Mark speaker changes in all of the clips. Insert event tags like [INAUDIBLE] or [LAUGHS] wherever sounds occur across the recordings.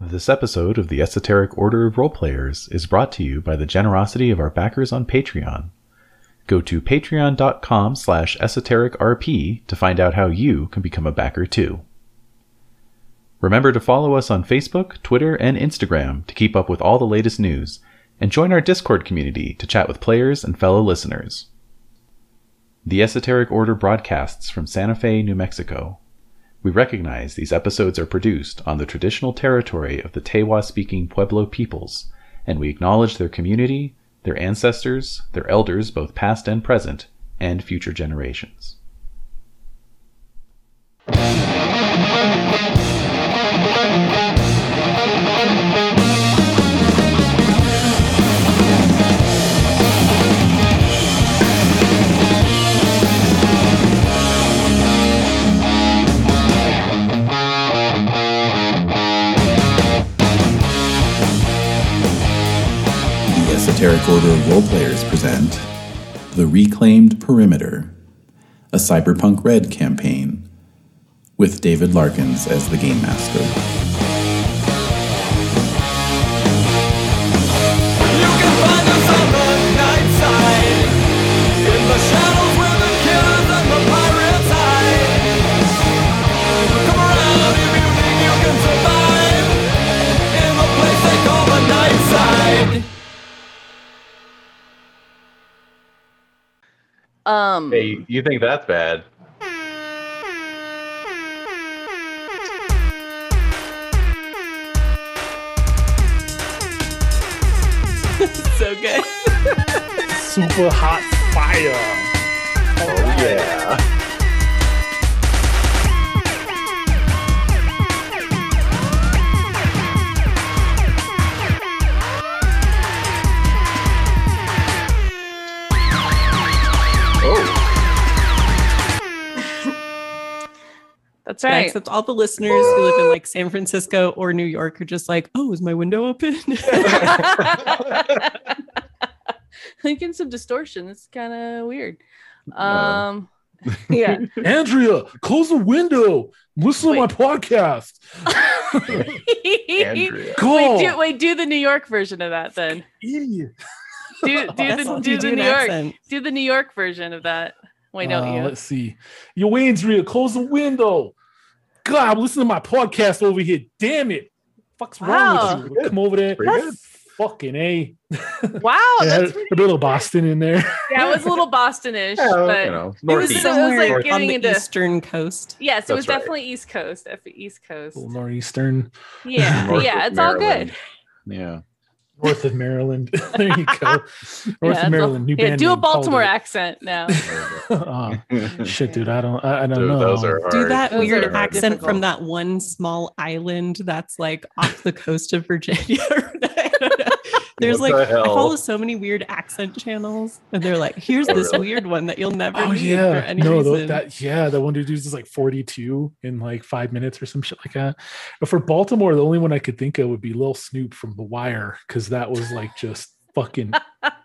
Speaker 1: This episode of the Esoteric Order of Roleplayers is brought to you by the generosity of our backers on Patreon. Go to patreon.com slash esotericrp to find out how you can become a backer too. Remember to follow us on Facebook, Twitter, and Instagram to keep up with all the latest news, and join our Discord community to chat with players and fellow listeners. The Esoteric Order broadcasts from Santa Fe, New Mexico. We recognize these episodes are produced on the traditional territory of the Tewa speaking Pueblo peoples, and we acknowledge their community, their ancestors, their elders, both past and present, and future generations.
Speaker 2: The Esoteric Order of Roleplayers present The Reclaimed Perimeter, a Cyberpunk Red campaign, with David Larkins as the Game Master.
Speaker 3: You can find us on the night side, in the shadows where the killers and the pirates hide. Come around if you think you can survive, in the place they call the night side.
Speaker 4: Um,
Speaker 5: Hey, you think that's bad?
Speaker 4: so good.
Speaker 6: super hot fire.
Speaker 5: Yeah.
Speaker 7: That's
Speaker 4: Yeah,
Speaker 7: right.
Speaker 4: except all the listeners who live in like San Francisco or New York are just like, oh, is my window open? [LAUGHS]
Speaker 7: [LAUGHS] Thinking some distortion. It's kind of weird.
Speaker 5: Uh, [LAUGHS]
Speaker 7: Um, yeah.
Speaker 6: Andrea, close the window. Listen to my podcast.
Speaker 5: Andrea.
Speaker 6: Go,
Speaker 7: [LAUGHS] [LAUGHS] Wait, do wait, do the New York version of that then.
Speaker 6: idiot.
Speaker 7: [LAUGHS] Do do
Speaker 4: That's all
Speaker 7: the
Speaker 4: you
Speaker 7: do
Speaker 4: do in
Speaker 7: the New York
Speaker 4: accent.
Speaker 7: do the New York version of that. Why don't
Speaker 6: Uh,
Speaker 7: you?
Speaker 6: Let's see. Yo, Andrea, close the window. God, listen to my podcast over here. Damn it. Fuck's wrong with you? Come over there.
Speaker 5: Pretty good.
Speaker 6: Fucking a.
Speaker 7: Wow,
Speaker 6: yeah,
Speaker 7: Oh, that's
Speaker 6: a little Boston in there. [LAUGHS]
Speaker 7: that was a little Bostonish,
Speaker 5: Yeah,
Speaker 7: but
Speaker 5: you know,
Speaker 7: was
Speaker 5: northeast.
Speaker 7: so-
Speaker 4: Somewhere
Speaker 7: like,
Speaker 4: on
Speaker 7: getting
Speaker 4: the
Speaker 7: into-
Speaker 4: eastern coast.
Speaker 7: yes, it was
Speaker 5: That's right.
Speaker 7: definitely East Coast, F- East Coast.
Speaker 6: little northeastern,
Speaker 7: [LAUGHS] Yeah,
Speaker 5: North
Speaker 7: [LAUGHS] yeah,
Speaker 5: of
Speaker 7: it's all
Speaker 5: Maryland.
Speaker 7: good.
Speaker 1: Yeah.
Speaker 6: north of Maryland. [LAUGHS] there you go. North
Speaker 7: [LAUGHS] Yeah, it's all-
Speaker 6: of Maryland. New
Speaker 7: Yeah,
Speaker 6: band
Speaker 7: do a
Speaker 6: name called
Speaker 7: Baltimore
Speaker 6: it.
Speaker 7: accent
Speaker 5: [LAUGHS]
Speaker 7: now.
Speaker 6: [LAUGHS] Oh, shit, dude. I don't. I, I don't
Speaker 5: Dude,
Speaker 6: know.
Speaker 5: Those are hard.
Speaker 7: Do
Speaker 4: That
Speaker 7: Those
Speaker 4: weird
Speaker 7: are
Speaker 4: accent
Speaker 7: difficult.
Speaker 4: from that one small island that's like off the coast of Virginia. [LAUGHS] I don't know. There's
Speaker 5: What
Speaker 4: like
Speaker 5: the
Speaker 4: I follow
Speaker 5: hell?
Speaker 4: so many weird accent channels, and they're like, here's
Speaker 5: Oh,
Speaker 4: this
Speaker 5: really?
Speaker 4: weird one that you'll never
Speaker 6: Oh
Speaker 4: need for
Speaker 6: yeah,
Speaker 4: any
Speaker 6: no, tho-
Speaker 4: reason.
Speaker 6: that yeah, that one dude uses like forty-two in like five minutes or some shit like that. But for Baltimore, the only one I could think of would be Lil Snoop from The Wire because that was like just fucking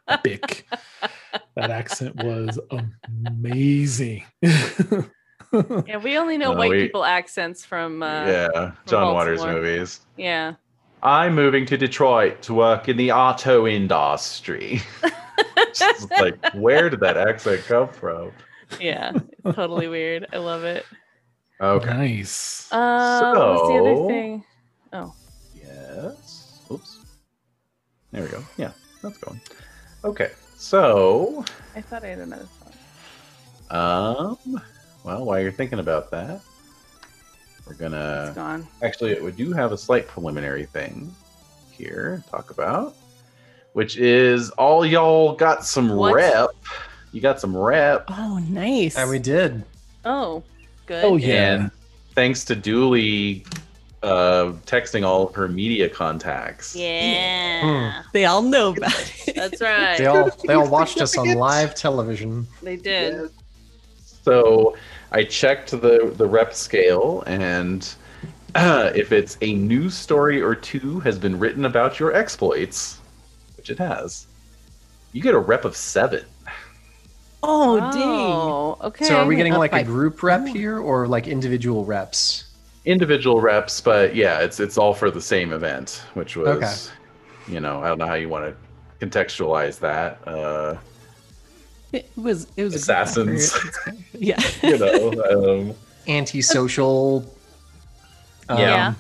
Speaker 6: epic. That accent was amazing.
Speaker 7: Yeah, we only know
Speaker 5: No,
Speaker 7: white
Speaker 5: we-
Speaker 7: people accents from uh, yeah.
Speaker 5: yeah, John Waters
Speaker 7: Baltimore.
Speaker 5: movies. I'm moving to Detroit to work in the auto [LAUGHS] industry. Just like, where did that accent come from?
Speaker 7: yeah totally weird i love [LAUGHS] it
Speaker 5: Okay.
Speaker 6: Nice.
Speaker 7: uh what was the other
Speaker 5: So-
Speaker 7: thing
Speaker 5: Yes. Oops. There we go. Yeah, that's going. Okay. So,
Speaker 7: i thought i had another song
Speaker 5: um, well, while you're thinking about that, we're gonna.
Speaker 7: it's gone
Speaker 5: actually we do have a slight preliminary thing here to talk about which is all y'all got some
Speaker 7: What?
Speaker 5: rep you got some rep
Speaker 4: oh, nice.
Speaker 8: And we did.
Speaker 7: oh good
Speaker 6: oh yeah,
Speaker 5: and thanks to dooley uh, texting all of her media contacts
Speaker 7: yeah
Speaker 4: they all know about
Speaker 5: [LAUGHS]
Speaker 4: it.
Speaker 7: that's right
Speaker 8: They
Speaker 7: they,
Speaker 8: all they all watched us on live television.
Speaker 7: did
Speaker 5: so i checked the the rep scale and [CLEARS THROAT] if it's a news story or two has been written about your exploits which it has you get a rep of seven
Speaker 4: Oh,
Speaker 7: oh dang okay
Speaker 8: So are we getting
Speaker 7: Up
Speaker 8: like
Speaker 7: by-
Speaker 8: a group rep here or like individual reps?
Speaker 5: individual reps, but yeah, it's it's all for the same event, which was, you know, I don't know how you want to contextualize that. Uh,
Speaker 4: It was it was a group
Speaker 5: Assassins.
Speaker 4: effort. It's fair. [LAUGHS] Yeah.
Speaker 5: [LAUGHS] you know, um,
Speaker 8: Antisocial. um,
Speaker 7: Uh, Yeah.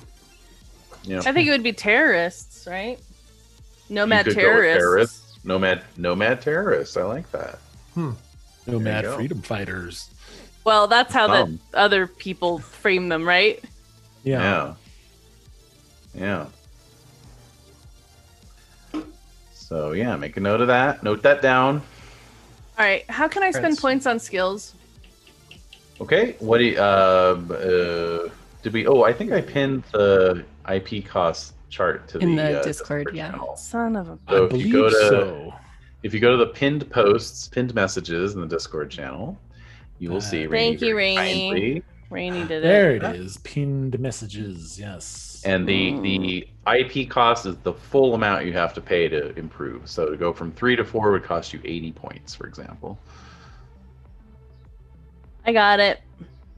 Speaker 5: you know,
Speaker 7: I think it would be terrorists, right? Nomad
Speaker 5: could go with
Speaker 7: terrorists.
Speaker 5: terrorists. nomad nomad terrorists. I like that.
Speaker 6: Nomad
Speaker 5: go.
Speaker 6: freedom fighters.
Speaker 7: Well, that's how
Speaker 5: Um.
Speaker 7: the other people frame them, right?
Speaker 6: Yeah.
Speaker 5: Yeah. Yeah. So yeah, make a note of that. Note that down.
Speaker 7: All right. How can I spend
Speaker 8: Friends.
Speaker 7: points on skills?
Speaker 5: Okay. What do you, um, uh, did we? Oh, I think I pinned the IP cost chart to
Speaker 4: In
Speaker 5: the,
Speaker 4: the
Speaker 5: uh,
Speaker 4: Discord, yeah.
Speaker 5: channel.
Speaker 7: Son of a.
Speaker 5: So
Speaker 6: I
Speaker 5: if
Speaker 6: believe
Speaker 5: you go to
Speaker 6: so.
Speaker 5: if you go to the pinned posts, pinned messages in the Discord channel, you will see. Rainy
Speaker 7: Thank you,
Speaker 5: very
Speaker 7: Rainy.
Speaker 5: kindly.
Speaker 7: Rainy did
Speaker 6: There
Speaker 7: it.
Speaker 6: it is. Pinned messages. Yes.
Speaker 5: And the
Speaker 7: Mm.
Speaker 5: the IP cost is the full amount you have to pay to improve. So to go from three to four would cost you eighty points, for example.
Speaker 7: I got it.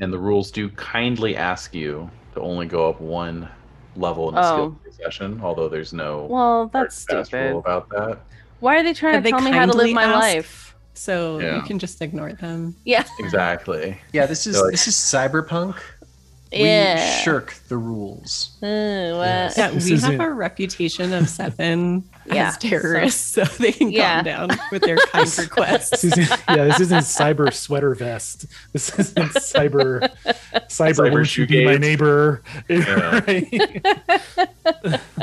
Speaker 5: And the rules do kindly ask you to only go up one level in a
Speaker 7: Oh.
Speaker 5: skill session, although there's no
Speaker 7: Well,
Speaker 5: hard
Speaker 7: that's
Speaker 5: and fast rule
Speaker 7: stupid.
Speaker 5: about that.
Speaker 7: Why are they trying
Speaker 4: And
Speaker 7: to
Speaker 4: they
Speaker 7: tell me how to live
Speaker 4: kindly
Speaker 7: my
Speaker 4: ask-
Speaker 7: life?
Speaker 4: So you
Speaker 5: Yeah.
Speaker 4: can just ignore them.
Speaker 7: Yeah.
Speaker 5: Exactly.
Speaker 8: Yeah, this is
Speaker 5: They're like-
Speaker 8: this is cyberpunk.
Speaker 7: yeah.
Speaker 8: We shirk the rules.
Speaker 7: Ooh, what?
Speaker 6: Yes.
Speaker 4: Yeah,
Speaker 6: This
Speaker 4: we have
Speaker 6: isn't-
Speaker 4: a reputation of seven
Speaker 7: Yeah,
Speaker 4: as terrorists, so, they can
Speaker 7: Yeah.
Speaker 4: calm down with their kind
Speaker 6: This [LAUGHS]
Speaker 4: requests.
Speaker 6: isn't, yeah, this isn't cyber sweater vest. This isn't cyber cyber,
Speaker 5: Cyber
Speaker 6: won't you be my
Speaker 5: shoegate.
Speaker 6: neighbor. [LAUGHS]
Speaker 5: Yeah.
Speaker 6: Right?
Speaker 7: [LAUGHS]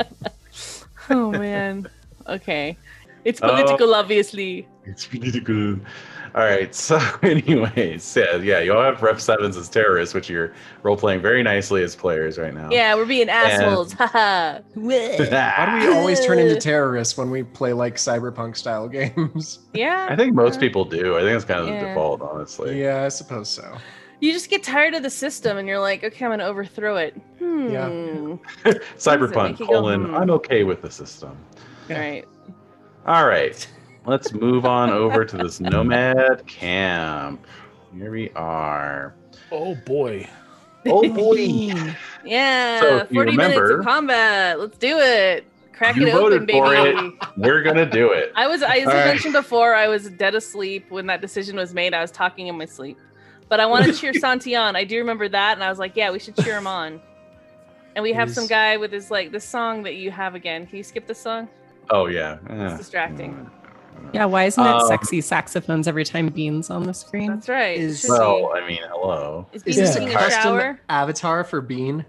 Speaker 7: Oh man. Okay. It's
Speaker 5: Oh.
Speaker 7: political, obviously.
Speaker 5: It's [LAUGHS] really good. All right. So, [LAUGHS] anyways, yeah, yeah, you all have rep sevens as terrorists, which you're role playing very nicely as players right now.
Speaker 7: Yeah, we're being assholes. [LAUGHS] Haha.
Speaker 8: Why do we always
Speaker 7: [LAUGHS]
Speaker 8: turn into terrorists when we play like cyberpunk style [LAUGHS] games?
Speaker 5: [LAUGHS] I
Speaker 7: yeah.
Speaker 5: think most people do. I think it's kind of
Speaker 7: Yeah.
Speaker 5: the default, honestly.
Speaker 8: yeah, I suppose so.
Speaker 7: You just get tired of the system and you're like, okay, I'm gonna overthrow it. Hmm.
Speaker 8: Yeah.
Speaker 5: Cyberpunk,
Speaker 7: Make you go,
Speaker 5: colon,
Speaker 7: hmm.
Speaker 5: I'm okay with the system.
Speaker 7: All right.
Speaker 5: All right. Let's move on over to
Speaker 7: [LAUGHS]
Speaker 5: this nomad camp. Here we
Speaker 7: [LAUGHS]
Speaker 5: are.
Speaker 6: oh boy.
Speaker 5: Oh boy.
Speaker 7: Yeah.
Speaker 5: So if you
Speaker 7: 40 minutes
Speaker 5: remember-
Speaker 7: of combat. Let's do it. Crack
Speaker 5: You
Speaker 7: it open,
Speaker 5: voted for
Speaker 7: baby.
Speaker 5: We're gonna do it.
Speaker 7: I was, I, as
Speaker 5: All
Speaker 7: I
Speaker 5: right.
Speaker 7: mentioned before, I was dead asleep when that decision was made. I was talking in my sleep, but I want to
Speaker 8: [LAUGHS]
Speaker 7: cheer Santi on. I do remember that, and I was like, yeah, we should cheer him on. And we have some
Speaker 6: Yes.
Speaker 7: guy with his like this song that you have again. Can you skip this song?
Speaker 5: Oh yeah.
Speaker 7: It's [LAUGHS]
Speaker 5: Eh.
Speaker 7: distracting.
Speaker 4: Yeah, why isn't it
Speaker 5: Um,
Speaker 4: sexy saxophones every time Bean's on the screen?
Speaker 7: That's right. It
Speaker 8: Is-
Speaker 7: should
Speaker 5: Well, I mean, hello.
Speaker 7: be. is
Speaker 8: Is
Speaker 7: Bean
Speaker 8: this a
Speaker 7: taking a
Speaker 8: custom
Speaker 7: shower?
Speaker 8: avatar for Bean?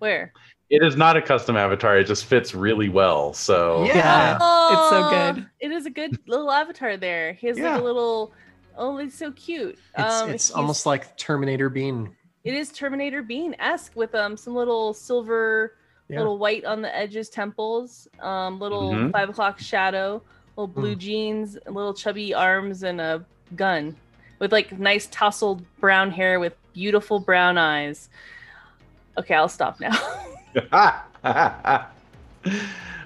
Speaker 7: Where?
Speaker 5: It is not a custom avatar. It just fits really well.
Speaker 9: Oh.
Speaker 5: So
Speaker 4: Yeah. It's so
Speaker 7: Aw,
Speaker 4: good.
Speaker 7: Oh, It is a good little avatar there. He has
Speaker 5: Yeah.
Speaker 7: like a little. Oh, it's so cute.
Speaker 8: It's,
Speaker 7: um,
Speaker 8: it's
Speaker 7: he's-
Speaker 8: almost like Terminator Bean.
Speaker 7: It is Terminator Bean esque with um some little silver,
Speaker 8: Yeah.
Speaker 7: little white on the edges, temples, um little
Speaker 5: Mhm.
Speaker 7: five o'clock shadow, little
Speaker 6: Hmm.
Speaker 7: blue jeans, little chubby arms, and a gun, with like nice tousled brown hair with beautiful brown eyes. Okay, I'll stop now.
Speaker 5: [LAUGHS] all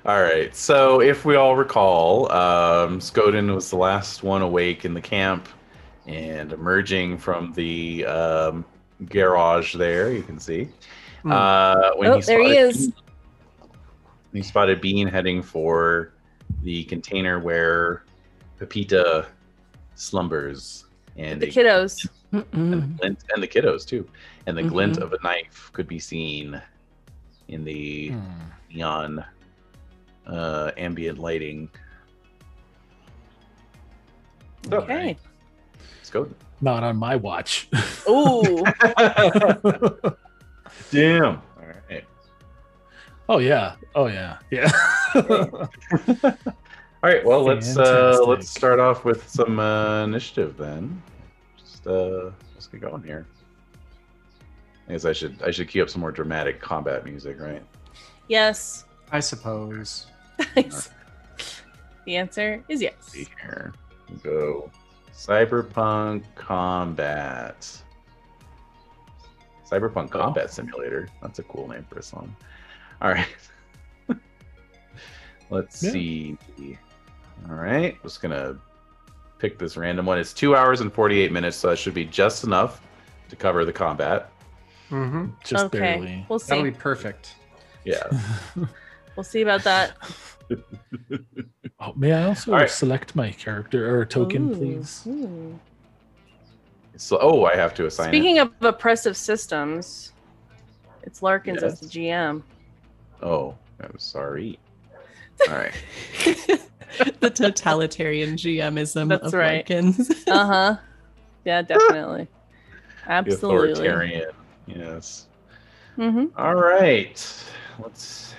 Speaker 5: right. So, if we all recall, um, Skoden was the last one awake in the camp and emerging from the um, garage there, you can see.
Speaker 8: Hmm.
Speaker 5: Uh, when
Speaker 7: [LAUGHS] Oh,
Speaker 5: he
Speaker 7: there he
Speaker 5: spotted
Speaker 7: is.
Speaker 5: Bean- he spotted Bean heading for the container where Pepita slumbers. And
Speaker 7: the Mm-hmm.
Speaker 5: a
Speaker 7: kiddos.
Speaker 5: and the
Speaker 4: Mm-mm. [LAUGHS]
Speaker 5: glint and the kiddos too and the glint
Speaker 4: Mhm.
Speaker 7: Mm-hmm.
Speaker 5: of a knife could be seen in the
Speaker 6: Hmm.
Speaker 5: neon uh, ambient lighting So,
Speaker 7: Okay.
Speaker 5: let's go
Speaker 6: Not on my watch. [LAUGHS]
Speaker 5: [LAUGHS]
Speaker 7: Ooh.
Speaker 5: damn all right
Speaker 6: Oh yeah. Oh yeah. Yeah. [LAUGHS]
Speaker 5: all right well let's uh,
Speaker 6: Fantastic.
Speaker 5: let's start off with some uh, initiative then just uh let's get going here I guess I should I should cue up some more dramatic combat music, right?
Speaker 7: yes.
Speaker 8: I suppose.
Speaker 7: the answer is yes.
Speaker 5: see here. We'll go cyberpunk combat cyberpunk combat simulator that's a cool name for a song all right [LAUGHS] let's
Speaker 6: Yeah.
Speaker 5: see all right just gonna pick this random one it's two hours and 48 minutes so that should be just enough to cover the combat
Speaker 8: Mm-hmm.
Speaker 6: just
Speaker 7: okay,
Speaker 6: barely.
Speaker 7: we'll
Speaker 8: That'll
Speaker 7: see.
Speaker 8: be perfect.
Speaker 5: Yeah.
Speaker 7: We'll see about that.
Speaker 6: Oh, may I also
Speaker 5: All right.
Speaker 6: select my character or token,
Speaker 7: Ooh, Hmm.
Speaker 6: please?
Speaker 7: ooh.
Speaker 5: So oh, I have to assign
Speaker 7: Speaking of oppressive systems, it's Larkins as the
Speaker 5: Yes. [LAUGHS]
Speaker 7: GM.
Speaker 5: it. Oh, I'm sorry. All right.
Speaker 4: the totalitarian GMism
Speaker 7: That's
Speaker 4: of
Speaker 7: right.
Speaker 4: [LAUGHS] Larkins.
Speaker 7: Uh huh. Yeah, definitely.
Speaker 5: The
Speaker 7: Absolutely.
Speaker 5: authoritarian. Yes.
Speaker 7: hmm
Speaker 5: All right. Let's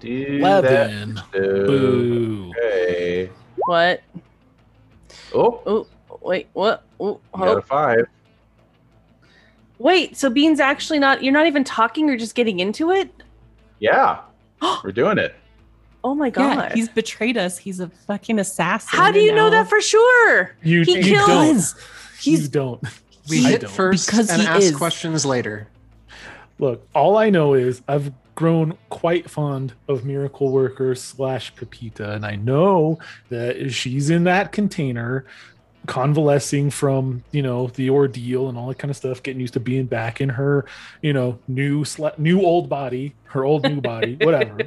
Speaker 5: do that.
Speaker 6: Eleven.
Speaker 5: too.
Speaker 6: Boo.
Speaker 5: Okay.
Speaker 7: What?
Speaker 5: Oh,
Speaker 7: Oh, wait. What? Oh,
Speaker 5: you got a five.
Speaker 7: Wait. So Bean's actually not. You're not even talking. You're just getting into it. [GASPS]
Speaker 5: Yeah. We're doing it.
Speaker 7: Oh my
Speaker 4: yeah,
Speaker 7: god.
Speaker 4: he's betrayed us. He's a fucking assassin.
Speaker 7: How do
Speaker 4: and
Speaker 7: you know
Speaker 4: now-
Speaker 7: that for sure?
Speaker 6: You,
Speaker 7: He
Speaker 6: you
Speaker 7: killed-
Speaker 6: don't.
Speaker 7: He's-
Speaker 6: You don't.
Speaker 8: We
Speaker 6: I
Speaker 8: hit
Speaker 6: don't.
Speaker 8: first
Speaker 4: Because
Speaker 8: and
Speaker 4: he
Speaker 8: ask
Speaker 4: is.
Speaker 8: questions later.
Speaker 6: Look, all I know is I've grown quite fond of Miracle Worker slash Pepita, and I know that she's in that container, convalescing from you know the ordeal and all that kind of stuff, getting used to being back in her you know new sla- new old body, her old new body, whatever.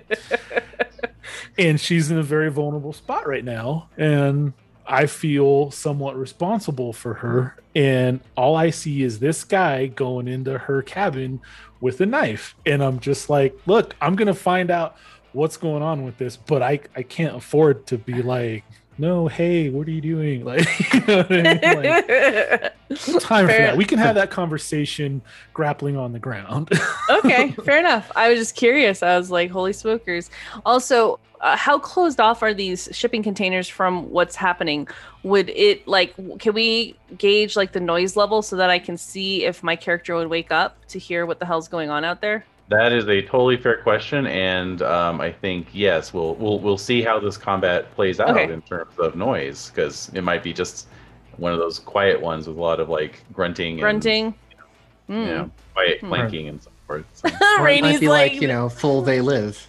Speaker 6: and she's in a very vulnerable spot right now, and I feel somewhat responsible for her. And all I see is this guy going into her cabin with a knife. And I'm just like, look, I'm going to find out what's going on with this, but I, I can't afford to be like, no, hey, what are you doing? [LAUGHS] Like, you know what I mean?
Speaker 7: [LAUGHS]
Speaker 6: Like, no time for
Speaker 7: Fair.
Speaker 6: that. We can have that conversation grappling on the ground.
Speaker 7: okay, fair enough. I was just curious. I was like, holy smokers. Also, uh, how closed off are these shipping containers from what's happening? Would it like, w- can we gauge like the noise level so that I can see if my character would wake up to hear what the hell's going on out there?
Speaker 5: That is a totally fair question, and um, I think yes, we'll we'll we'll see how this combat plays out
Speaker 7: Okay.
Speaker 5: in terms of noise, because it might be just one of those quiet ones with a lot of like grunting,
Speaker 7: Grunting.
Speaker 5: and,
Speaker 7: [LAUGHS]
Speaker 5: you know, quiet
Speaker 7: Hmm.
Speaker 5: clanking and so forth. so-
Speaker 7: Mm.
Speaker 8: Or it might
Speaker 7: Rainy's
Speaker 8: be
Speaker 7: like,
Speaker 8: like, you know, full they live.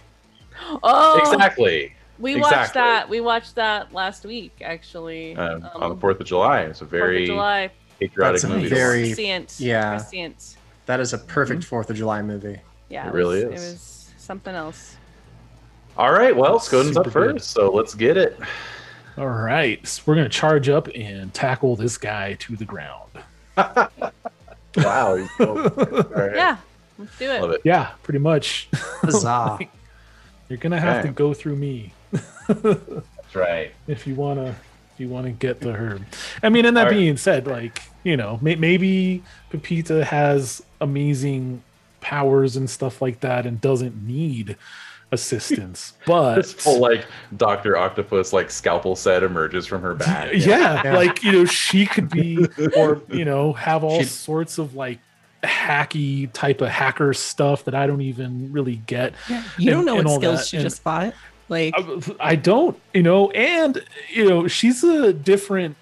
Speaker 7: oh,
Speaker 5: exactly
Speaker 7: we watched
Speaker 5: exactly.
Speaker 7: that. We watched that last week,
Speaker 9: Uh,
Speaker 7: actually.
Speaker 5: um,
Speaker 7: Um,
Speaker 5: on the Fourth of July. It's a
Speaker 7: 4th of
Speaker 5: very
Speaker 7: July.
Speaker 5: patriotic
Speaker 8: That's a
Speaker 5: movie. to
Speaker 8: very-
Speaker 5: watch.
Speaker 7: Prescient.
Speaker 8: yeah.
Speaker 7: Prescient.
Speaker 8: That is a perfect Fourth of July movie.
Speaker 7: Yeah.
Speaker 5: It really
Speaker 7: was,
Speaker 5: is.
Speaker 7: It was something else.
Speaker 5: All right, well, Skoden's up
Speaker 6: Super good.
Speaker 5: first, so let's get it.
Speaker 6: all right. So we're going to charge up and tackle this guy to the ground.
Speaker 5: [LAUGHS] Wow, he's so- all right.
Speaker 7: Yeah. Let's do it.
Speaker 5: love it.
Speaker 6: Yeah, pretty [LAUGHS] much.
Speaker 8: Huzzah.
Speaker 6: You're going to have to
Speaker 5: Okay.
Speaker 6: go through me.
Speaker 5: That's right.
Speaker 6: if you want to if you want to get the herb i mean and that
Speaker 5: All right.
Speaker 6: being said like you know may, maybe pepita has amazing powers and stuff like that and doesn't need assistance but
Speaker 5: This whole like Doctor Octopus like scalpel set emerges from her back.
Speaker 6: [LAUGHS] [LAUGHS] yeah,
Speaker 8: Yeah.
Speaker 6: like you know she could be or you know have all
Speaker 8: She-
Speaker 6: sorts of like hacky type of hacker stuff that i don't even really get
Speaker 4: [LAUGHS] You
Speaker 6: and-
Speaker 4: don't know
Speaker 6: and all
Speaker 4: what skills
Speaker 6: that,
Speaker 4: she
Speaker 6: and-
Speaker 4: just bought. Like,
Speaker 6: I, I don't, you know, and you know, she's a different,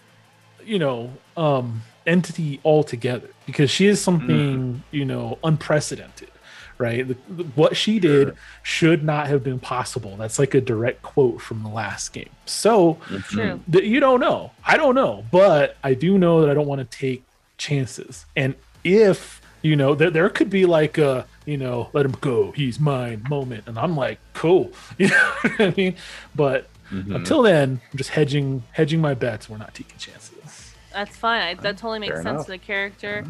Speaker 6: you know, um entity altogether because she is something, you know, unprecedented, right? The, the- what she did should not have been possible. That's like a direct quote from the last game. So,
Speaker 7: True.
Speaker 5: Hmm.
Speaker 6: that you don't know. I don't know, but I do know that I don't want to take chances. And if you know, there there could be like a you know, let him go, he's mine moment, and I'm like, cool, [LAUGHS] you know what I mean? But
Speaker 5: Mhm.
Speaker 6: until then, I'm just hedging hedging my bets. We're not taking chances.
Speaker 7: That's fine. I, that totally makes
Speaker 5: Hmm. fair
Speaker 7: sense
Speaker 5: enough. Hmm.
Speaker 7: to the character.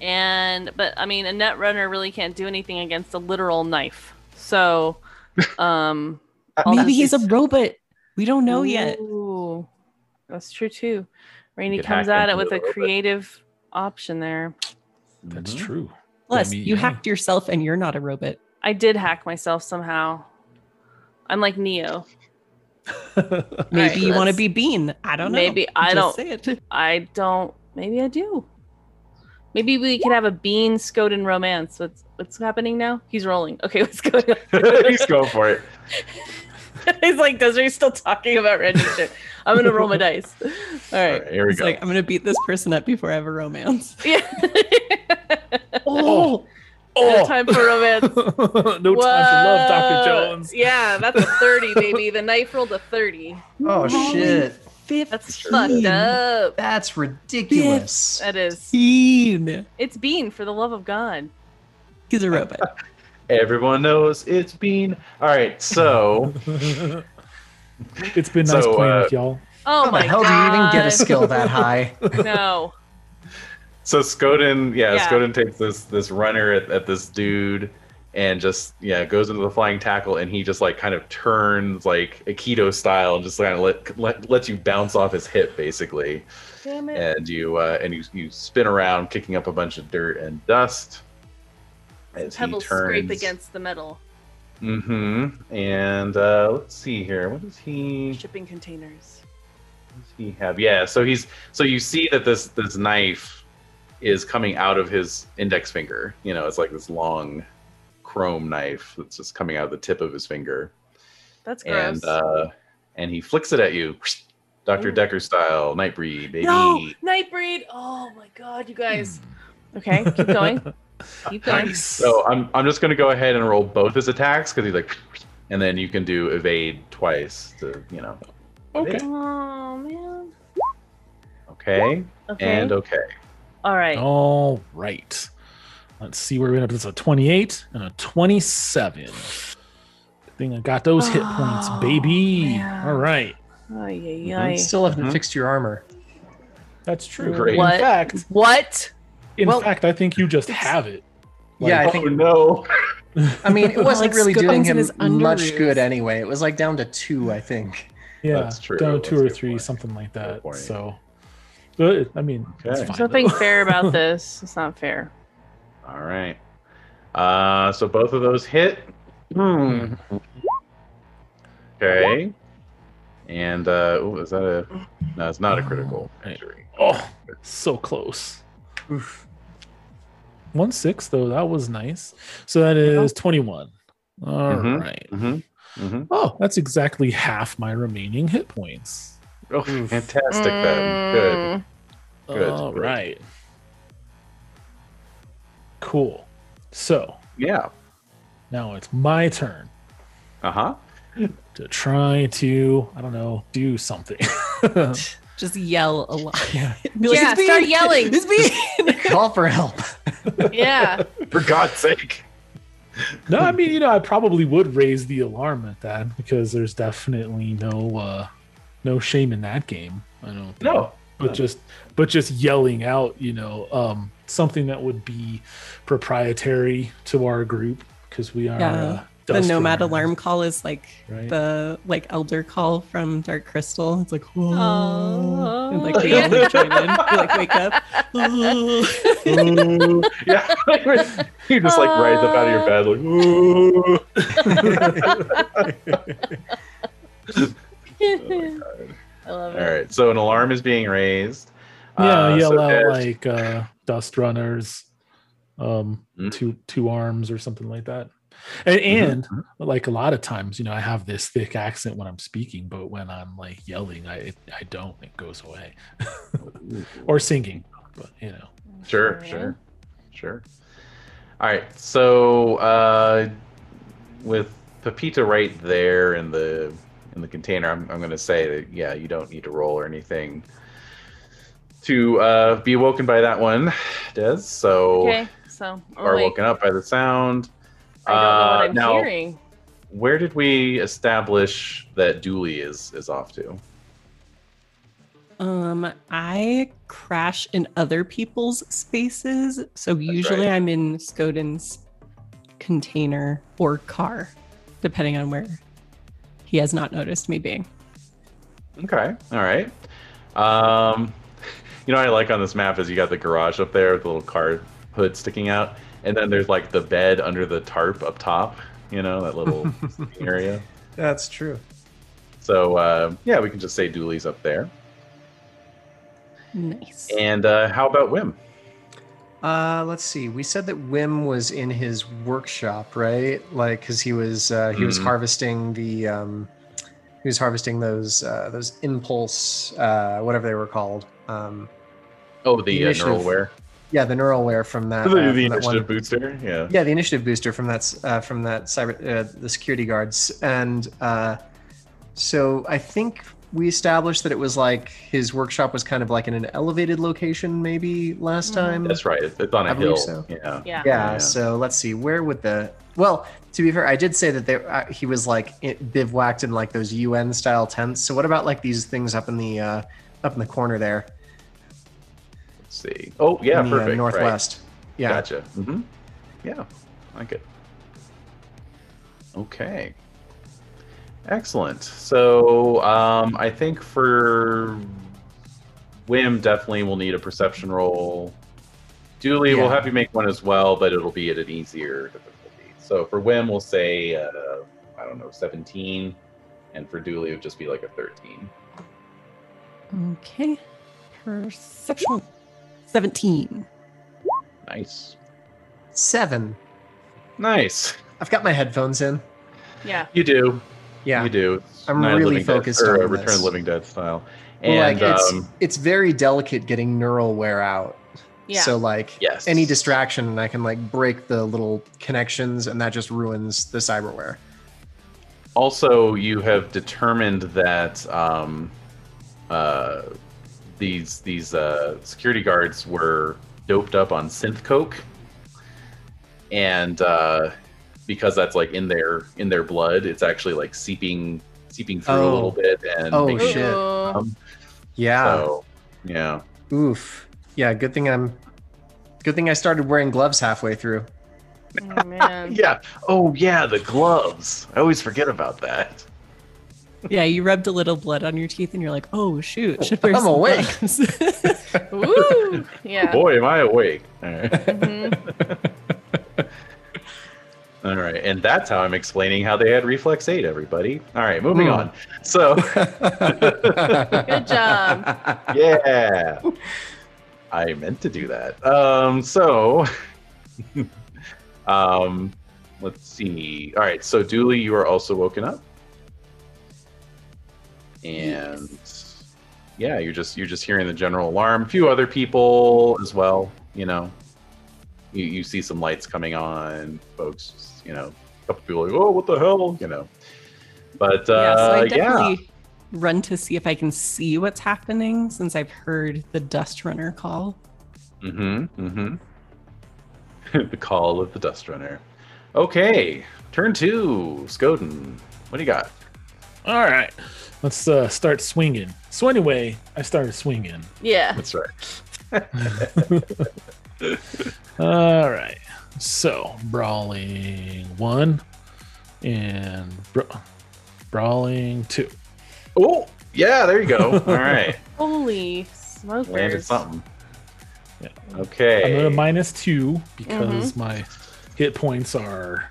Speaker 7: And but I mean, a net runner really can't do anything against a literal knife.
Speaker 5: [LAUGHS]
Speaker 7: So, um, all
Speaker 4: maybe
Speaker 7: that-
Speaker 4: he's a robot. We don't know yet.
Speaker 7: Ooh, that's true too. Rainey
Speaker 5: could
Speaker 7: comes
Speaker 5: hack
Speaker 7: at it
Speaker 5: into
Speaker 7: with a
Speaker 5: it a little bit.
Speaker 7: creative option there.
Speaker 6: That's
Speaker 5: [LAUGHS] Mhm.
Speaker 7: [LAUGHS]
Speaker 6: true.
Speaker 4: Plus,
Speaker 6: mean,
Speaker 4: you
Speaker 6: yeah.
Speaker 4: hacked yourself, and you're not a robot.
Speaker 7: I did hack myself somehow. I'm like Neo.
Speaker 6: Oh,
Speaker 4: Maybe
Speaker 7: Alright,
Speaker 4: you want to
Speaker 7: let's-
Speaker 4: be Bean. I don't know.
Speaker 7: Maybe- I
Speaker 4: Just
Speaker 7: don't-
Speaker 4: say
Speaker 7: [LAUGHS]
Speaker 4: it.
Speaker 7: I don't. Maybe I do. Maybe we could have a Bean Scoden romance. What's what's happening now? He's rolling. Okay, [LAUGHS] what's going on?
Speaker 8: [LAUGHS]
Speaker 5: He's going for it.
Speaker 7: He's like, Desiree's still talking about random shit. I'm gonna roll my dice. [LAUGHS] All
Speaker 5: All
Speaker 7: right.
Speaker 5: right, here we
Speaker 4: It's
Speaker 5: go.
Speaker 4: like I'm gonna beat this person up before I have a romance.
Speaker 7: Yeah.
Speaker 6: Oh,
Speaker 7: no
Speaker 6: oh.
Speaker 7: time for
Speaker 6: [LAUGHS]
Speaker 8: [LAUGHS]
Speaker 7: romance.
Speaker 6: no time for love, Doctor
Speaker 7: Whoa.
Speaker 6: Jones.
Speaker 7: Yeah, that's a 30, baby. The knife rolled a 30.
Speaker 8: Oh,
Speaker 4: Holy
Speaker 8: shit.
Speaker 7: [LAUGHS] That's fucked up.
Speaker 8: That's ridiculous.
Speaker 7: That is.
Speaker 4: Bean.
Speaker 7: It's Bean, for the love of God.
Speaker 4: He's a robot.
Speaker 5: Everyone knows it's Bean. All right,
Speaker 7: [LAUGHS]
Speaker 5: so
Speaker 6: It's been nice
Speaker 5: So,
Speaker 6: playing
Speaker 5: uh,
Speaker 6: with y'all.
Speaker 7: Oh
Speaker 8: How
Speaker 7: my
Speaker 8: the hell
Speaker 7: god.
Speaker 8: do you even get a skill
Speaker 4: [LAUGHS]
Speaker 8: that high?
Speaker 7: No.
Speaker 5: so Skoden, yeah,
Speaker 7: Yeah.
Speaker 5: Skoden takes this this runner at, at this dude and just yeah goes into the flying tackle and he just like kind of turns like Aikido style and just kind of let, let lets you bounce off his hip basically.
Speaker 7: Damn it.
Speaker 5: and you uh, and you you spin around, kicking up a bunch of dirt and dust as
Speaker 7: Pebbles
Speaker 5: he turns.
Speaker 7: scrape against the metal.
Speaker 5: Mm-hmm. And uh, let's see here. What does he? What
Speaker 7: Shipping containers.
Speaker 5: does he have? Yeah. So he's so you see that this this knife is coming out of his index finger. You know, it's like this long chrome knife that's just coming out of the tip of his finger,
Speaker 7: That's gross.
Speaker 5: and uh, and he flicks it at you. Dr.
Speaker 7: Ooh.
Speaker 5: Decker style, Nightbreed, baby.
Speaker 7: no, Nightbreed. Oh my god, you guys. [CLEARS THROAT] Okay,
Speaker 5: [LAUGHS]
Speaker 6: [LAUGHS]
Speaker 7: keep going. Keep going.
Speaker 5: So I'm I'm just gonna go ahead and roll both his attacks because he's like, and then you can do evade twice to you know.
Speaker 6: Okay.
Speaker 7: Oh man.
Speaker 5: Okay.
Speaker 7: Okay.
Speaker 5: And uh, oh, okay.
Speaker 7: All right.
Speaker 6: All right. Let's see where we end up. It's a 28 and a 27. Good thing I got those hit points,
Speaker 7: Oh,
Speaker 6: baby.
Speaker 7: man.
Speaker 6: All right.
Speaker 7: Ay, ay,
Speaker 5: Mhm.
Speaker 7: ay.
Speaker 8: You still haven't
Speaker 5: Mhm.
Speaker 8: fixed your armor.
Speaker 6: That's true.
Speaker 5: Great.
Speaker 6: In
Speaker 7: [LAUGHS] What?
Speaker 6: fact,
Speaker 7: What?
Speaker 6: in
Speaker 8: Well-
Speaker 6: fact, I think you just have it.
Speaker 8: yeah, I
Speaker 5: oh
Speaker 8: think.
Speaker 5: no.
Speaker 8: I mean,
Speaker 4: [LAUGHS]
Speaker 8: it wasn't
Speaker 4: Like
Speaker 8: really
Speaker 4: scones
Speaker 8: doing
Speaker 4: in
Speaker 8: him
Speaker 4: his
Speaker 8: much
Speaker 4: underoos.
Speaker 8: good anyway. It was like down to two, I think.
Speaker 6: Yeah,
Speaker 5: That's true.
Speaker 6: down to
Speaker 5: That's
Speaker 6: two
Speaker 5: a
Speaker 6: or
Speaker 5: good
Speaker 6: three,
Speaker 5: point.
Speaker 6: something like that.
Speaker 5: point.
Speaker 6: So, but I mean, it's
Speaker 5: Okay.
Speaker 6: fine,
Speaker 7: There's nothing
Speaker 6: though.
Speaker 7: fair about this. It's
Speaker 5: [LAUGHS]
Speaker 7: not fair.
Speaker 5: All right. Uh, so both of those hit. Hmm. Okay. And uh, ooh, is that a? No, it's not a critical
Speaker 6: Right.
Speaker 5: injury.
Speaker 6: Oh, so close. One six though, that was nice. So that is twenty-one. All right.
Speaker 5: Mhm. Mm-hmm. Mm-hmm.
Speaker 6: Oh, that's exactly half my remaining hit points.
Speaker 5: Oh,
Speaker 8: Oof.
Speaker 5: fantastic! Then good.
Speaker 7: Mm.
Speaker 5: Good,
Speaker 6: All
Speaker 5: good.
Speaker 6: right. Cool. So
Speaker 5: Yeah.
Speaker 6: now it's my turn
Speaker 5: Uh huh.
Speaker 6: to try to, I don't know, do something.
Speaker 4: Just yell a
Speaker 5: [LAUGHS]
Speaker 4: lot.
Speaker 6: Yeah.
Speaker 4: [LAUGHS] Be like,
Speaker 7: Yeah,
Speaker 4: "It's
Speaker 7: start
Speaker 4: Bean!
Speaker 7: yelling."
Speaker 4: It's Bean!
Speaker 8: Call for help.
Speaker 7: Mm.
Speaker 5: [LAUGHS]
Speaker 7: Yeah.
Speaker 5: For God's sake.
Speaker 6: no, I mean, you know, I probably would raise the alarm at that because there's definitely no uh no shame in that game. I don't think.
Speaker 5: No.
Speaker 6: But just but just yelling out, you know, um something that would be proprietary to our group because we are
Speaker 4: Yeah.
Speaker 6: uh,
Speaker 4: [LAUGHS] the
Speaker 6: Dust
Speaker 4: nomad
Speaker 6: Runners,
Speaker 4: alarm call is like
Speaker 6: Right?
Speaker 4: the like elder call from Dark Crystal. It's like whoa,
Speaker 7: Oh.
Speaker 4: and like we
Speaker 7: [LAUGHS] Yeah.
Speaker 4: all join in. We, like wake up.
Speaker 7: [LAUGHS]
Speaker 4: [LAUGHS] Ooh.
Speaker 5: Ooh. [LAUGHS] yeah, [LAUGHS] you just like rise up out of your bed, like ooh.
Speaker 7: [LAUGHS] I love
Speaker 5: Oh, All
Speaker 7: it.
Speaker 5: right, so an alarm is being raised.
Speaker 6: yeah,
Speaker 5: Uh,
Speaker 6: yell
Speaker 5: so
Speaker 6: out
Speaker 5: as-
Speaker 6: like uh, dust runners, um,
Speaker 5: Mhm.
Speaker 6: two two arms or something like that. And,
Speaker 5: Mm-hmm.
Speaker 6: and like a lot of times, you know, I have this thick accent when I'm speaking, but when I'm like yelling, I it, I don't. It goes away. [LAUGHS] or singing, but you know,
Speaker 5: Sure, sure, sure. All right, so uh, with Pepita right there in the in the container, I'm, I'm going to say that yeah, you don't need to roll or anything to uh, be woken by that one, Des. So
Speaker 7: Okay. So
Speaker 5: you are
Speaker 7: oh, wait.
Speaker 5: woken up by the sound.
Speaker 7: I don't know
Speaker 5: Uh,
Speaker 7: what I'm
Speaker 5: now,
Speaker 7: hearing.
Speaker 5: where did we establish that Dooley is is off to?
Speaker 4: Um, I crash in other people's spaces, so usually
Speaker 5: right.
Speaker 4: I'm in Skoden's container or car, depending on where he has not noticed me being.
Speaker 5: Okay, all right. Um, you know what I like on this map is you got the garage up there with the little car hood sticking out, and then there's like the bed under the tarp up top. You know that
Speaker 8: [LAUGHS]
Speaker 5: little area.
Speaker 8: That's true.
Speaker 5: So uh, yeah, we can just say Dooley's up there.
Speaker 4: Nice.
Speaker 5: And uh, how about Wim?
Speaker 8: Uh, let's see. We said that Wim was in his workshop, right? Like, because he was uh, he was
Speaker 5: Mhm.
Speaker 8: harvesting the um, he was harvesting those uh, those impulse uh, whatever they were called. Um,
Speaker 5: Oh, the, uh,
Speaker 8: Initiative.
Speaker 5: neural wear,
Speaker 8: yeah, the neuralware from
Speaker 5: the,
Speaker 8: that. uh,
Speaker 5: the
Speaker 8: from that
Speaker 5: initiative
Speaker 8: one-
Speaker 5: booster. Yeah.
Speaker 8: Yeah, the initiative booster from that s- uh, from that cyber uh, the security guards, and uh, so I think we established that it was like his workshop was kind of like in an elevated location maybe last
Speaker 7: Mhm.
Speaker 8: time?
Speaker 5: That's right. It's on a
Speaker 8: I believe
Speaker 5: hill.
Speaker 8: so.
Speaker 5: Yeah.
Speaker 7: Yeah.
Speaker 8: yeah,
Speaker 5: Yeah.
Speaker 8: so let's see where would the well to be fair i did say that they, uh, he was like it bivouacked in like those un style tents so what about like these things up in the uh up in the corner there
Speaker 5: Let's see. Oh, yeah,
Speaker 8: in the uh,
Speaker 5: perfect. right.
Speaker 8: northwest yeah
Speaker 5: Gotcha. hmm Yeah, I like it. Okay. Excellent. So um, I think for Wim, definitely will need a perception roll. Dooley,
Speaker 8: Yeah.
Speaker 5: we'll have you make one as well, but it'll be at an easier difficulty. So for Wim, we'll say, uh, I don't know, 17. And for Dooley, it would just be like a 13.
Speaker 4: Okay. Perception. 17.
Speaker 5: Nice.
Speaker 8: seven
Speaker 5: Nice.
Speaker 8: i've got my headphones in
Speaker 7: Yeah.
Speaker 5: You do.
Speaker 8: yeah
Speaker 5: You do. It's
Speaker 8: I'm
Speaker 5: Night of the
Speaker 8: really
Speaker 5: Living Dead-
Speaker 8: focused
Speaker 5: or
Speaker 8: on
Speaker 5: uh, Return of
Speaker 8: this.
Speaker 5: the Living Dead style.
Speaker 8: Well,
Speaker 5: And
Speaker 8: like it's
Speaker 5: um,
Speaker 8: it's very delicate getting neural wear out
Speaker 7: Yeah.
Speaker 8: so like
Speaker 5: Yes.
Speaker 8: any distraction and i can like break the little connections and that just ruins the cyberware
Speaker 5: also, you have determined that um, uh, these these uh, security guards were doped up on synth coke, and uh, because that's like in their in their blood, it's actually like seeping seeping through a
Speaker 8: Oh.
Speaker 5: little bit and
Speaker 8: Oh,
Speaker 5: making-
Speaker 8: shit.
Speaker 7: Ooh.
Speaker 5: Um,
Speaker 8: yeah
Speaker 5: so, yeah.
Speaker 8: Oof. Yeah, good thing I'm good thing I started wearing gloves halfway through. [LAUGHS]
Speaker 7: Oh,
Speaker 5: [LAUGHS]
Speaker 7: man.
Speaker 5: Yeah. Oh yeah, the gloves. I always forget about that.
Speaker 4: Yeah, you rubbed a little blood on your teeth and you're like, oh, shoot. Should wear
Speaker 8: I'm
Speaker 4: some
Speaker 8: awake.
Speaker 4: gloves." [LAUGHS]
Speaker 7: Ooh. Yeah.
Speaker 5: Boy, am I awake. All right.
Speaker 7: Mhm.
Speaker 5: All right, and that's how I'm explaining how they had reflex eight. Everybody. All right, moving
Speaker 8: Hmm.
Speaker 5: on. So
Speaker 7: Good job.
Speaker 5: yeah, I meant to do that. Um, so, [LAUGHS] um, let's see. All right, so Dooley, you are also woken up, and yeah, you're just you're just hearing the general alarm. A few other people as well. You know, you, you see some lights coming on, folks. just, You know, a couple people like, oh, what the hell? You know, but
Speaker 4: yeah, so
Speaker 5: uh,
Speaker 4: I
Speaker 5: yeah.
Speaker 4: definitely run to see if I can see what's happening since I've heard the dust runner call.
Speaker 5: Mm-hmm. Mm-hmm. [LAUGHS] the call of the Dust Runner. Okay, turn two, Skoden. What do you got?
Speaker 6: All right, let's uh, start swinging. So anyway, I started swinging.
Speaker 7: Yeah.
Speaker 5: That's right.
Speaker 6: All right, so brawling one and bra- brawling two.
Speaker 5: Oh, yeah, there you go. [LAUGHS] All right,
Speaker 7: Holy smokers.
Speaker 5: landed something.
Speaker 6: Yeah. I'm
Speaker 5: Okay. Mm-hmm.
Speaker 6: at a minus two because my hit points are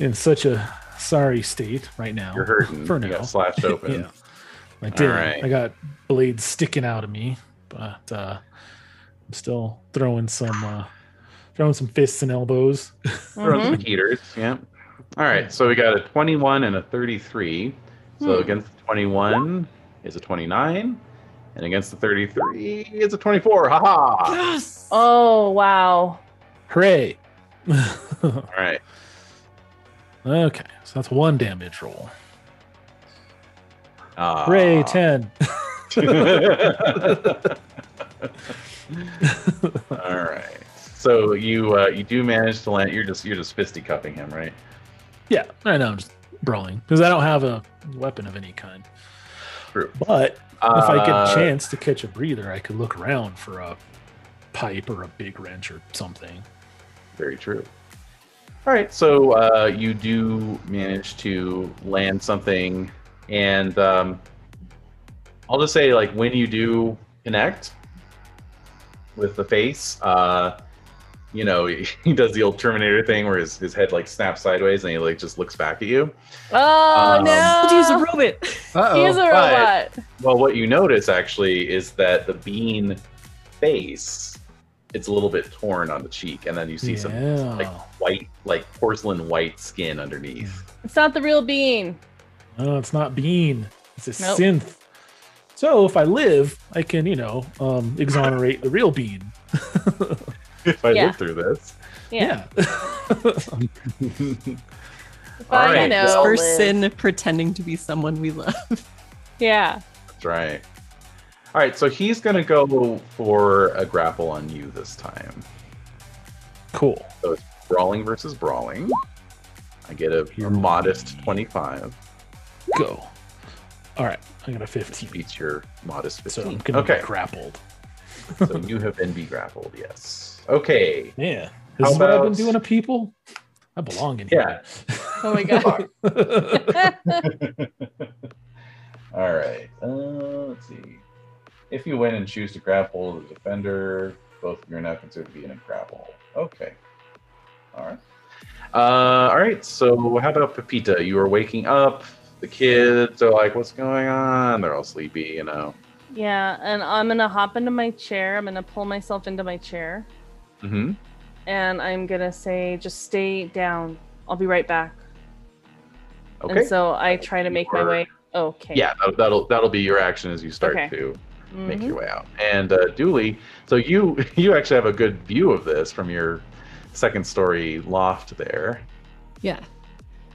Speaker 6: in such a sorry state right now.
Speaker 5: You're hurting.
Speaker 6: For
Speaker 5: You
Speaker 6: now.
Speaker 5: got slashed open.
Speaker 6: Yeah. I did.
Speaker 5: right.
Speaker 6: I got blades sticking out of me, but uh, I'm still throwing some uh, throwing some fists and elbows.
Speaker 5: [LAUGHS] Throw in
Speaker 7: Mhm.
Speaker 5: some heaters. Yeah. All right, so we got a 21 and a 33. So
Speaker 7: Hmm.
Speaker 5: against the 21 is a 29, and against the 33 is a 24. Ha ha!
Speaker 4: Yes.
Speaker 7: Oh wow.
Speaker 6: Hooray! [LAUGHS]
Speaker 5: All right.
Speaker 6: okay, so that's one damage roll.
Speaker 5: Ah.
Speaker 6: Hooray! Ten.
Speaker 5: [LAUGHS] All right. So you uh, you do manage to land. You're just you're just fisty cupping him, right?
Speaker 6: Yeah, I know. I'm just brawling because I don't have a weapon of any kind.
Speaker 5: True.
Speaker 6: But if I get
Speaker 5: Uh,
Speaker 6: a chance to catch a breather, I could look around for a pipe or a big wrench or something.
Speaker 5: Very true. All right, so uh, you do manage to land something, and um, I'll just say, like, when you do connect with the face, uh, you know, [LAUGHS] he does the old Terminator thing where his, his head like snaps sideways and he like just looks back at you.
Speaker 7: Oh
Speaker 5: Um,
Speaker 7: no.
Speaker 4: He's a robot.
Speaker 7: He is a
Speaker 8: Uh-oh.
Speaker 7: robot.
Speaker 5: but- Well, what you notice actually is that the bean face, it's a little bit torn on the cheek, and then you see some
Speaker 6: yeah.
Speaker 5: like white, like porcelain white skin underneath.
Speaker 7: It's not the real bean.
Speaker 6: No, oh, it's not Bean. It's a
Speaker 7: Nope.
Speaker 6: synth. So if I live, I can, you know, um, exonerate the real Bean.
Speaker 5: if I
Speaker 7: Yeah.
Speaker 5: live through this,
Speaker 7: Yeah. If
Speaker 5: All
Speaker 7: I
Speaker 5: right, [LAUGHS]
Speaker 7: know.
Speaker 5: well-
Speaker 7: live.
Speaker 4: Person pretending to be someone we love.
Speaker 7: Yeah.
Speaker 5: That's right. All right, so he's going to go for a grapple on you this time.
Speaker 6: [LAUGHS] Cool.
Speaker 5: So it's brawling versus brawling. I get a
Speaker 6: Here.
Speaker 5: modest 25.
Speaker 6: Go. All right. I got a 15.
Speaker 5: Beats your modest
Speaker 6: So I'm
Speaker 5: 15.
Speaker 6: going to [LAUGHS]
Speaker 5: okay,
Speaker 6: be grappled.
Speaker 5: so you have been be grappled, yes. Okay.
Speaker 6: Yeah.
Speaker 5: How
Speaker 6: This is what I've been
Speaker 5: about-
Speaker 6: doing to people. I belong in
Speaker 5: Yeah.
Speaker 6: here.
Speaker 7: Oh my god.
Speaker 6: [LAUGHS]
Speaker 7: [LAUGHS]
Speaker 5: All right. Uh, let's see. If you win and choose to grapple the defender, both of you are now considered to be in a grapple. Okay. All right. Uh, all right. So how about Pepita? You are waking up. The kids are like, "What's going on?" They're all sleepy, you know.
Speaker 7: yeah, and I'm gonna hop into my chair. I'm gonna pull myself into my chair,
Speaker 5: Mm-hmm.
Speaker 7: and I'm gonna say, "Just stay down. I'll be right back."
Speaker 5: Okay.
Speaker 7: And so I try to
Speaker 5: You
Speaker 7: make my
Speaker 5: are-
Speaker 7: way. Okay.
Speaker 5: yeah, that'll, that'll that'll be your action as you start
Speaker 7: Okay.
Speaker 5: to make
Speaker 7: Mhm.
Speaker 5: your way out. And uh, Dooley, so you [LAUGHS] you actually have a good view of this from your second story loft there.
Speaker 4: Yeah.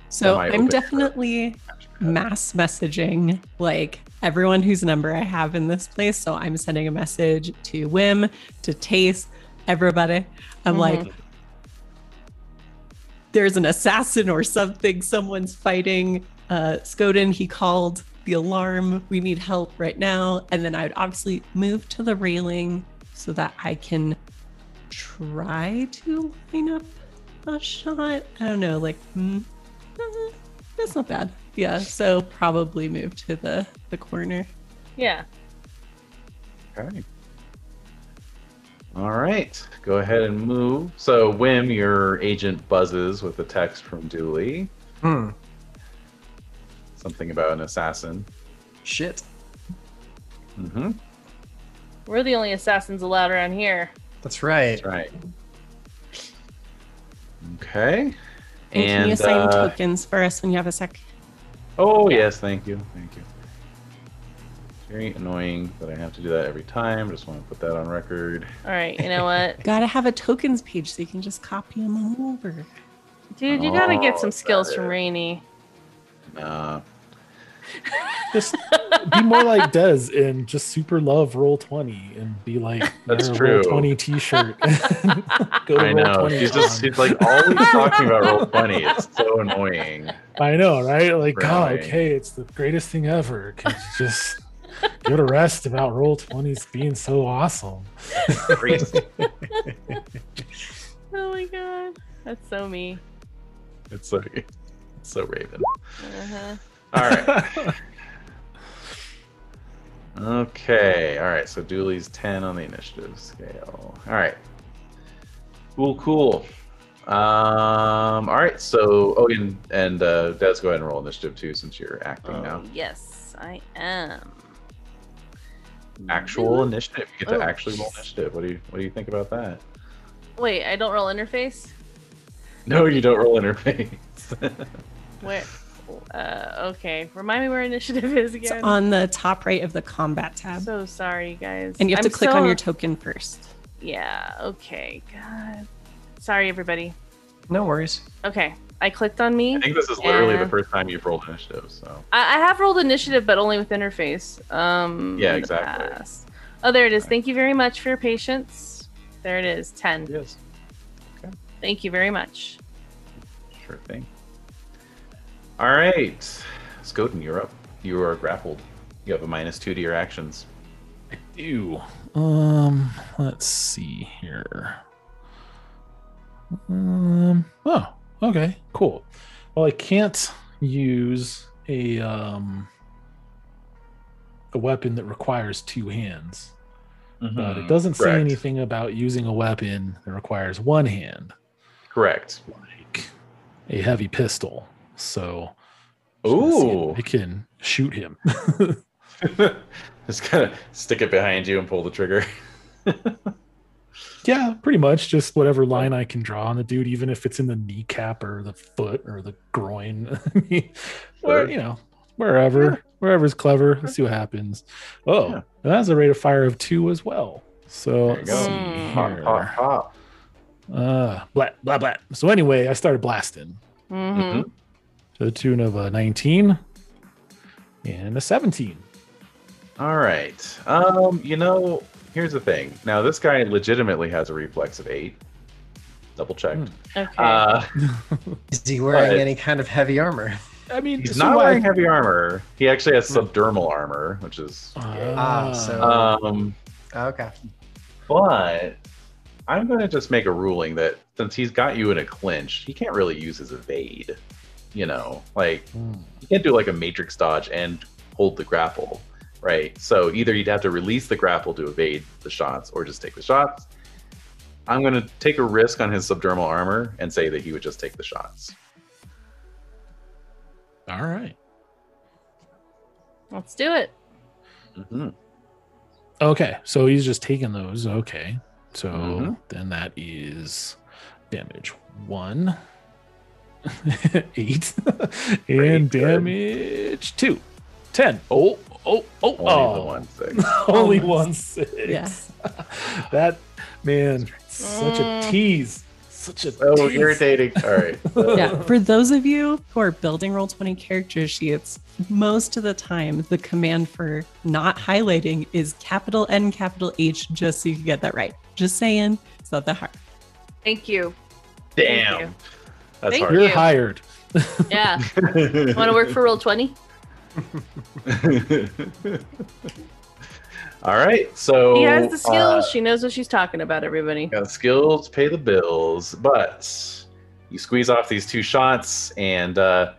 Speaker 4: So
Speaker 5: Am I
Speaker 4: I'm
Speaker 5: open?
Speaker 4: definitely
Speaker 7: Mm-hmm.
Speaker 4: mass messaging like everyone whose number I have in this place. So I'm sending a message to Wim, to Taste, everybody. I'm like, there's an assassin or something. Someone's fighting. Uh, Skoden, he called the alarm. We need help right now. And then I would obviously move to the railing so that I can try to line up a shot. I don't know, like mm, uh, that's not bad. Yeah, so probably move to the the corner.
Speaker 7: Yeah.
Speaker 5: Okay. All right. Go ahead and move. So, Wim, your agent buzzes with a text from Dooley.
Speaker 8: Hmm.
Speaker 5: Something about an assassin.
Speaker 8: Shit.
Speaker 5: Mm-hmm.
Speaker 7: We're the only assassins allowed around here.
Speaker 8: That's right.
Speaker 5: That's right. Okay.
Speaker 4: And, can you
Speaker 5: And
Speaker 4: assign
Speaker 5: uh,
Speaker 4: tokens for us when you have a sec?
Speaker 5: oh yes, thank you, thank you. Very annoying that I have to do that every time. Just want to put that on record.
Speaker 7: All right.
Speaker 5: [LAUGHS]
Speaker 7: You know what,
Speaker 4: Gotta have a tokens page so you can just copy them all over.
Speaker 7: dude? You gotta
Speaker 5: Oh,
Speaker 7: get some skills
Speaker 5: that
Speaker 7: from
Speaker 5: is-
Speaker 7: Rainy.
Speaker 5: Nah.
Speaker 6: Just be more like Dez and just super love roll 20 and be like,
Speaker 5: That's
Speaker 6: wear a
Speaker 5: true.
Speaker 6: roll 20 t [LAUGHS] shirt. Go to
Speaker 5: I
Speaker 6: roll
Speaker 5: know.
Speaker 6: 20.
Speaker 5: She's just she's like always [LAUGHS] talking about roll funny. It's so annoying.
Speaker 6: I know, right? Like, God,
Speaker 5: Right.
Speaker 6: okay, it's the greatest thing ever. Could you just go to rest about roll 20s being so awesome?
Speaker 5: [LAUGHS] Crazy.
Speaker 7: Oh my god, that's so me.
Speaker 5: It's so [LAUGHS] it's so Raven.
Speaker 7: Uh-huh.
Speaker 5: All right. [LAUGHS] okay. All right. So Dooley's ten on the initiative scale. All right. Cool. Cool. Um. All right. So oh, and and uh, Des, go ahead and roll initiative too, since you're acting now.
Speaker 7: Oh, yes, I am.
Speaker 5: Actual initiative. You get to
Speaker 7: Oh,
Speaker 5: actually roll
Speaker 7: jeez.
Speaker 5: initiative. What do you What do you think about that? [LAUGHS]
Speaker 7: Wait, I don't roll interface.
Speaker 5: No, you don't roll [LAUGHS] interface.
Speaker 7: Where? Uh, okay, remind me where initiative is
Speaker 4: It's
Speaker 7: again.
Speaker 4: on the top right of the combat tab.
Speaker 7: so sorry, guys.
Speaker 4: and you have to
Speaker 7: I'm
Speaker 4: click on
Speaker 7: so-
Speaker 4: your token first.
Speaker 7: yeah. Okay. God. Sorry, everybody.
Speaker 8: No worries.
Speaker 7: Okay, I clicked on me.
Speaker 5: I think this is literally
Speaker 7: Yeah.
Speaker 5: the first time you've rolled initiative. So
Speaker 7: I, I have rolled initiative, but only with interface. Um,
Speaker 5: Yeah,
Speaker 7: in the
Speaker 5: exactly.
Speaker 7: past. Oh, there it is. Thank you very much for your patience. There it is. Ten.
Speaker 5: yes,
Speaker 7: Thank you very much.
Speaker 5: sure thing. All right, Skoden, you're up. You are grappled. You have a minus two to your actions.
Speaker 6: Ew. Um, let's see here. Um, oh, okay, cool. Well, I can't use a um a weapon that requires two hands, but it doesn't say
Speaker 5: Mm, correct.
Speaker 6: anything about using a weapon that requires one hand,
Speaker 5: Correct.
Speaker 6: like a heavy pistol. So
Speaker 5: Ooh,
Speaker 6: I can shoot him.
Speaker 5: [LAUGHS] just kind of stick it behind you and pull the [LAUGHS] trigger.
Speaker 6: Yeah, pretty much just whatever line I can draw on the dude, even if it's in the kneecap or the foot or the groin. [LAUGHS] I mean,
Speaker 5: Sure.
Speaker 6: where, you know, wherever, wherever's clever. Let's see what happens. Oh,
Speaker 5: Yeah.
Speaker 6: and that's a rate of fire of two as well. So
Speaker 5: There you
Speaker 6: let's
Speaker 5: go.
Speaker 6: see
Speaker 7: Mm.
Speaker 5: Hop,
Speaker 6: here.
Speaker 5: hop, hop.
Speaker 6: Uh, blah blah blah. So anyway, I started blasting
Speaker 7: Mm-hmm.
Speaker 6: to the tune of a 19 and a 17.
Speaker 5: All right. Um, you know, here's the thing. Now this guy legitimately has a reflex of eight. Double checked.
Speaker 7: Okay.
Speaker 5: Uh,
Speaker 8: Is he wearing
Speaker 5: But-
Speaker 8: any kind of heavy armor?
Speaker 6: I mean,
Speaker 5: he's
Speaker 6: so
Speaker 5: not
Speaker 6: I-
Speaker 5: wearing heavy armor. He actually has subdermal armor, which is
Speaker 6: Uh,
Speaker 8: Ah, so-
Speaker 5: um
Speaker 8: Oh, Okay.
Speaker 5: but I'm gonna just make a ruling that since he's got you in a clinch, he can't really use his evade. You know, like
Speaker 6: Hmm.
Speaker 5: you can't do like a matrix dodge and hold the grapple, right? So either you'd have to release the grapple to evade the shots or just take the shots. I'm going to take a risk on his subdermal armor and say that he would just take the shots.
Speaker 6: All right.
Speaker 7: Let's do it.
Speaker 5: Mhm.
Speaker 6: Okay, so he's just taking those. Okay, so
Speaker 5: Mhm.
Speaker 6: then that is damage one, [LAUGHS] eight, [LAUGHS]
Speaker 5: Pretty good.
Speaker 6: and damage two, ten. Oh, oh, oh,
Speaker 5: Only the
Speaker 6: oh.
Speaker 5: one six.
Speaker 6: [LAUGHS] Only
Speaker 4: Almost.
Speaker 7: Oh,
Speaker 6: one six.
Speaker 4: Yeah.
Speaker 6: that man, such
Speaker 7: Mm.
Speaker 6: a tease. Such a
Speaker 5: Oh,
Speaker 6: tease.
Speaker 5: irritating. All [LAUGHS] right. So,
Speaker 4: yeah. For those of you who are building Roll20 character sheets, most of the time the command for not highlighting is capital N, capital H, just so you can get that right. Just saying, it's not that hard.
Speaker 7: Thank you. Thank
Speaker 5: Damn.
Speaker 7: you.
Speaker 5: That's
Speaker 7: Thank
Speaker 5: hard.
Speaker 6: You're hired.
Speaker 7: Yeah. Want to work for Roll Twenty?
Speaker 5: [LAUGHS] All right. [LAUGHS] So
Speaker 7: He has the
Speaker 5: uh,
Speaker 7: skills. she knows what she's talking about. Everybody.
Speaker 5: Got the skills, pay the bills, but you squeeze off these two shots, and uh,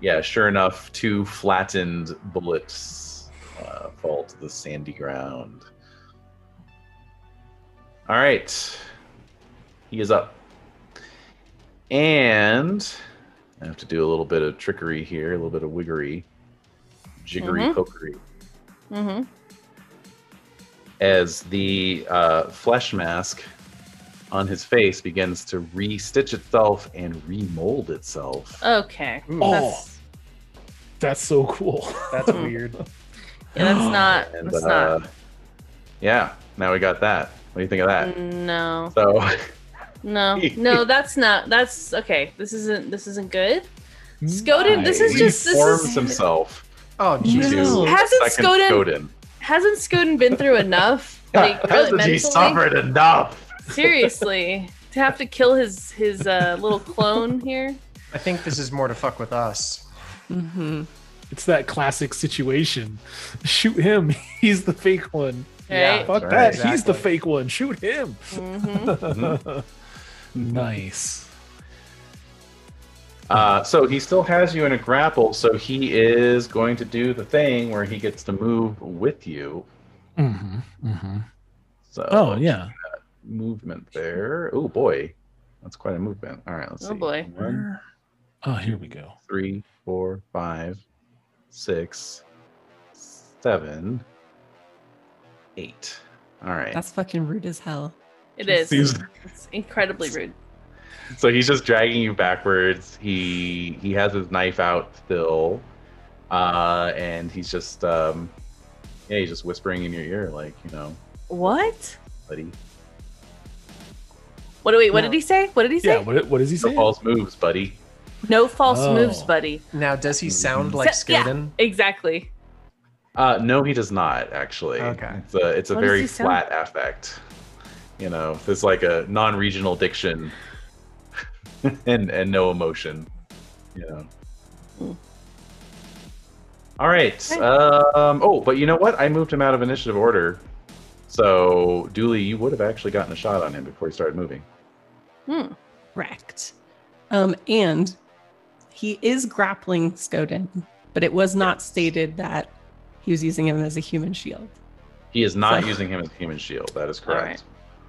Speaker 5: yeah, sure enough, two flattened bullets uh, fall to the sandy ground. All right, he is up, and I have to do a little bit of trickery here, a little bit of wiggery, jiggery,
Speaker 7: Mhm.
Speaker 5: pokery
Speaker 7: Mm-hmm.
Speaker 5: as the uh, flesh mask on his face begins to re-stitch itself and remold itself.
Speaker 7: Okay.
Speaker 8: Ooh,
Speaker 6: Oh.
Speaker 7: That's,
Speaker 6: That's so cool. [LAUGHS]
Speaker 8: That's weird.
Speaker 7: yeah,
Speaker 5: [GASPS]
Speaker 7: that's not.
Speaker 5: and
Speaker 7: That's
Speaker 5: uh,
Speaker 7: not.
Speaker 5: yeah, now we got that. What do you think of that?
Speaker 7: No.
Speaker 5: So
Speaker 7: No.
Speaker 5: [LAUGHS]
Speaker 7: No. That's not. That's okay. This isn't. This isn't good. Skoden. This is
Speaker 5: he
Speaker 7: just. This
Speaker 5: forms
Speaker 7: is.
Speaker 5: himself.
Speaker 8: Oh,
Speaker 5: into
Speaker 8: Jesus.
Speaker 4: No.
Speaker 5: a
Speaker 7: Hasn't
Speaker 5: second
Speaker 7: Skoden-
Speaker 5: Skoden.
Speaker 7: Hasn't Skoden been through enough?
Speaker 5: [LAUGHS]
Speaker 7: Like, really
Speaker 5: Hasn't he
Speaker 7: mentally?
Speaker 5: suffered [LAUGHS] enough?
Speaker 7: Seriously, to have to kill his his uh, little clone here.
Speaker 8: I think this is more to fuck with us.
Speaker 4: Mm-hmm.
Speaker 6: It's that classic situation. Shoot him. [LAUGHS] He's the fake one.
Speaker 7: Right.
Speaker 6: Fuck
Speaker 5: Right,
Speaker 6: that. He's the
Speaker 8: exactly.
Speaker 6: fake one. Shoot him.
Speaker 7: hmm
Speaker 5: Mm-hmm.
Speaker 6: [LAUGHS] nice.
Speaker 5: Uh, so he still has you in a grapple, so he is going to do the thing where he gets to move with you. Mm-hmm.
Speaker 6: hmm hmm
Speaker 5: So
Speaker 6: Oh yeah.
Speaker 5: movement there. Oh boy, that's quite a movement. All right, let's
Speaker 7: Oh,
Speaker 5: see.
Speaker 7: boy.
Speaker 5: One,
Speaker 6: Oh, here we go.
Speaker 5: three, four, five, six, seven, eight. All right.
Speaker 4: That's fucking rude as hell.
Speaker 7: It is.
Speaker 5: Seems-
Speaker 7: It's incredibly rude.
Speaker 5: so he's just dragging you backwards. He he has his knife out still, uh, and he's just um, yeah, he's just whispering in your ear like you know,
Speaker 7: What?
Speaker 5: buddy.
Speaker 7: What do wait? What did he say? What did he say?
Speaker 6: Yeah. What, what is he
Speaker 5: No
Speaker 6: saying?
Speaker 5: false moves, buddy.
Speaker 7: No false moves,
Speaker 6: Oh.
Speaker 7: buddy.
Speaker 8: Now, does he
Speaker 5: Mm-hmm.
Speaker 8: sound like
Speaker 7: So- yeah.
Speaker 8: Skaden?
Speaker 7: Exactly.
Speaker 5: Uh, no, he does not actually.
Speaker 8: Okay.
Speaker 5: It's a it's a
Speaker 7: What does
Speaker 5: very
Speaker 7: he sound-
Speaker 5: flat affect. You know, it's like a non-regional diction, [LAUGHS] and and no emotion. You know.
Speaker 7: Mm.
Speaker 5: All right.
Speaker 7: Okay.
Speaker 5: Um, oh, but you know what? I moved him out of initiative order, so Dooley, you would have actually gotten a shot on him before he started moving.
Speaker 7: Hmm.
Speaker 4: Correct. Um, and he is grappling Skoden, but it was not stated that he was using him as a human shield.
Speaker 5: He is not
Speaker 4: So-
Speaker 5: using him as a human shield. That is
Speaker 7: All
Speaker 5: correct.
Speaker 7: right.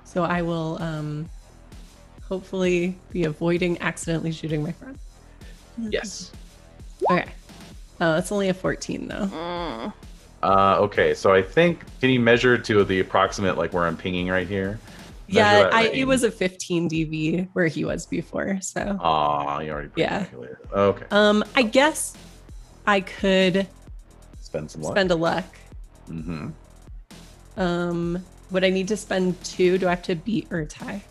Speaker 4: So I will um, hopefully be avoiding accidentally shooting my friend.
Speaker 5: Yes.
Speaker 4: Okay. Uh, it's only a 14 though.
Speaker 7: Mm.
Speaker 5: Uh, okay. So I think can you measure to the approximate like where I'm pinging right here?
Speaker 4: Yeah,
Speaker 5: that
Speaker 4: I, it
Speaker 5: range.
Speaker 4: was a 15 DV where he was before. So
Speaker 5: Ah, you already put
Speaker 4: Yeah.
Speaker 5: yeah. calculator. Okay.
Speaker 4: um, I guess I could
Speaker 5: Spend some luck.
Speaker 4: spend a luck.
Speaker 5: hmm
Speaker 4: Um, would I need to spend two? Do I have to beat or tie?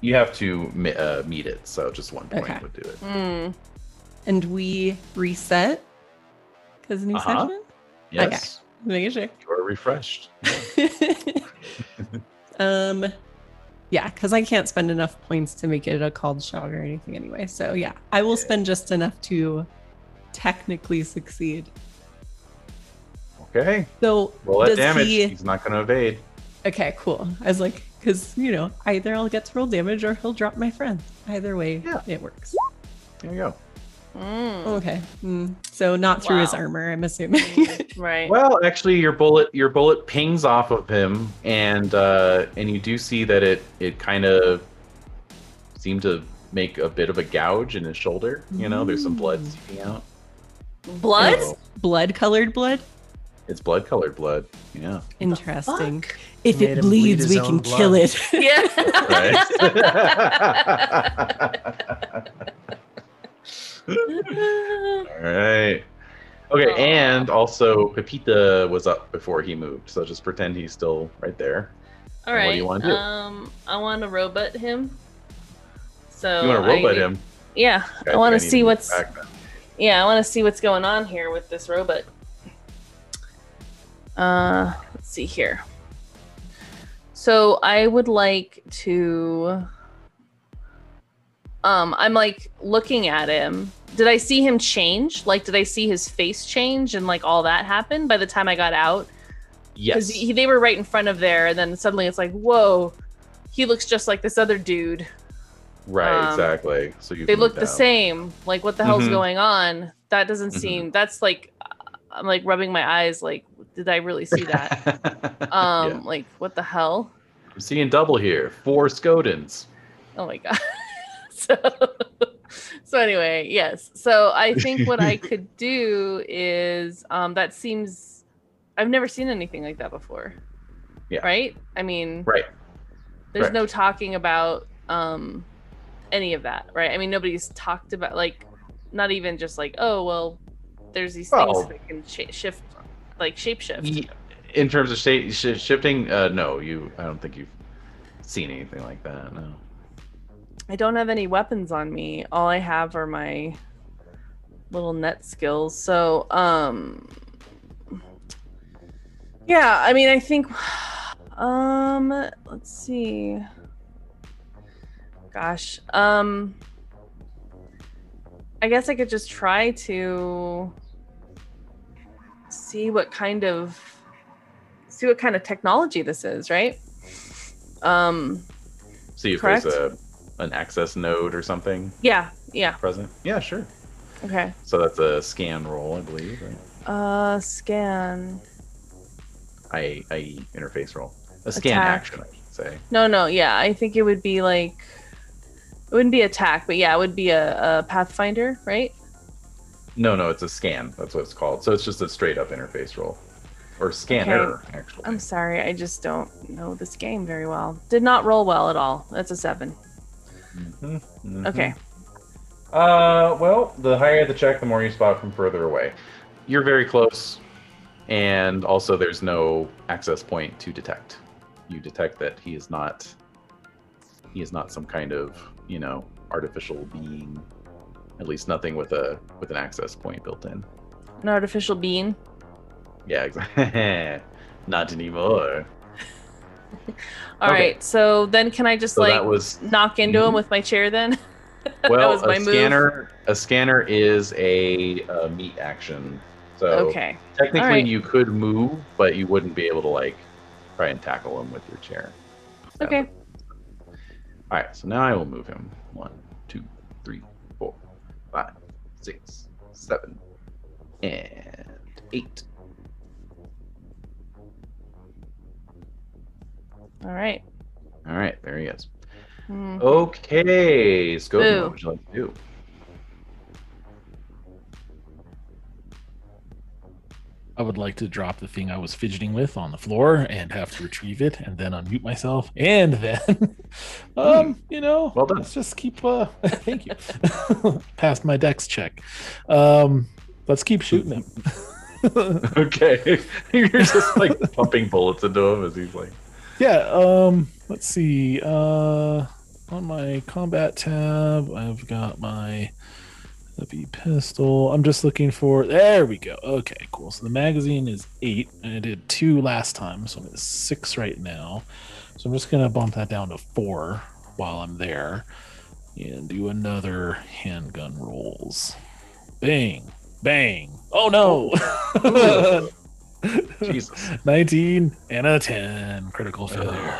Speaker 5: You have to mi- uh, meet it, so just one point
Speaker 4: Okay.
Speaker 5: would do it.
Speaker 7: Mm.
Speaker 4: and we reset because new
Speaker 5: Uh-huh.
Speaker 4: session.
Speaker 5: Yes.
Speaker 4: Making sure.
Speaker 5: [LAUGHS]
Speaker 4: [LAUGHS]
Speaker 5: You are refreshed.
Speaker 4: um, yeah, because I can't spend enough points to make it a called shot or anything anyway. So yeah, I will spend just enough to technically succeed.
Speaker 5: Okay.
Speaker 4: So
Speaker 5: Roll that
Speaker 4: does
Speaker 5: damage.
Speaker 4: he?
Speaker 5: He's not going to evade.
Speaker 4: Okay, cool. I was like, because you know, either I'll get to roll damage or he'll drop my friend. Either way,
Speaker 5: Yeah.
Speaker 4: it works.
Speaker 5: There you go.
Speaker 7: Mm,
Speaker 4: Okay, mm, so not through his
Speaker 7: Wow.
Speaker 4: armor, I'm assuming. [LAUGHS]
Speaker 7: right.
Speaker 5: Well, actually, your bullet your bullet pings off of him, and uh, and you do see that it it kind of seemed to make a bit of a gouge in his shoulder. You know, there's some blood seeping out.
Speaker 7: Mm. Blood?
Speaker 5: So
Speaker 4: blood colored blood.
Speaker 5: it's blood colored blood.
Speaker 7: [LAUGHS]
Speaker 5: Yeah.
Speaker 4: Interesting. If
Speaker 8: Made
Speaker 4: it
Speaker 8: him bleed
Speaker 4: bleeds,
Speaker 8: his
Speaker 4: we
Speaker 8: own
Speaker 4: can
Speaker 8: blood.
Speaker 4: kill it. [LAUGHS]
Speaker 7: Yeah.
Speaker 5: [LAUGHS]
Speaker 7: [LAUGHS]
Speaker 5: Right. All right. Okay,
Speaker 7: Aw.
Speaker 5: and also Pepita was up before he moved, so just pretend he's still right there. What
Speaker 7: All right.
Speaker 5: do you wanna do?
Speaker 7: Um, I want to robot him. So
Speaker 5: you want to
Speaker 7: Oh, I
Speaker 5: robot
Speaker 7: need-
Speaker 5: him?
Speaker 7: Yeah,
Speaker 5: Okay,
Speaker 7: I want to
Speaker 5: think need
Speaker 7: see
Speaker 5: move
Speaker 7: what's
Speaker 5: back then.
Speaker 7: yeah, I want to see what's going on here with this robot. Uh, let's see here. So I would like to. Um, I'm like looking at him. Did I see him change? Like, did I see his face change and like all that happen by the time I got out?
Speaker 5: Yes.
Speaker 7: Because he they were right in front of there, and then suddenly it's like, whoa, he looks just like this other dude.
Speaker 5: right,
Speaker 7: um,
Speaker 5: exactly. So you
Speaker 7: They look the same. Like, what the hell's
Speaker 5: Mhm.
Speaker 7: going on? That doesn't
Speaker 5: Mhm.
Speaker 7: seem. That's like, I'm like rubbing my eyes. Like, did I really see
Speaker 9: [LAUGHS]
Speaker 7: that? Um, like, what the hell?
Speaker 5: [LAUGHS] I'm seeing double here. Four Skodens.
Speaker 7: Oh my god. [LAUGHS] so, so anyway, yes. So I think
Speaker 5: [LAUGHS]
Speaker 7: what I could do is, um, that seems. I've never seen anything like that before.
Speaker 5: Yeah.
Speaker 7: Right. I mean.
Speaker 5: Right.
Speaker 7: there's
Speaker 5: Correct.
Speaker 7: no talking about um any of that right i mean nobody's talked about like not even just like oh well there's these
Speaker 5: Well-
Speaker 7: things that can sh- shift like shapeshift
Speaker 5: Ye- In terms of sh- sh- shifting, uh, no, you. I don't think you've seen anything like that. No.
Speaker 7: i don't have any weapons on me all i have are my little net skills so um yeah i mean i think [SIGHS] um let's see gosh um i guess i could just try to see what kind of see what kind of technology this is right um
Speaker 5: See if there's a an access node or something
Speaker 7: yeah yeah
Speaker 5: present. Yeah, sure.
Speaker 7: okay
Speaker 5: So that's a scan roll, I believe. Right?
Speaker 7: Uh, scan.
Speaker 5: I, IE interface roll. A scan
Speaker 7: Attack.
Speaker 5: action, I should say.
Speaker 7: No, no, yeah. I think it would be like, it wouldn't be attack, but yeah, it would be a, a pathfinder, right?
Speaker 5: No, no, it's a scan. That's what it's called. So it's just a straight up interface roll, or scanner actually.
Speaker 7: I'm sorry, I just don't know this game very well. Did not roll well at all. That's a seven.
Speaker 5: Mhm, mhm.
Speaker 7: Okay.
Speaker 5: Uh, well, the higher the check, the more you spot from further away. You're very close, and also there's no access point to detect. You detect that he is not. He is not some kind of you know artificial being. At least nothing with a with an access point built in.
Speaker 7: An artificial bean.
Speaker 5: Yeah, exactly. [LAUGHS] not anymore.
Speaker 7: All right.
Speaker 5: Okay.
Speaker 7: So then, can I just
Speaker 5: So
Speaker 7: like
Speaker 5: that
Speaker 7: [LAUGHS]
Speaker 5: was
Speaker 7: knock into him
Speaker 5: Mhm.
Speaker 7: with my chair then? [LAUGHS]
Speaker 5: well.
Speaker 7: was my
Speaker 5: a
Speaker 7: move.
Speaker 5: scanner. A scanner is a, uh meat action. So
Speaker 7: okay.
Speaker 5: Technically,
Speaker 7: All right.
Speaker 5: you could move, but you wouldn't be able to like try and tackle him with your chair.
Speaker 7: Okay.
Speaker 5: All right, so now I will move him. One, two, three, four, five, six, seven, and eight.
Speaker 7: All right.
Speaker 5: All right, there he is.
Speaker 7: Hmm.
Speaker 5: Oh. Okay, Scoden,
Speaker 7: Boo.
Speaker 5: what would you like to do?
Speaker 6: I would like to drop the thing I was fidgeting with on the floor and have to retrieve it and then unmute myself and then [LAUGHS] um you know
Speaker 5: Hmm. Well done.
Speaker 6: let's just keep uh [LAUGHS] thank you past my dex check. Um let's keep shooting him.
Speaker 9: [LAUGHS]
Speaker 5: Okay, you're just like pumping bullets into him as he's like.
Speaker 6: yeah, um let's see. Uh on my combat tab I've got my That'd be pistol. I'm just looking for. There we go. Okay, cool. So the magazine is eight, and I did two last time, so I'm at six right now. So I'm just gonna bump that down to four while I'm there, and do another handgun rolls. Bang, bang. Oh [LAUGHS] no!
Speaker 9: Jesus.
Speaker 6: 19 and a 10 critical failure.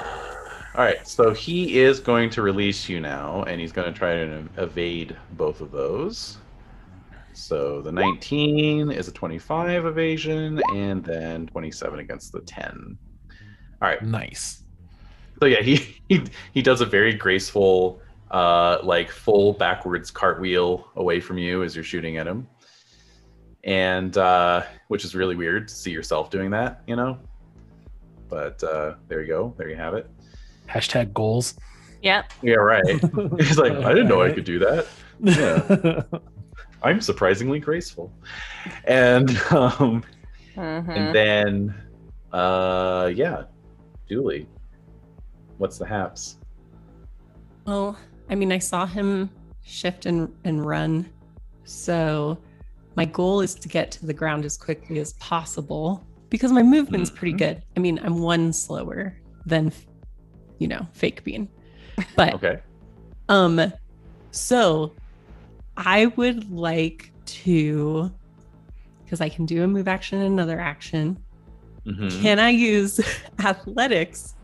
Speaker 9: All right, so he is going to release you now, and he's going to try to evade both of those. So the 19 is a 25 evasion, and then 27 against the 10. All right,
Speaker 6: Nice.
Speaker 9: so yeah, he he, he does a very graceful, uh, like full backwards cartwheel away from you as you're shooting at him, and uh, which is really weird to see yourself doing that, you know. But uh, there you go, there you have it.
Speaker 6: Hashtag [LAUGHS] goals.
Speaker 7: Yeah.
Speaker 9: Yeah, right. [LAUGHS] He's like, I didn't know I could do that. Yeah. I'm surprisingly graceful. And [LAUGHS] um,
Speaker 7: Mhm.
Speaker 9: and then, uh, yeah, Julie, what's the haps?
Speaker 4: Well, I mean, I saw him shift and, and run. So my goal is to get to the ground as quickly as possible because my movement's pretty
Speaker 8: Mm-hmm.
Speaker 9: Mhm.
Speaker 4: good. I mean, I'm one slower than, you know, fake bean. But
Speaker 8: [LAUGHS]
Speaker 9: Okay.
Speaker 4: um, so I would like to, because I can do a move action and another action.
Speaker 5: Mm-hmm.
Speaker 9: Mhm.
Speaker 4: Can I use [LAUGHS] athletics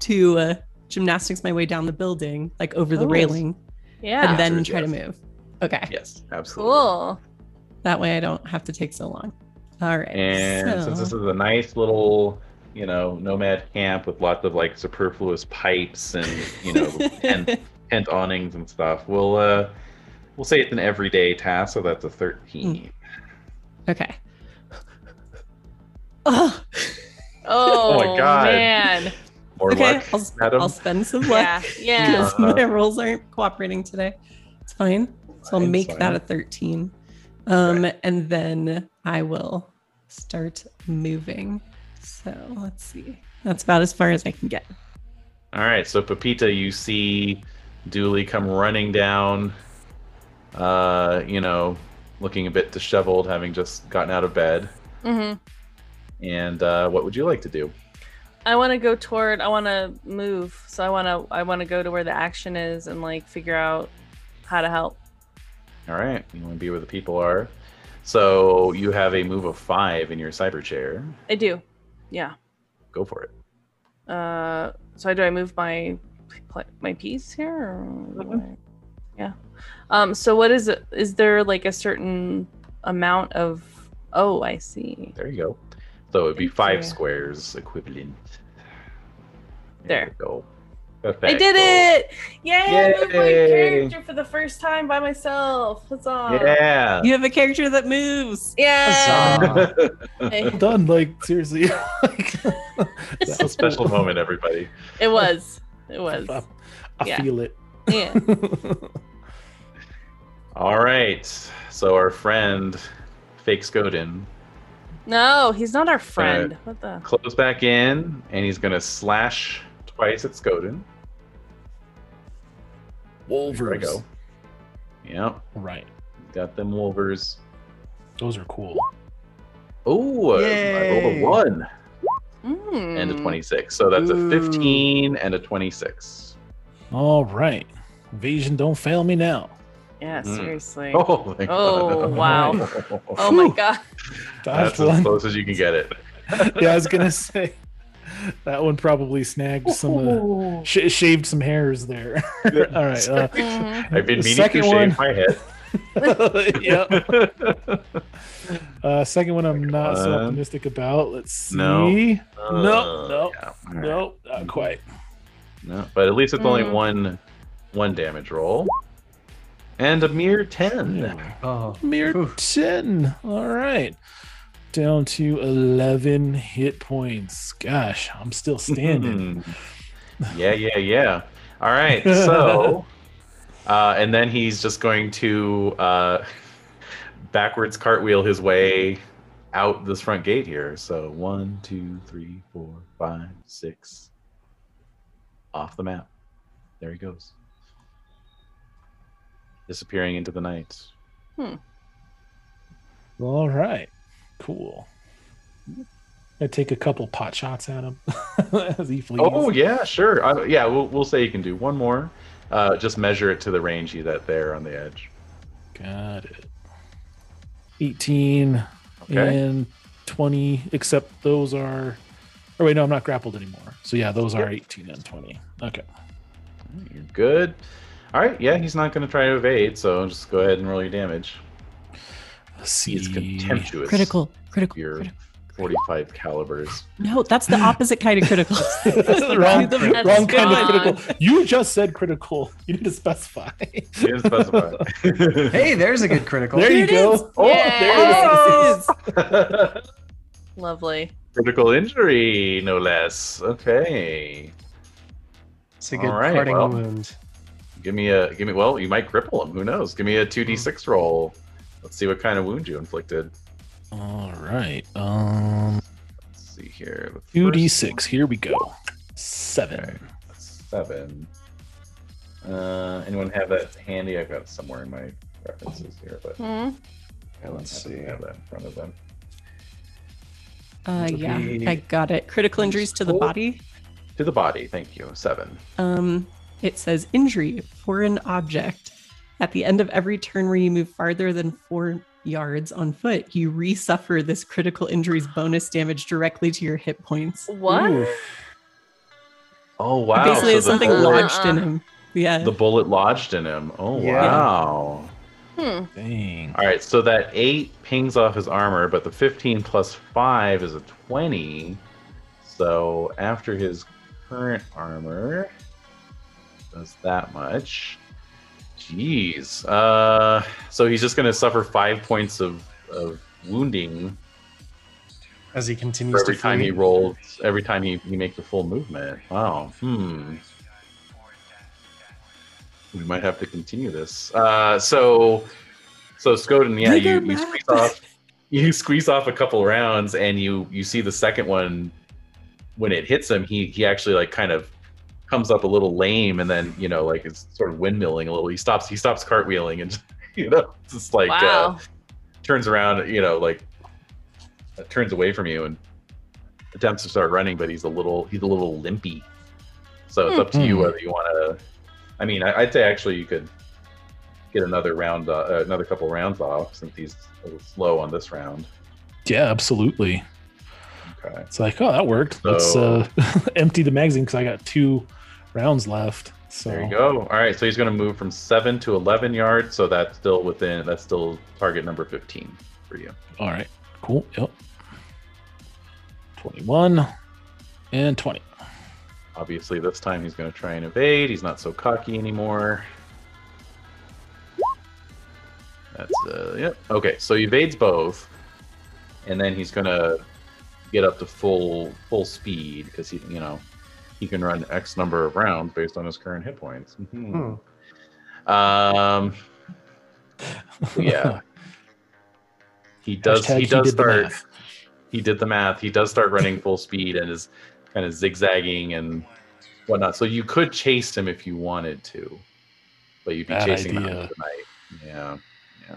Speaker 4: to uh, gymnastics my way down the building, like over the
Speaker 7: Oh.
Speaker 4: railing,
Speaker 7: Yeah.
Speaker 4: and then
Speaker 9: Yes.
Speaker 4: try to move? Okay,
Speaker 9: Yes, absolutely.
Speaker 5: [LAUGHS]
Speaker 7: Cool.
Speaker 4: that way I don't have to take so long. All right.
Speaker 9: And since this
Speaker 4: so-
Speaker 9: is a nice little, you know, nomad camp with lots of like superfluous pipes and you
Speaker 7: [LAUGHS]
Speaker 9: know
Speaker 4: [LAUGHS]
Speaker 9: tent, tent awnings and stuff, we'll uh, we'll say it's an everyday task. So that's a thirteen.
Speaker 4: okay. [LAUGHS] Oh,
Speaker 7: Oh,
Speaker 9: my God.
Speaker 7: Man.
Speaker 9: More
Speaker 4: okay.
Speaker 9: luck,
Speaker 4: I'll, s-
Speaker 9: madam.
Speaker 4: I'll spend some luck.
Speaker 7: Yeah.
Speaker 5: [LAUGHS]
Speaker 7: Yeah.
Speaker 4: because my rolls aren't cooperating today. It's fine. So I'll
Speaker 9: Fine,
Speaker 4: make
Speaker 9: fine.
Speaker 4: that a 13. Um, And then I will start moving. So let's see. That's about as far as I can get.
Speaker 9: All right, so Pepita, you see Dooley come running down, uh, you know, looking a bit disheveled, having just gotten out of bed.
Speaker 5: Uh.
Speaker 7: hmm
Speaker 9: And uh, what would you like to do?
Speaker 7: I want to go toward. I want to move. So I want to. I want to go to where the action is and like figure out how to help.
Speaker 9: All right, you want to be where the people are. So you have a move of five in your cyber chair.
Speaker 7: I do. Yeah.
Speaker 9: Go for it.
Speaker 7: Uh. So do I move my pl- my piece here? Or do I- Yeah. Um. So what is it? Is there like a certain amount of? Oh, I see.
Speaker 9: There you go. So it'd be
Speaker 7: Thank
Speaker 9: five
Speaker 7: you.
Speaker 9: squares equivalent.
Speaker 7: There.
Speaker 9: you go.
Speaker 7: I did it! Yay! I moved my
Speaker 9: Yay!
Speaker 7: character for the first time by myself. Huzzah!
Speaker 9: Oh. Yeah.
Speaker 4: You have a character that moves.
Speaker 5: [LAUGHS]
Speaker 7: Yeah.
Speaker 8: Huzzah.
Speaker 6: Well done. Like, seriously. [LAUGHS] like,
Speaker 9: It's a special moment, everybody.
Speaker 7: It was.
Speaker 6: [LAUGHS]
Speaker 7: It was.
Speaker 6: I, I
Speaker 7: Yeah.
Speaker 6: feel it. [LAUGHS]
Speaker 7: Yeah.
Speaker 9: All right. So our friend, Fake Skodin,
Speaker 7: No, he's not our friend. What the?
Speaker 9: close back in, and he's gonna slash twice at Skodin. There we
Speaker 6: Wolvers.
Speaker 9: go. Yep,
Speaker 6: Right.
Speaker 9: got them Wolvers.
Speaker 6: Those are cool.
Speaker 9: Oh, I rolled a
Speaker 8: Yay.
Speaker 9: one
Speaker 7: Mm.
Speaker 9: and a twenty-six. So that's
Speaker 8: Ooh.
Speaker 9: a fifteen and a twenty-six.
Speaker 6: All right. Invasion, don't fail me now.
Speaker 7: Yeah,
Speaker 9: Mm.
Speaker 7: seriously. Oh,
Speaker 9: Oh, thank [LAUGHS] God.
Speaker 7: wow.
Speaker 9: Oh,
Speaker 7: my god.
Speaker 4: [LAUGHS]
Speaker 6: Dodge
Speaker 9: That's as
Speaker 6: one.
Speaker 9: close as you can get it.
Speaker 6: [LAUGHS] Yeah, I was going to say that one probably snagged some of the.
Speaker 4: Oh,
Speaker 6: Sh- shaved some hairs there. [LAUGHS] All right. Uh, [LAUGHS]
Speaker 7: Mhm.
Speaker 9: I've been
Speaker 6: the
Speaker 9: meaning to
Speaker 6: second
Speaker 9: shave
Speaker 6: one.
Speaker 9: my head.
Speaker 6: yep.
Speaker 9: [LAUGHS]
Speaker 6: Uh, second one, I'm not so
Speaker 9: one.
Speaker 6: optimistic about. Let's see.
Speaker 9: No.
Speaker 6: [LAUGHS] Nope, nope,
Speaker 9: Uh, yeah, all right. Mm-hmm.
Speaker 6: Nope, not quite.
Speaker 9: No, but at least it's only
Speaker 7: Mm.
Speaker 9: one one damage roll. And a mere ten.
Speaker 8: Oh.
Speaker 6: Mere
Speaker 8: Oof.
Speaker 6: 10. All right. Down to 11 hit points. Gosh, I'm still
Speaker 9: Mm-hmm.
Speaker 6: standing.
Speaker 9: Hmm. yeah, yeah, yeah. All right, so uh, and then he's just going to uh, backwards cartwheel his way out this front gate here. So one, two, three, four, five, six. Off the map. There he goes. Disappearing into the night.
Speaker 6: All right. Cool. I take a couple pot shots at him [LAUGHS] as he flees.
Speaker 9: Oh yeah, sure. I, yeah, we'll, we'll say you can do one more. Uh, just measure it to the range you that there on the edge.
Speaker 6: Got it. 18
Speaker 9: Okay.
Speaker 6: and 20, except those are. Oh, wait, no, I'm not grappled anymore. So, yeah, those are 18 and 20. Okay.
Speaker 9: You're good. All right. Yeah, he's not going to try to evade, so just go ahead and roll your damage.
Speaker 6: Let's
Speaker 9: He's
Speaker 6: see.
Speaker 9: contemptuous.
Speaker 4: Critical, critical.
Speaker 9: Your
Speaker 4: critical.
Speaker 9: 45 calibers.
Speaker 4: No, that's the opposite kind of critical.
Speaker 6: That's the
Speaker 4: [LAUGHS]
Speaker 6: [LAUGHS] wrong,
Speaker 7: That's
Speaker 6: wrong kind of
Speaker 7: gone.
Speaker 6: critical. You just said critical. You need to specify. [LAUGHS]
Speaker 9: You didn't specify. [LAUGHS]
Speaker 8: Hey, there's a good critical.
Speaker 6: there you go.
Speaker 9: Oh, there
Speaker 7: Yes.
Speaker 9: it is.
Speaker 7: Lovely.
Speaker 9: Critical injury, no less. Okay.
Speaker 8: It's a good
Speaker 9: All right,
Speaker 8: parting
Speaker 9: well.
Speaker 8: wound.
Speaker 9: Give me a give me. Well, you might cripple him. Who knows? Give me a two d six roll. Let's see what kind of wound you inflicted.
Speaker 6: All right. Um,
Speaker 9: Let's see here. The
Speaker 6: two d
Speaker 9: first
Speaker 6: six. Here we go. Seven.
Speaker 9: Okay, that's seven. Uh, anyone have that handy? I've got it somewhere in my references here, but
Speaker 7: Hmm.
Speaker 9: I don't
Speaker 8: Let's
Speaker 9: happen to
Speaker 8: see.
Speaker 9: have that in front of them.
Speaker 4: Uh, yeah,
Speaker 9: Okay.
Speaker 4: I got it. Critical injuries to the body.
Speaker 9: To the body, thank you. Seven.
Speaker 4: Um, it says injury, foreign object. At the end of every turn where you move farther than four yards on foot, you resuffer this critical injuries bonus damage directly to your hit points.
Speaker 7: What?
Speaker 9: Oh wow!
Speaker 4: Basically,
Speaker 9: so
Speaker 4: it's
Speaker 9: the
Speaker 4: something
Speaker 9: bullet-
Speaker 4: lodged in
Speaker 7: Uh-uh.
Speaker 4: him. Yeah.
Speaker 9: The bullet lodged in him. Oh
Speaker 8: Yeah.
Speaker 9: wow!
Speaker 7: Hmm.
Speaker 6: Dang.
Speaker 9: All right, so that eight pings off his armor, but the 15 plus five is a 20. So after his current armor does that much. Jeez. Uh, so he's just going to suffer five points of, of wounding
Speaker 8: As he
Speaker 9: for
Speaker 8: continues
Speaker 9: every
Speaker 8: to
Speaker 9: time
Speaker 8: flee.
Speaker 9: he rolls, every time he, he makes a full movement. Wow. Hmm. We might have to continue this. Uh, so, so Skoden, yeah, you,
Speaker 4: Bigger
Speaker 9: you
Speaker 4: map.
Speaker 9: squeeze off, [LAUGHS] you squeeze off a couple rounds, and you you see the second one when it hits him, he he actually like kind of comes up a little lame, and then you know like is sort of windmilling a little. He stops he stops cartwheeling, and [LAUGHS] you know just like uh,
Speaker 7: wow.
Speaker 9: turns around, you know, like uh, turns away from you and attempts to start running, but he's a little he's a little limpy. So it's up to you
Speaker 6: Hmm.
Speaker 9: whether you want to. I mean, I, I'd say actually you could get another round, uh, uh, another couple rounds off since he's a little slow on this round.
Speaker 6: Yeah, absolutely.
Speaker 9: Okay.
Speaker 6: It's like, oh, that worked. Let's
Speaker 9: So-
Speaker 6: uh, [LAUGHS] empty the magazine because I got two rounds left. So
Speaker 9: There you go. All right, so he's going to move from seven to eleven yards, so that's still within that's still target number fifteen for you.
Speaker 6: All right. Cool. Yep. Twenty-one and twenty.
Speaker 9: Obviously, this time he's going to try and evade. He's not so cocky anymore. That's uh, yep. Okay, so he evades both, and then he's going to get up to full full speed because he, you know, he can run X number of rounds based on his current hit points. Mm-hmm.
Speaker 8: Hmm.
Speaker 9: Um,
Speaker 6: [LAUGHS]
Speaker 9: yeah, he does.
Speaker 6: Hashtag
Speaker 9: he does
Speaker 6: did the
Speaker 9: start
Speaker 6: math.
Speaker 9: he did the math. He does start running full speed and is kind of zigzagging and whatnot. So you could chase him if you wanted to, but you'd be
Speaker 6: Bad
Speaker 9: chasing him
Speaker 6: idea.
Speaker 9: out tonight. Yeah.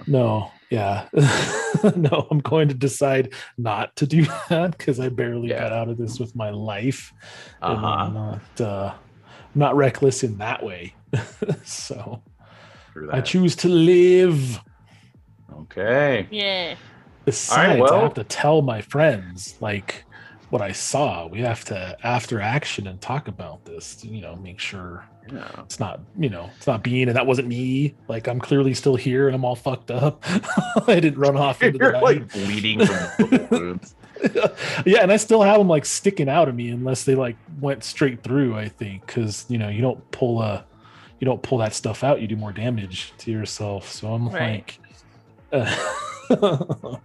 Speaker 6: No, yeah. [LAUGHS] no, I'm going to decide not to do [LAUGHS] that because I barely
Speaker 9: Yeah.
Speaker 6: got out of this with my life.
Speaker 9: Uh
Speaker 6: And I'm
Speaker 9: huh.
Speaker 6: not uh not reckless in that way. [LAUGHS] so I choose to live.
Speaker 9: Okay.
Speaker 7: Yeah.
Speaker 6: Besides, I
Speaker 9: well-
Speaker 6: have to tell my friends like what I saw. We have to after action and talk about this, to, you know, make sure
Speaker 9: Yeah.
Speaker 6: it's not, you know, it's not being and that wasn't me. Like I'm clearly still here and I'm all fucked up. [LAUGHS] I didn't run off into the
Speaker 9: [LAUGHS] [LAUGHS] You're
Speaker 6: night.
Speaker 9: like bleeding from
Speaker 6: [LAUGHS]
Speaker 9: the wounds.
Speaker 6: yeah, and I still have them like sticking out of me unless they like went straight through. I think because you know you don't pull a, you don't pull that stuff out. You do more damage to yourself. So I'm
Speaker 7: Right.
Speaker 6: like, [LAUGHS] uh,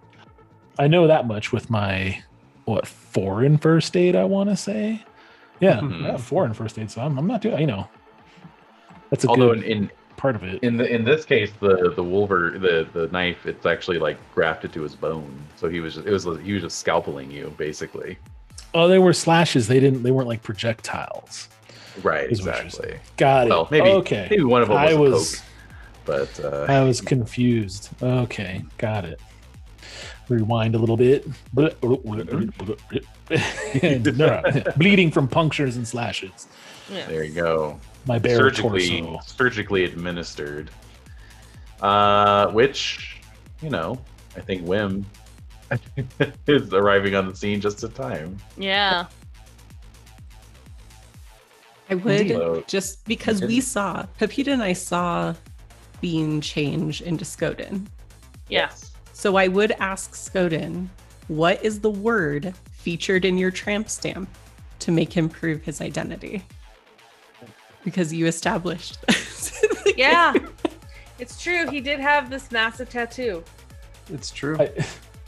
Speaker 6: I know that much with my what foreign first aid. I want to say, yeah,
Speaker 9: Mhm.
Speaker 6: I have foreign first aid. So I'm, I'm not doing. You know, that's a
Speaker 9: Although in,
Speaker 6: good
Speaker 9: in
Speaker 6: part of it.
Speaker 9: in the in this case the the wolver the the knife it's actually like grafted to his bone. So he was just, it was he was just scalpeling you basically.
Speaker 6: oh, they were slashes. They didn't. They weren't like projectiles.
Speaker 9: Right.
Speaker 6: Is what you're saying.
Speaker 9: Exactly.
Speaker 6: Got it.
Speaker 9: Well, maybe
Speaker 6: okay.
Speaker 9: maybe one of them was,
Speaker 6: I
Speaker 9: a
Speaker 6: was.
Speaker 9: poke, But uh,
Speaker 6: I was confused. Okay, got it. Rewind a little bit. [LAUGHS] No, uh, [LAUGHS] Bleeding from punctures and slashes.
Speaker 9: there you go.
Speaker 6: My bare
Speaker 9: Surgically,
Speaker 6: torso.
Speaker 9: surgically administered. Uh, which, you know, I think Wim [LAUGHS] is arriving on the scene just
Speaker 6: [LAUGHS]
Speaker 9: in time.
Speaker 7: Yeah.
Speaker 4: I would
Speaker 9: Hello.
Speaker 4: just because we saw Pepita and I saw Bean change into Skoden.
Speaker 7: Yeah.
Speaker 4: So I would ask Skoden, what is the word featured in your tramp stamp to make him prove his identity? Because you established. [LAUGHS]
Speaker 9: [LAUGHS]
Speaker 7: Yeah. It's true. He did have this massive tattoo.
Speaker 8: It's true.
Speaker 6: I,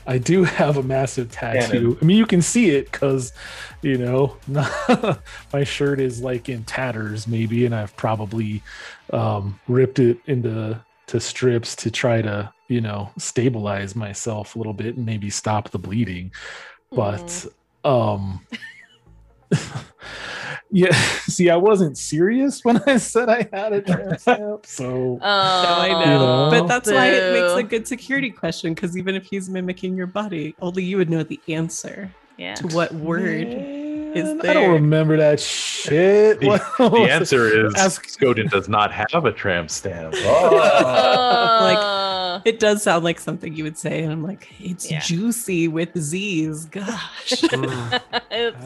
Speaker 6: I do have a massive tattoo. I mean, you can see it because, you know, [LAUGHS] my shirt is like in tatters, maybe, and I've probably um, ripped it into to strips to try to, you know, stabilize myself a little bit and maybe stop the bleeding.
Speaker 7: Hmm.
Speaker 6: But,
Speaker 4: Mm.
Speaker 6: um, [LAUGHS] yeah, see, I wasn't serious when I said I had
Speaker 4: [LAUGHS]
Speaker 6: a tramp, so
Speaker 7: Oh, I
Speaker 6: know.
Speaker 4: but that's why it makes a
Speaker 7: Boo.
Speaker 4: good security question because even if he's mimicking your body, only you would know the answer
Speaker 7: yeah.
Speaker 9: [LAUGHS]
Speaker 4: to what word. is
Speaker 6: Man, I
Speaker 4: there.
Speaker 6: don't remember that shit. [LAUGHS]
Speaker 9: The-
Speaker 6: What
Speaker 9: The
Speaker 6: was it?
Speaker 9: answer
Speaker 6: [LAUGHS]
Speaker 9: is
Speaker 6: Ask-
Speaker 9: Skoden does not have a tramp [LAUGHS] stamp.
Speaker 4: [LAUGHS]
Speaker 7: Uh,
Speaker 4: It does sound like something you would say, and I'm like, it's
Speaker 7: Yeah.
Speaker 4: juicy with Z's.
Speaker 7: [LAUGHS]
Speaker 4: Gosh.
Speaker 8: Mm.
Speaker 7: [LAUGHS] it's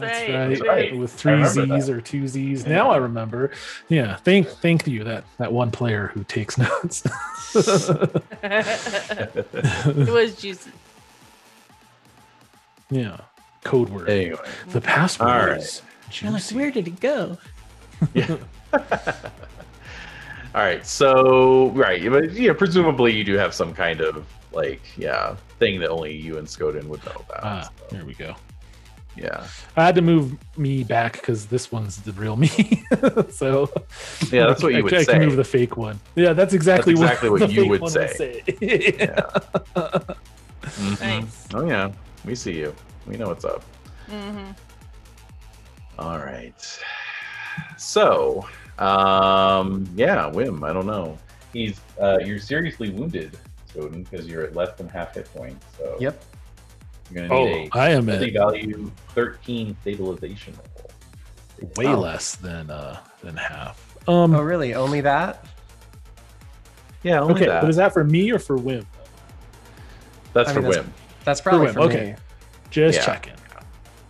Speaker 6: That's
Speaker 7: right.
Speaker 6: right.
Speaker 9: That's right.
Speaker 6: With
Speaker 9: I
Speaker 6: three
Speaker 9: remember
Speaker 6: Z's or two Z's. Now I remember. Yeah. Thank thank you that that one player who takes [LAUGHS] notes.
Speaker 7: it was juicy.
Speaker 6: yeah. Code word.
Speaker 9: anyway,
Speaker 6: The password.
Speaker 9: All right.
Speaker 6: is
Speaker 4: You're like,
Speaker 6: juicy.
Speaker 4: where did it go?
Speaker 9: all right. So right, but yeah, presumably you do have some kind of like yeah thing that only you and Skoden would know about.
Speaker 6: Ah,
Speaker 9: so,
Speaker 6: there we go.
Speaker 9: yeah,
Speaker 6: I had to move me back because this one's the real me. [LAUGHS] so
Speaker 9: yeah, that's
Speaker 6: [LAUGHS]
Speaker 9: what
Speaker 6: I,
Speaker 9: you would
Speaker 6: I,
Speaker 9: say.
Speaker 6: can move the fake one. Yeah, that's exactly,
Speaker 9: exactly what
Speaker 6: the
Speaker 9: you
Speaker 6: fake
Speaker 9: would
Speaker 6: one
Speaker 9: say.
Speaker 6: say. [LAUGHS]
Speaker 9: Mhm.
Speaker 7: Nice.
Speaker 9: Oh yeah, we see you. We know what's up. All right. So, um, yeah, Wim. I don't know. He's uh, you're seriously wounded, Skoden, because you're at less than half hit point. So
Speaker 8: Yep.
Speaker 9: you're gonna
Speaker 6: oh,
Speaker 9: need
Speaker 6: I am
Speaker 9: a
Speaker 6: at
Speaker 9: ability value 13 stabilization roll.
Speaker 6: way
Speaker 8: Oh.
Speaker 6: less than uh than half. Um
Speaker 8: Oh, really? Only that?
Speaker 9: Yeah, only
Speaker 6: okay,
Speaker 9: that.
Speaker 6: but is that for me or for Wim?
Speaker 9: That's
Speaker 8: I
Speaker 9: for
Speaker 8: mean,
Speaker 9: Wim.
Speaker 8: that's- That's probably
Speaker 6: Wim,
Speaker 8: for
Speaker 6: okay.
Speaker 8: me.
Speaker 6: Just
Speaker 9: Yeah.
Speaker 6: checking.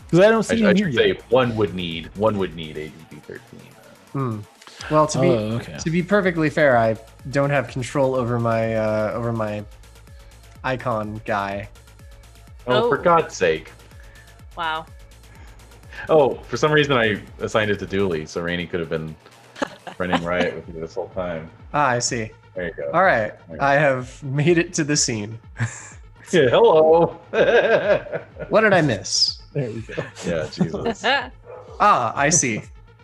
Speaker 6: Because I don't
Speaker 9: I,
Speaker 6: see
Speaker 9: I
Speaker 6: him here
Speaker 9: should say
Speaker 6: yet.
Speaker 9: one would need one would need a DC 13.
Speaker 8: Mm. Well, to
Speaker 6: Oh,
Speaker 8: be
Speaker 6: okay.
Speaker 8: to be perfectly fair, I don't have control over my uh, over my icon guy.
Speaker 9: Oh,
Speaker 7: Oh.
Speaker 9: for God's sake!
Speaker 7: Wow.
Speaker 9: Oh, for some reason I assigned it to Dooley, so Rainey could have been running riot with you this whole time.
Speaker 8: Ah, I see.
Speaker 9: There you go.
Speaker 8: All right, I have made it to the scene.
Speaker 9: [LAUGHS] Yeah, hello. yeah,
Speaker 8: What did I miss?
Speaker 6: There we go. [LAUGHS]
Speaker 9: [LAUGHS] Jesus.
Speaker 8: Ah, I see.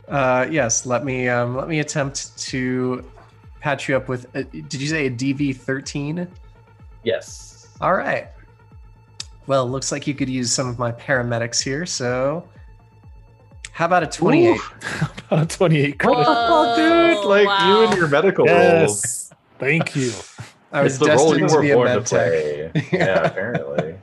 Speaker 8: Uh, yes, let me um, let me attempt to patch you up with. A, did you say a DV thirteen?
Speaker 9: Yes.
Speaker 8: All right. Well, looks like you could use some of my paramedics here. So, how about a twenty-eight?
Speaker 6: About 28
Speaker 7: What the
Speaker 6: credits.
Speaker 7: fuck, dude? Oh,
Speaker 9: Like you
Speaker 7: wow.
Speaker 9: and your medical roles.
Speaker 6: Yes. Thank you.
Speaker 8: I was
Speaker 9: it's the role
Speaker 8: destined
Speaker 9: you
Speaker 8: to
Speaker 9: were
Speaker 8: be a
Speaker 9: born to
Speaker 8: med tech. [LAUGHS]
Speaker 9: play. yeah, apparently.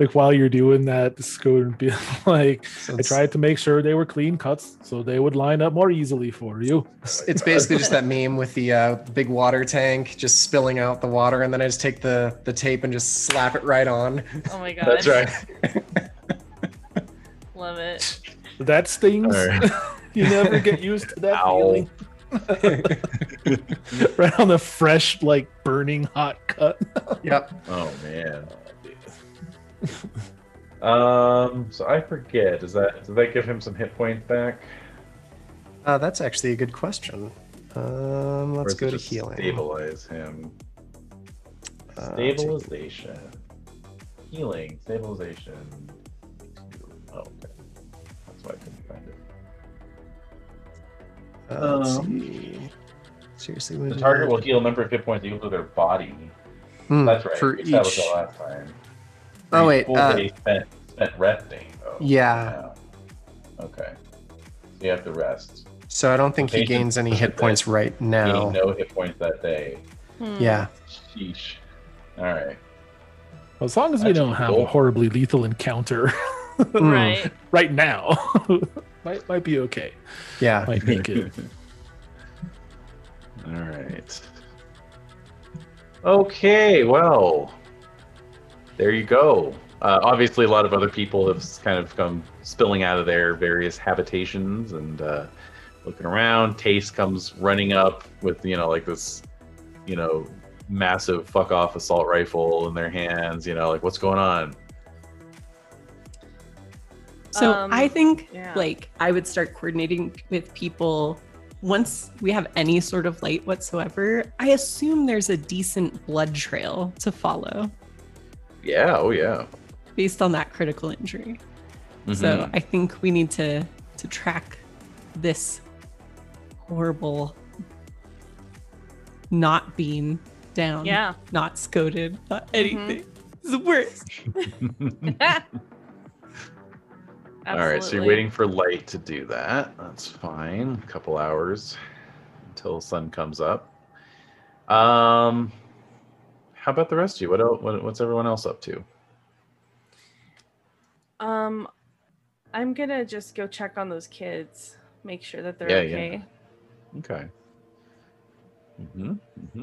Speaker 6: Like while you're doing that, just go and be [LAUGHS] like,
Speaker 8: So
Speaker 6: I
Speaker 8: it's-
Speaker 6: tried to make sure they were clean cuts so they would line up more easily for you.
Speaker 8: It's basically just that meme with the uh, big water tank just spilling out the water, and then I just take the, the tape and just slap it right
Speaker 6: [LAUGHS]
Speaker 8: on.
Speaker 7: Oh my god.
Speaker 9: That's right.
Speaker 7: Love it.
Speaker 6: That stings.
Speaker 9: [LAUGHS] All right.
Speaker 6: you never get used
Speaker 5: [LAUGHS]
Speaker 6: to that
Speaker 9: Ow.
Speaker 6: feeling. [LAUGHS] right on the fresh, like burning hot cut.
Speaker 8: Yep.
Speaker 9: Oh man. um, so I forget. Does that does that give him some hit points back?
Speaker 8: Uh, that's actually a good question. Um,
Speaker 9: Or does
Speaker 8: let's go
Speaker 9: it
Speaker 8: to
Speaker 9: just
Speaker 8: healing.
Speaker 9: Stabilize him.
Speaker 8: Uh,
Speaker 9: Stabilization. Healing. Stabilization. Oh, okay. That's why I couldn't find it.
Speaker 8: Uh, let's
Speaker 9: Um,
Speaker 8: see. Seriously,
Speaker 9: The target will heal a number of hit points equal to their body.
Speaker 8: Hmm,
Speaker 9: That's right.
Speaker 8: For
Speaker 9: we established
Speaker 8: each.
Speaker 9: that last time.
Speaker 8: Oh,
Speaker 9: Each
Speaker 8: wait,
Speaker 9: full
Speaker 8: uh,
Speaker 9: day spent, spent resting. Though.
Speaker 8: Yeah.
Speaker 9: Okay. So you have to rest.
Speaker 8: So I don't think he gains any hit points right now.
Speaker 5: Gained no hit points that day.
Speaker 7: Hmm.
Speaker 8: Yeah.
Speaker 5: Sheesh. All right.
Speaker 6: As long as we
Speaker 5: That's
Speaker 6: don't have
Speaker 5: cool.
Speaker 6: a horribly lethal encounter [LAUGHS]
Speaker 8: Mm,
Speaker 7: Right.
Speaker 6: right now, [LAUGHS] might might be okay.
Speaker 8: Yeah.
Speaker 6: Might
Speaker 5: [LAUGHS]
Speaker 6: make it.
Speaker 5: All right. Okay, well, there you go. Uh, obviously, a lot of other people have s- kind of come spilling out of their various habitations and uh, looking around. Taste comes running up with, you know, like this, you know, massive fuck off assault rifle in their hands, you know, like, what's going on?
Speaker 4: So
Speaker 7: Um,
Speaker 4: I think
Speaker 7: yeah.
Speaker 4: like I would start coordinating with people once we have any sort of light whatsoever. I assume there's a decent blood trail to follow
Speaker 5: Yeah, oh, yeah.
Speaker 4: based on that critical injury. So I think we need to to track this horrible not being down,
Speaker 7: Yeah. Mm-hmm.
Speaker 4: not scoted, not anything. It's the worst.
Speaker 5: Mhm. All right, so you're
Speaker 7: Absolutely.
Speaker 5: waiting for light to do that. That's fine. A couple hours until sun comes up. Um, how about the rest of you? What, el what what's everyone else up to?
Speaker 7: Um, I'm gonna just go check on those kids, make sure that they're
Speaker 5: Yeah, yeah.
Speaker 7: okay.
Speaker 5: Okay. hmm hmm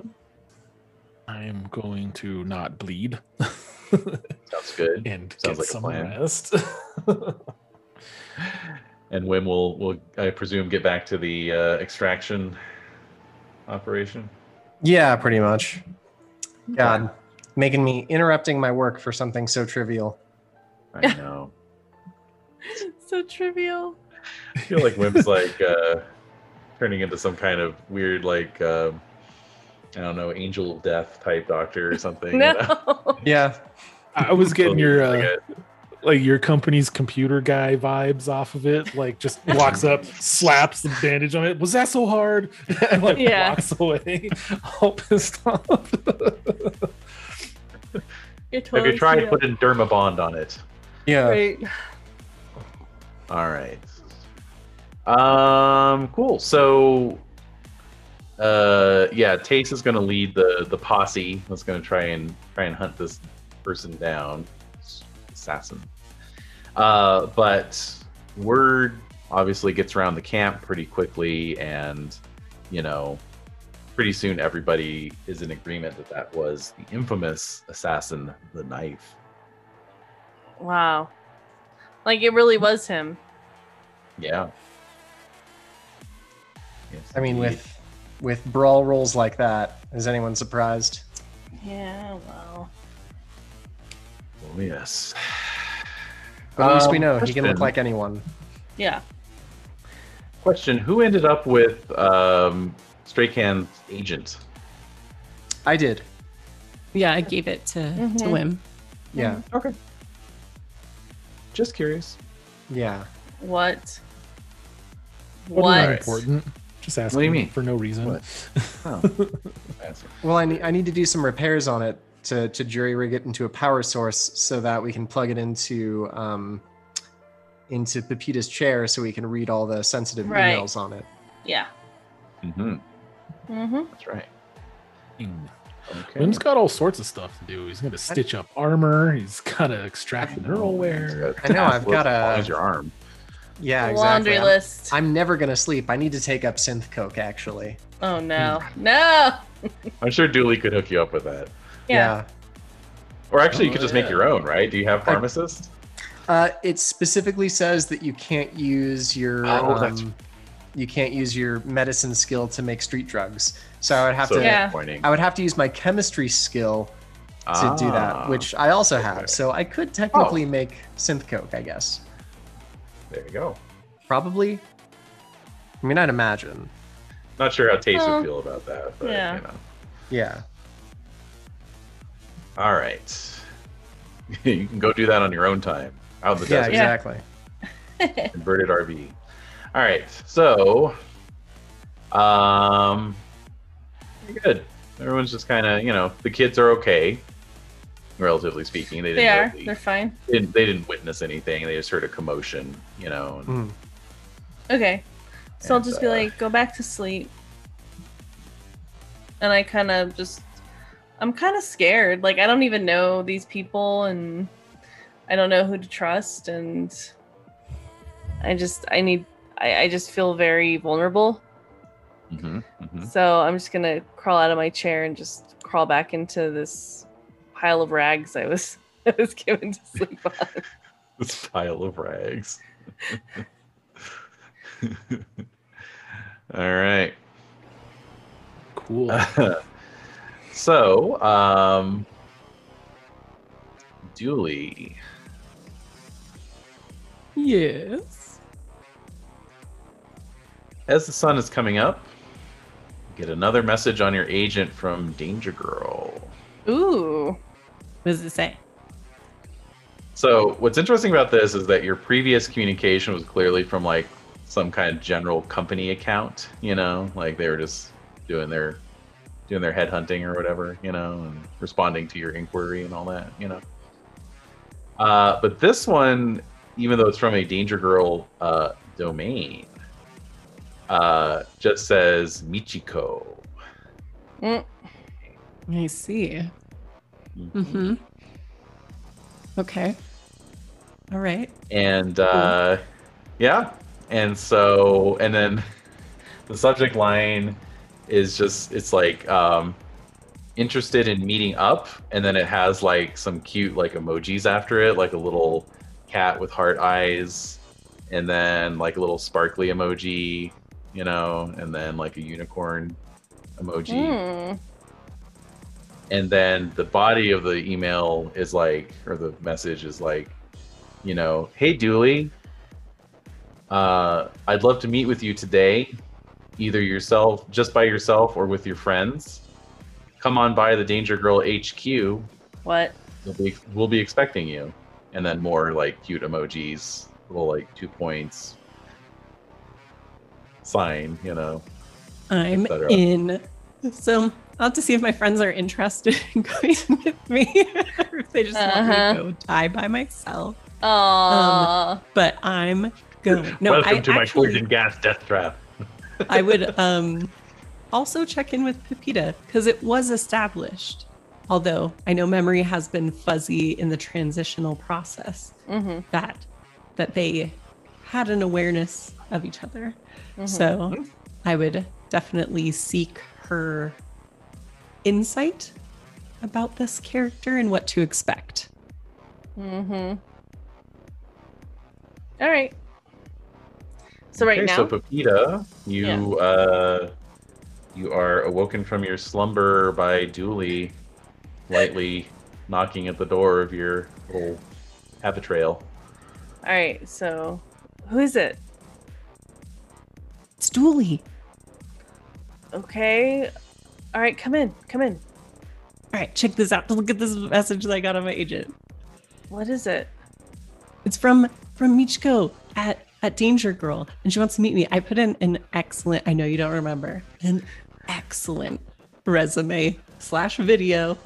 Speaker 6: I'm going to not bleed [LAUGHS]
Speaker 5: Sounds good.
Speaker 6: and
Speaker 5: Sounds
Speaker 6: get
Speaker 5: like a
Speaker 6: some
Speaker 5: plan.
Speaker 6: rest. [LAUGHS]
Speaker 5: And Wim will will I presume get back to the uh, extraction operation.
Speaker 8: Yeah, pretty much. God, making me interrupting my work for something so trivial.
Speaker 5: I know.
Speaker 7: [LAUGHS] so trivial.
Speaker 5: I feel like Wim's like uh, turning into some kind of weird like. um I don't know, angel of death type doctor or something. [LAUGHS] you know?
Speaker 7: No. [LAUGHS]
Speaker 8: Yeah.
Speaker 6: I was getting
Speaker 5: [LAUGHS]
Speaker 6: your
Speaker 5: Totally
Speaker 6: uh,
Speaker 5: forget.
Speaker 6: like your company's computer guy vibes off of it. Like
Speaker 5: [LAUGHS]
Speaker 6: just walks up, slaps the bandage on it. Was that so hard? [LAUGHS] and like
Speaker 7: Yeah.
Speaker 6: walks away, [LAUGHS] all pissed off.
Speaker 7: You're
Speaker 5: Have
Speaker 7: totally
Speaker 5: you tried
Speaker 7: trivial.
Speaker 5: putting Dermabond on it?
Speaker 8: Yeah.
Speaker 7: Right.
Speaker 5: All right. Um, cool. So, uh, yeah, Tace is going to lead the the posse that's going to try and try and hunt this person down, assassin. Uh, but word obviously gets around the camp pretty quickly, and you know, pretty soon everybody is in agreement that that was the infamous assassin, the knife.
Speaker 7: Wow. Like it really was him.
Speaker 5: Yeah. Yes,
Speaker 8: I mean,
Speaker 5: indeed.
Speaker 8: with with brawl rolls like that, is anyone surprised?
Speaker 7: Yeah. Wow.
Speaker 5: Oh, yes.
Speaker 8: But at least we
Speaker 5: Um,
Speaker 8: know he can look
Speaker 5: question.
Speaker 8: like anyone.
Speaker 7: Yeah.
Speaker 5: Question: Who ended up with um, Strakan's agent?
Speaker 8: I did.
Speaker 4: Yeah, I gave it to to
Speaker 7: Mhm.
Speaker 4: Wim.
Speaker 8: Yeah.
Speaker 5: Mm-hmm. Okay. Just curious.
Speaker 8: Yeah.
Speaker 7: What?
Speaker 6: Wasn't
Speaker 7: What?
Speaker 6: that important? Just asking
Speaker 5: What do you mean?
Speaker 6: for no reason.
Speaker 5: Oh. That's-
Speaker 8: Well, I need I need to do some repairs on it to to jury rig it into a power source so that we can plug it into um into Pepita's chair so we can read all the sensitive
Speaker 7: Right.
Speaker 8: emails on it.
Speaker 7: Yeah.
Speaker 5: mhm,
Speaker 7: Mm-hmm.
Speaker 5: That's right. Okay.
Speaker 6: Wim's got all sorts of stuff to do. He's gonna stitch up armor. He's gotta extract the
Speaker 5: Oh,
Speaker 6: neuralware.
Speaker 8: I know, I've got a-
Speaker 5: As your arm.
Speaker 8: Yeah, exactly.
Speaker 7: Laundry
Speaker 8: I'm-
Speaker 7: list.
Speaker 8: I'm never gonna sleep. I need to take up synth coke actually.
Speaker 7: oh no.
Speaker 5: Hmm.
Speaker 7: No.
Speaker 5: I'm sure Dooley could hook you up with that.
Speaker 7: Yeah.
Speaker 5: Or actually, you
Speaker 6: Oh,
Speaker 5: could just
Speaker 6: yeah.
Speaker 5: make your own, right? Do you have pharmacists?
Speaker 8: Uh, it specifically says that you can't use your
Speaker 5: Oh, that's-
Speaker 8: um, you can't use your medicine skill to make street drugs. So I would have
Speaker 5: so
Speaker 8: to
Speaker 7: Yeah.
Speaker 5: pointing.
Speaker 8: I would have to use my chemistry skill to do that,
Speaker 5: Ah,
Speaker 8: which I also have.
Speaker 5: okay. Oh.
Speaker 8: So I could technically make synth coke, I guess.
Speaker 5: there you go.
Speaker 8: Probably. I mean, I'd imagine.
Speaker 5: Not sure how Tace
Speaker 7: Well,
Speaker 5: would feel about that, but
Speaker 7: yeah.
Speaker 5: you know.
Speaker 8: Yeah.
Speaker 5: All right. [LAUGHS] you can go do that on your own time. Out in the
Speaker 8: Yeah,
Speaker 5: desert.
Speaker 8: exactly.
Speaker 5: Converted RV. All right. So, um, pretty good. Everyone's just kind of, you know, the kids are okay, relatively speaking. They didn't,
Speaker 7: They are.
Speaker 5: really-
Speaker 7: They're fine.
Speaker 5: didn't- they didn't witness anything. They just heard a commotion, you know. and-
Speaker 8: Mm.
Speaker 7: Okay. So I'll
Speaker 5: And,
Speaker 7: just be
Speaker 5: uh,
Speaker 7: like, go back to sleep. And I kind of just, I'm kind of scared. Like, I don't even know these people and I don't know who to trust. And I just, I need, I, I just feel very vulnerable.
Speaker 5: Mhm, mhm.
Speaker 7: So I'm just going to crawl out of my chair and just crawl back into this pile of rags I was, [LAUGHS] I was given to sleep on.
Speaker 5: This pile of rags. All right.
Speaker 6: Cool.
Speaker 5: [LAUGHS] so, um, Dooley,
Speaker 4: Yes.
Speaker 5: as the sun is coming up, you get another message on your agent from Danger Girl.
Speaker 7: Ooh.
Speaker 4: What does it say?
Speaker 5: So, what's interesting about this is that your previous communication was clearly from like some kind of general company account, you know, like they were just doing their doing their headhunting or whatever, you know, and responding to your inquiry and all that, you know. Uh, but this one, even though it's from a Danger Girl uh, domain, uh, just says Michiko.
Speaker 4: I see. Mm-hmm. Okay. All right.
Speaker 5: and uh, yeah and so and then [LAUGHS] the subject line is just it's like um interested in meeting up and then it has like some cute like emojis after it like a little cat with heart eyes and then like a little sparkly emoji you know and then like a unicorn emoji
Speaker 7: Mm.
Speaker 5: and then the body of the email is like or the message is like you know hey dooley uh, i'd love to meet with you today either yourself just by yourself or with your friends come on by the danger girl hq you'll
Speaker 7: What?
Speaker 5: be, we'll be expecting you and then more like cute emojis little like two points sign you know
Speaker 4: I'm
Speaker 5: cetera.
Speaker 4: in. So I'll have to see if my friends are interested [LAUGHS] in going with me or if they just
Speaker 7: Uh-huh.
Speaker 4: want me to go die by myself.
Speaker 7: Aww.
Speaker 4: But I'm going. No,
Speaker 5: welcome
Speaker 4: I
Speaker 5: to my
Speaker 4: actually,
Speaker 5: poison gas death trap
Speaker 4: I would um, also check in with Pepita because it was established. Although I know memory has been fuzzy in the transitional process,
Speaker 7: Mhm.
Speaker 4: that that they had an awareness of each other. So I would definitely seek her insight about this character and what to expect.
Speaker 7: Mm-hmm. All right. So right
Speaker 5: okay,
Speaker 7: now,
Speaker 5: So Pepita, you uh, you are awoken from your slumber by Dooley lightly knocking at the door of your little habit trail.
Speaker 7: all right. So who is it?
Speaker 4: It's Dooley.
Speaker 7: Okay. All right, come in, come in.
Speaker 4: All right, check this out. Look at this message that I got on my agent.
Speaker 7: What is it?
Speaker 4: It's from from Michiko at at Danger Girl, and she wants to meet me. I put in an excellent. I know you don't remember an excellent resume slash video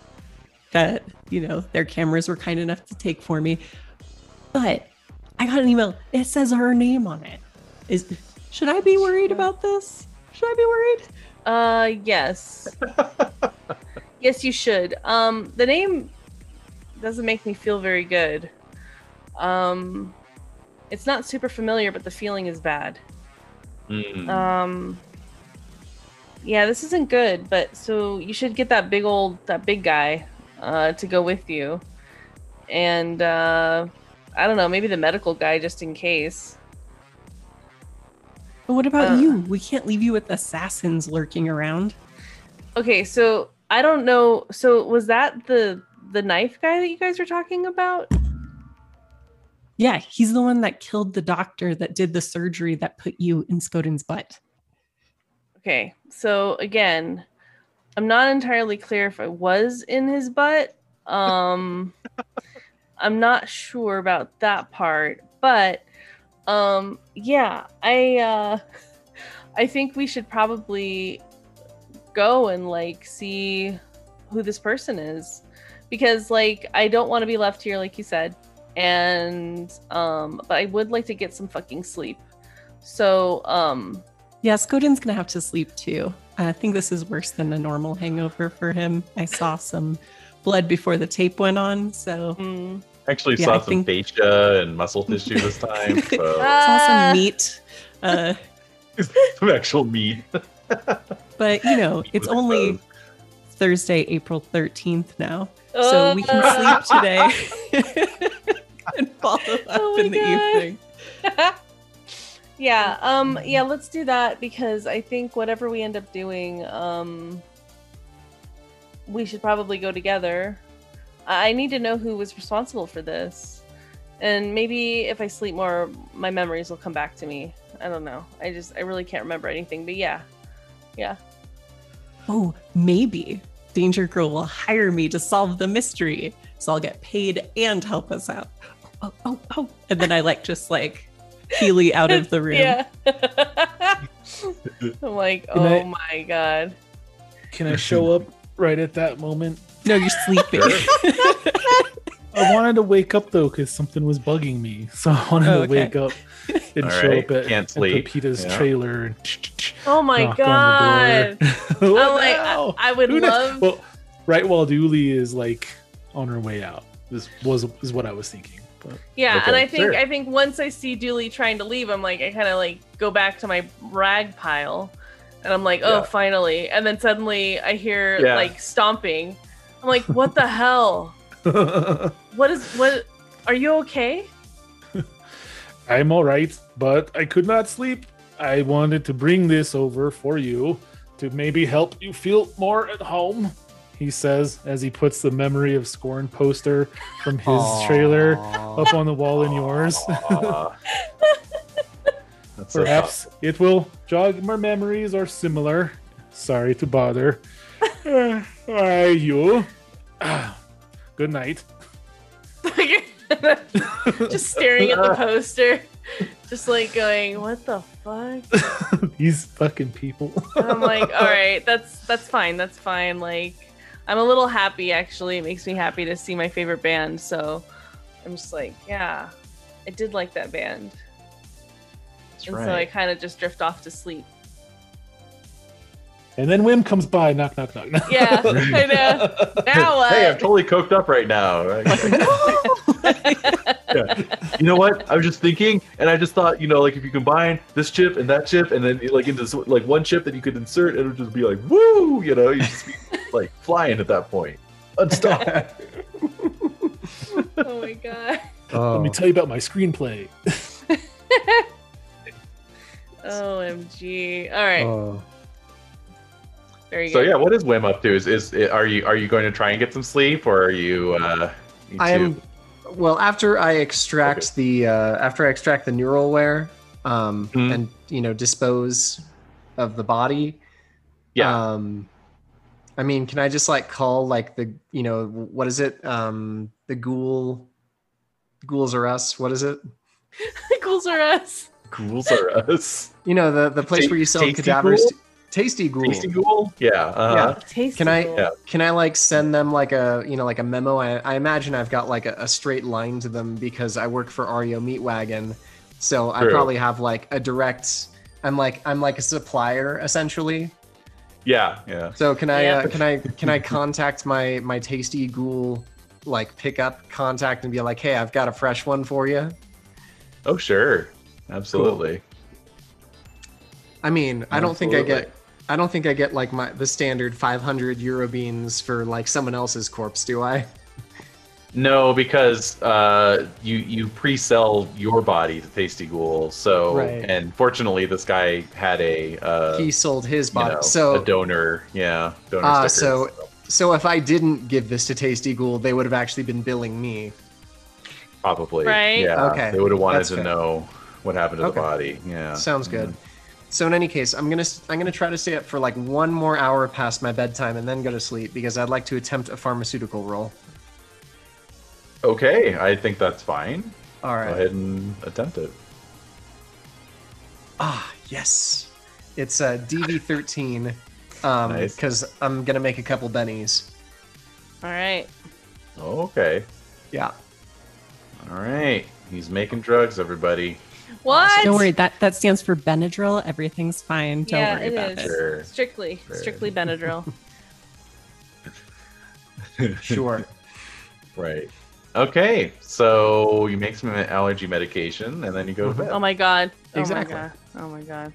Speaker 4: that you know their cameras were kind enough to take for me, but I got an email. It says her name on it. Is should I be worried about this? Should I be worried?
Speaker 7: Uh,
Speaker 5: [LAUGHS]
Speaker 7: yes. yes, you should. Um, the name doesn't make me feel very good. Um, it's not super familiar, but the feeling is bad.
Speaker 5: Mm.
Speaker 7: Um, yeah, this isn't good. But so you should get that big old that big guy uh, to go with you, and uh, I don't know, maybe the medical guy just in case.
Speaker 4: But what about
Speaker 7: Uh.
Speaker 4: you? We can't leave you with assassins lurking around.
Speaker 7: Okay, so I don't know. So was that the the knife guy that you guys were talking about?
Speaker 4: Yeah, he's the one that killed the doctor that did the surgery that put you in Skoden's butt.
Speaker 7: Okay, so again, I'm not entirely clear if I was in his butt. Um, I'm not sure about that part, but um, yeah, I uh, [LAUGHS] I think we should probably go and like see who this person is because like I don't want to be left here, like you said, and um, but I would like to get some fucking sleep. So um,
Speaker 4: Yeah, Skodin's gonna have to sleep too. I think this is worse than a normal hangover for him. I saw some blood before the tape went on, so
Speaker 7: Mm.
Speaker 5: Actually,
Speaker 4: Yeah,
Speaker 5: saw
Speaker 4: I
Speaker 5: some
Speaker 4: think-
Speaker 5: fascia and muscle tissue this time. So [LAUGHS]
Speaker 4: saw
Speaker 7: Ah.
Speaker 4: some meat. Uh,
Speaker 5: some actual meat.
Speaker 4: but you know, it's
Speaker 5: was
Speaker 4: only
Speaker 5: exposed.
Speaker 4: Thursday, April 13th now, so we
Speaker 7: uh,
Speaker 4: can sleep today
Speaker 7: [LAUGHS]
Speaker 4: [LAUGHS] and follow up
Speaker 7: Oh my
Speaker 4: in the
Speaker 7: God.
Speaker 4: evening.
Speaker 7: yeah. Um. Yeah. Let's do that because I think whatever we end up doing, um, we should probably go together. I I need to know who was responsible for this, and maybe if I sleep more, my memories will come back to me. I don't know. I just I really can't remember anything. But yeah,
Speaker 4: Oh, maybe Danger Girl will hire me to solve the mystery. So I'll get paid and help us out. Oh, oh, oh. And then I like just like Healy out of the room.
Speaker 6: [LAUGHS]
Speaker 7: yeah. I'm like,
Speaker 6: Good
Speaker 7: oh
Speaker 6: night.
Speaker 7: my god.
Speaker 6: Can I show up right at that moment?
Speaker 4: No, you're sleeping.
Speaker 6: I wanted to wake up though because something was bugging me, [LAUGHS] so I wanted
Speaker 4: Oh,
Speaker 6: to
Speaker 4: okay.
Speaker 5: [LAUGHS]
Speaker 6: wake up and
Speaker 5: All
Speaker 6: show
Speaker 5: right,
Speaker 6: up at,
Speaker 5: can't
Speaker 6: at
Speaker 5: sleep.
Speaker 6: Pepita's
Speaker 5: Yeah.
Speaker 6: trailer and
Speaker 7: Oh my
Speaker 6: knock
Speaker 7: god.
Speaker 6: on the door. [LAUGHS]
Speaker 7: I'm
Speaker 6: What
Speaker 7: like,
Speaker 6: the
Speaker 7: I,
Speaker 6: hell?
Speaker 7: I would
Speaker 6: Who kno-
Speaker 7: love.
Speaker 6: Well, right while Dooley is like on her way out, this was is what I was thinking. But
Speaker 7: Yeah, and
Speaker 5: Okay,
Speaker 7: I think
Speaker 5: sure.
Speaker 7: I think once I see Dooley trying to leave, I'm like I kind of like go back to my rag pile, and I'm like, oh,
Speaker 5: Yeah.
Speaker 7: finally. And then suddenly I hear
Speaker 5: Yeah.
Speaker 7: like stomping. I'm like, what the hell? [LAUGHS] What is what? Are you okay? [LAUGHS]
Speaker 6: I'm all right, but I could not sleep. I wanted to bring this over for you to maybe help you feel more at home. He says as he puts the memory of scorn poster from his
Speaker 8: [LAUGHS]
Speaker 6: trailer
Speaker 8: Aw.
Speaker 6: up on the wall in yours. [LAUGHS]
Speaker 5: Aw. That's so soft.
Speaker 6: Perhaps it will jog my memories or similar. Sorry to bother. Uh, Are you? Ah, Good night. [LAUGHS]
Speaker 7: just staring
Speaker 5: [LAUGHS]
Speaker 7: at the poster, just like going, what the fuck?
Speaker 6: These fucking people.
Speaker 7: And I'm like, all right, that's that's fine, that's fine. Like, I'm a little happy actually. It makes me happy to see my favorite band. So I'm just like, yeah, I did like that band,
Speaker 5: That's
Speaker 7: and so I
Speaker 5: right.
Speaker 7: kind of just drift off to
Speaker 5: [LAUGHS]
Speaker 7: sleep.
Speaker 6: And then Wim comes by, knock, knock, knock. knock.
Speaker 7: Yeah, I know. Now what?
Speaker 5: Hey, I'm totally coked up right now. [LAUGHS] Yeah. You know what? I was just thinking, and I just thought, you know, like if you combine this chip and that chip, and then like into this, like one chip that you could insert, it would just be like, woo! You know, you just be [LAUGHS] like flying at that point,
Speaker 7: [LAUGHS]
Speaker 5: unstoppable.
Speaker 7: [LAUGHS] oh my god.
Speaker 6: Let me
Speaker 8: Oh.
Speaker 6: tell you about my screenplay.
Speaker 7: Omg. All right,
Speaker 8: Oh.
Speaker 7: there you
Speaker 5: so
Speaker 7: go.
Speaker 5: yeah, what is Wim up to? Is, is are you are you going to try and get some sleep, or are you? Uh, you
Speaker 8: I
Speaker 5: too-
Speaker 8: am. Well, after I extract the uh, after I extract the neural wear, um,
Speaker 5: Mhm.
Speaker 8: and you know dispose of the body.
Speaker 5: Yeah.
Speaker 8: Um, I mean, can I just like call like the you know what is it? Um, the ghoul, ghouls are us. What is it?
Speaker 7: [LAUGHS] Pickles are us.
Speaker 5: Ghouls are [LAUGHS] us.
Speaker 8: You know the the place
Speaker 5: Ta-
Speaker 8: where you sell
Speaker 5: Tasty
Speaker 8: cadavers.
Speaker 5: Ghoul?
Speaker 8: to- tasty ghoul.
Speaker 5: Tasty ghoul. Yeah. Uh-huh.
Speaker 7: Tasty.
Speaker 8: Can I-
Speaker 7: though.
Speaker 5: Yeah.
Speaker 8: Can I like send them like a you know like a memo? I, I imagine I've got like a, a straight line to them because I work for Ario Meat Wagon, so I
Speaker 5: True.
Speaker 8: probably have like a direct. I'm like I'm like a supplier essentially.
Speaker 5: Yeah. Yeah.
Speaker 8: So can I
Speaker 7: Yeah.
Speaker 8: uh, can I can I contact my my tasty ghoul like pickup contact and be like, hey, I've got a fresh one for you.
Speaker 5: Oh sure. Absolutely.
Speaker 8: I mean, I don't think I
Speaker 5: Absolutely.
Speaker 8: get I don't think I get like my the standard 500 euro beans for like someone else's corpse, do I?
Speaker 5: No, because uh, you you pre-sell your body to Tasty Ghoul. So,
Speaker 8: Right.
Speaker 5: and fortunately, this guy had a uh,
Speaker 8: he sold his
Speaker 5: you
Speaker 8: body.
Speaker 5: know,
Speaker 8: so
Speaker 5: a donor. Yeah, donor
Speaker 8: Ah,
Speaker 5: stickers.
Speaker 8: So if I didn't give this to Tasty Ghoul, they would have actually been billing me.
Speaker 5: probably
Speaker 7: Right.
Speaker 5: Yeah,
Speaker 8: Okay,
Speaker 5: They would have wanted
Speaker 8: that's
Speaker 5: to
Speaker 8: fair.
Speaker 5: know what happened to
Speaker 8: Okay.
Speaker 5: the body. Yeah,
Speaker 8: Sounds good.
Speaker 5: Mm-hmm.
Speaker 8: So in any case, I'm gonna I'm gonna try to stay up for like one more hour past my bedtime and then go to sleep because I'd like to attempt a pharmaceutical roll.
Speaker 5: Okay, I think that's fine.
Speaker 8: All
Speaker 5: Go
Speaker 8: right.
Speaker 5: ahead and attempt it.
Speaker 8: Ah, yes. It's uh, DV13 because
Speaker 5: Nice.
Speaker 8: um, I'm gonna make a couple bennies.
Speaker 7: All right.
Speaker 5: Okay,
Speaker 8: Yeah.
Speaker 5: all right. He's making drugs, everybody.
Speaker 7: What?
Speaker 4: Don't worry, that that stands for Benadryl. Everything's fine. Don't
Speaker 7: Yeah,
Speaker 4: worry
Speaker 7: it
Speaker 4: about
Speaker 7: is.
Speaker 4: it.
Speaker 5: Sure. [LAUGHS]
Speaker 7: Strictly, strictly Benadryl.
Speaker 8: Sure.
Speaker 5: Right. Okay, so you make some allergy medication and then you go to bed.
Speaker 8: Mm-hmm.
Speaker 7: Oh my god. Oh
Speaker 5: Exactly.
Speaker 7: my god. Oh my god.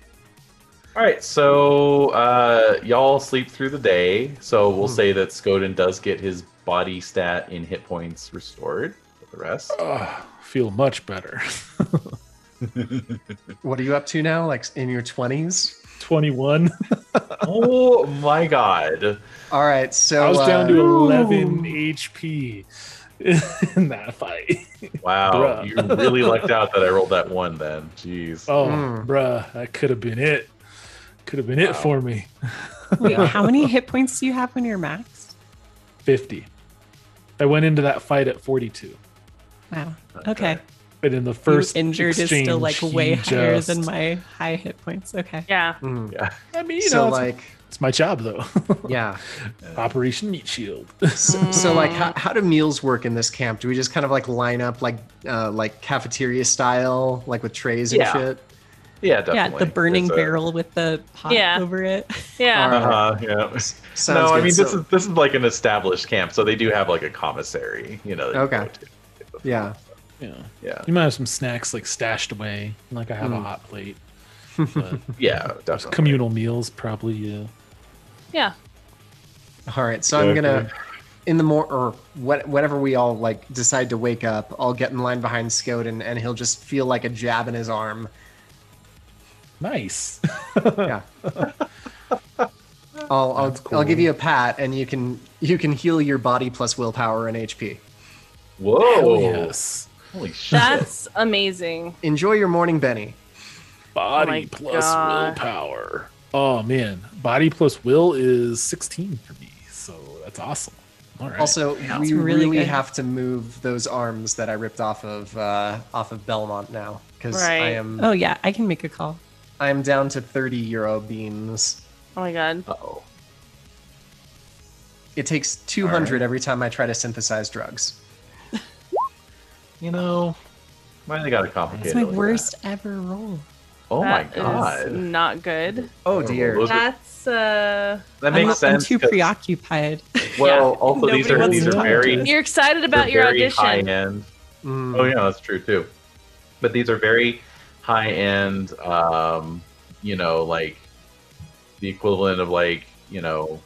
Speaker 5: All right, so uh, y'all sleep through the day. So
Speaker 8: Hmm.
Speaker 5: we'll say that Skoden does get his body stat in hit points restored. For the rest,
Speaker 6: Ugh, Ah, feel much better. [LAUGHS]
Speaker 8: What are you up to now? Like in your 20s?
Speaker 6: 21.
Speaker 5: oh [LAUGHS] my god!
Speaker 8: All right. So
Speaker 6: I was down
Speaker 8: uh,
Speaker 6: to 11 HP [LAUGHS] in that fight.
Speaker 5: Wow,
Speaker 6: Bruh.
Speaker 5: you really lucked out that I rolled that one. Then, jeez.
Speaker 6: Oh,
Speaker 8: Mm.
Speaker 6: bruh, that could have been it. Could have been it for me.
Speaker 4: Wait, how many hit points do you have when you're maxed?
Speaker 6: 50. I went into that fight at 42.
Speaker 4: Wow. Okay.
Speaker 6: But in the
Speaker 4: You
Speaker 6: first
Speaker 4: injured is still like
Speaker 6: exchange,
Speaker 4: way
Speaker 6: he
Speaker 4: higher
Speaker 6: just-
Speaker 4: than my high hit points. Okay.
Speaker 7: Yeah.
Speaker 8: mm.
Speaker 6: I mean, you know,
Speaker 8: so
Speaker 6: it's,
Speaker 8: like,
Speaker 6: it's my job though. [LAUGHS]
Speaker 8: yeah.
Speaker 6: Operation Meat Shield. [LAUGHS]
Speaker 8: So, so like, how, how do meals work in this camp? Do we just kind of like line up like uh, like cafeteria style, like with trays and
Speaker 5: Yeah.
Speaker 8: shit?
Speaker 5: Yeah, definitely.
Speaker 4: Yeah, the burning
Speaker 5: It's uh, a-
Speaker 4: barrel with the pot
Speaker 7: Yeah.
Speaker 4: over it.
Speaker 7: Yeah.
Speaker 8: Alright.
Speaker 5: Uh-huh, yeah.
Speaker 8: Sounds
Speaker 5: no, I
Speaker 8: good.
Speaker 5: mean this
Speaker 8: So-
Speaker 5: is this is like an established camp, so they do have like a commissary. You know. that you
Speaker 8: Okay.
Speaker 5: go to.
Speaker 8: Yeah.
Speaker 6: yeah.
Speaker 5: Yeah.
Speaker 6: You might have some snacks like stashed away. Like I have
Speaker 8: Hmm.
Speaker 6: a hot
Speaker 8: [LAUGHS]
Speaker 6: plate. But
Speaker 5: Yeah. Definitely.
Speaker 6: communal meals probably. Yeah.
Speaker 7: Yeah.
Speaker 8: All right, so I'm gonna in the more or what, whenever we all like decide to wake up, I'll get in line behind Skoden, and he'll just feel like a jab in his arm.
Speaker 6: Nice.
Speaker 8: Yeah. [LAUGHS] I'll I'll, I'll give you a pat, and you can you can heal your body plus willpower and HP. Oh.
Speaker 5: Whoa.
Speaker 6: yes.
Speaker 5: Holy shit.
Speaker 7: That's amazing.
Speaker 8: Enjoy your morning, Benny.
Speaker 4: Oh
Speaker 6: Body
Speaker 7: my
Speaker 6: plus
Speaker 7: God.
Speaker 6: willpower. Oh man, body plus will is 16 for me. So that's awesome. All right.
Speaker 8: Also,
Speaker 4: really
Speaker 8: we really,
Speaker 4: good.
Speaker 8: have to move those arms that I ripped off of uh, off of Belmont now because I
Speaker 7: Right.
Speaker 8: am
Speaker 4: Oh yeah, I can make a call.
Speaker 8: I am down to 30 euro beams.
Speaker 7: Oh my god.
Speaker 5: Uh-oh.
Speaker 8: It takes 200 every time I try to synthesize drugs.
Speaker 5: You know, why they got to complicate
Speaker 4: It's
Speaker 5: it
Speaker 4: my
Speaker 5: like that?
Speaker 4: worst ever roll.
Speaker 5: Oh
Speaker 7: That
Speaker 5: my
Speaker 7: is
Speaker 5: god.
Speaker 7: Not good.
Speaker 8: Oh
Speaker 5: Those
Speaker 8: dear.
Speaker 5: are-
Speaker 7: That's uh
Speaker 5: that
Speaker 4: I'm,
Speaker 5: makes
Speaker 4: I'm
Speaker 5: sense.
Speaker 4: too
Speaker 5: 'cause- [LAUGHS]
Speaker 4: preoccupied.
Speaker 7: [LAUGHS]
Speaker 5: Well, also these
Speaker 4: Nobody
Speaker 5: are
Speaker 4: wants
Speaker 5: these
Speaker 6: to
Speaker 5: are
Speaker 6: talk
Speaker 5: very
Speaker 6: to us.
Speaker 7: You're excited about
Speaker 5: they're
Speaker 7: your
Speaker 5: very high
Speaker 7: audition.
Speaker 5: end.
Speaker 8: Mm.
Speaker 5: Oh yeah, that's true too. But these are very high end. Um, you know, like the equivalent of like you know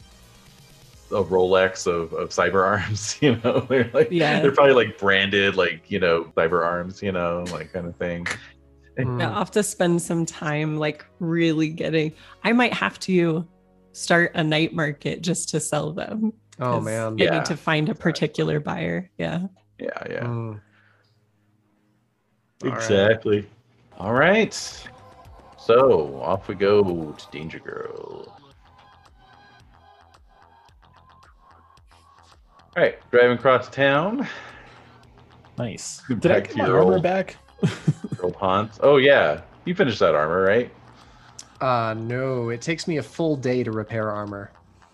Speaker 5: a Rolex of, of cyber arms. [LAUGHS] You know, they're like
Speaker 4: Yeah.
Speaker 5: they're probably like branded like you know cyber arms. You know, like kind of thing.
Speaker 8: Mm.
Speaker 4: I'll have to spend some time like really getting I might have to start a night market just to sell them.
Speaker 8: Oh
Speaker 4: 'cause
Speaker 8: man.
Speaker 4: I
Speaker 5: Yeah,
Speaker 4: need to find a particular buyer. Yeah.
Speaker 5: Yeah, yeah.
Speaker 8: Mm. All right.
Speaker 5: Exactly. All right. So off we go to Danger Girl. All right, driving across town.
Speaker 6: nice.
Speaker 5: Good
Speaker 6: Did I
Speaker 5: back
Speaker 6: get
Speaker 5: to
Speaker 6: my
Speaker 5: your
Speaker 6: armor
Speaker 5: old-
Speaker 6: back?
Speaker 5: Girl Ponds. Oh yeah, you finished that armor, right?
Speaker 8: Uh, no, it takes me a full day to repair armor.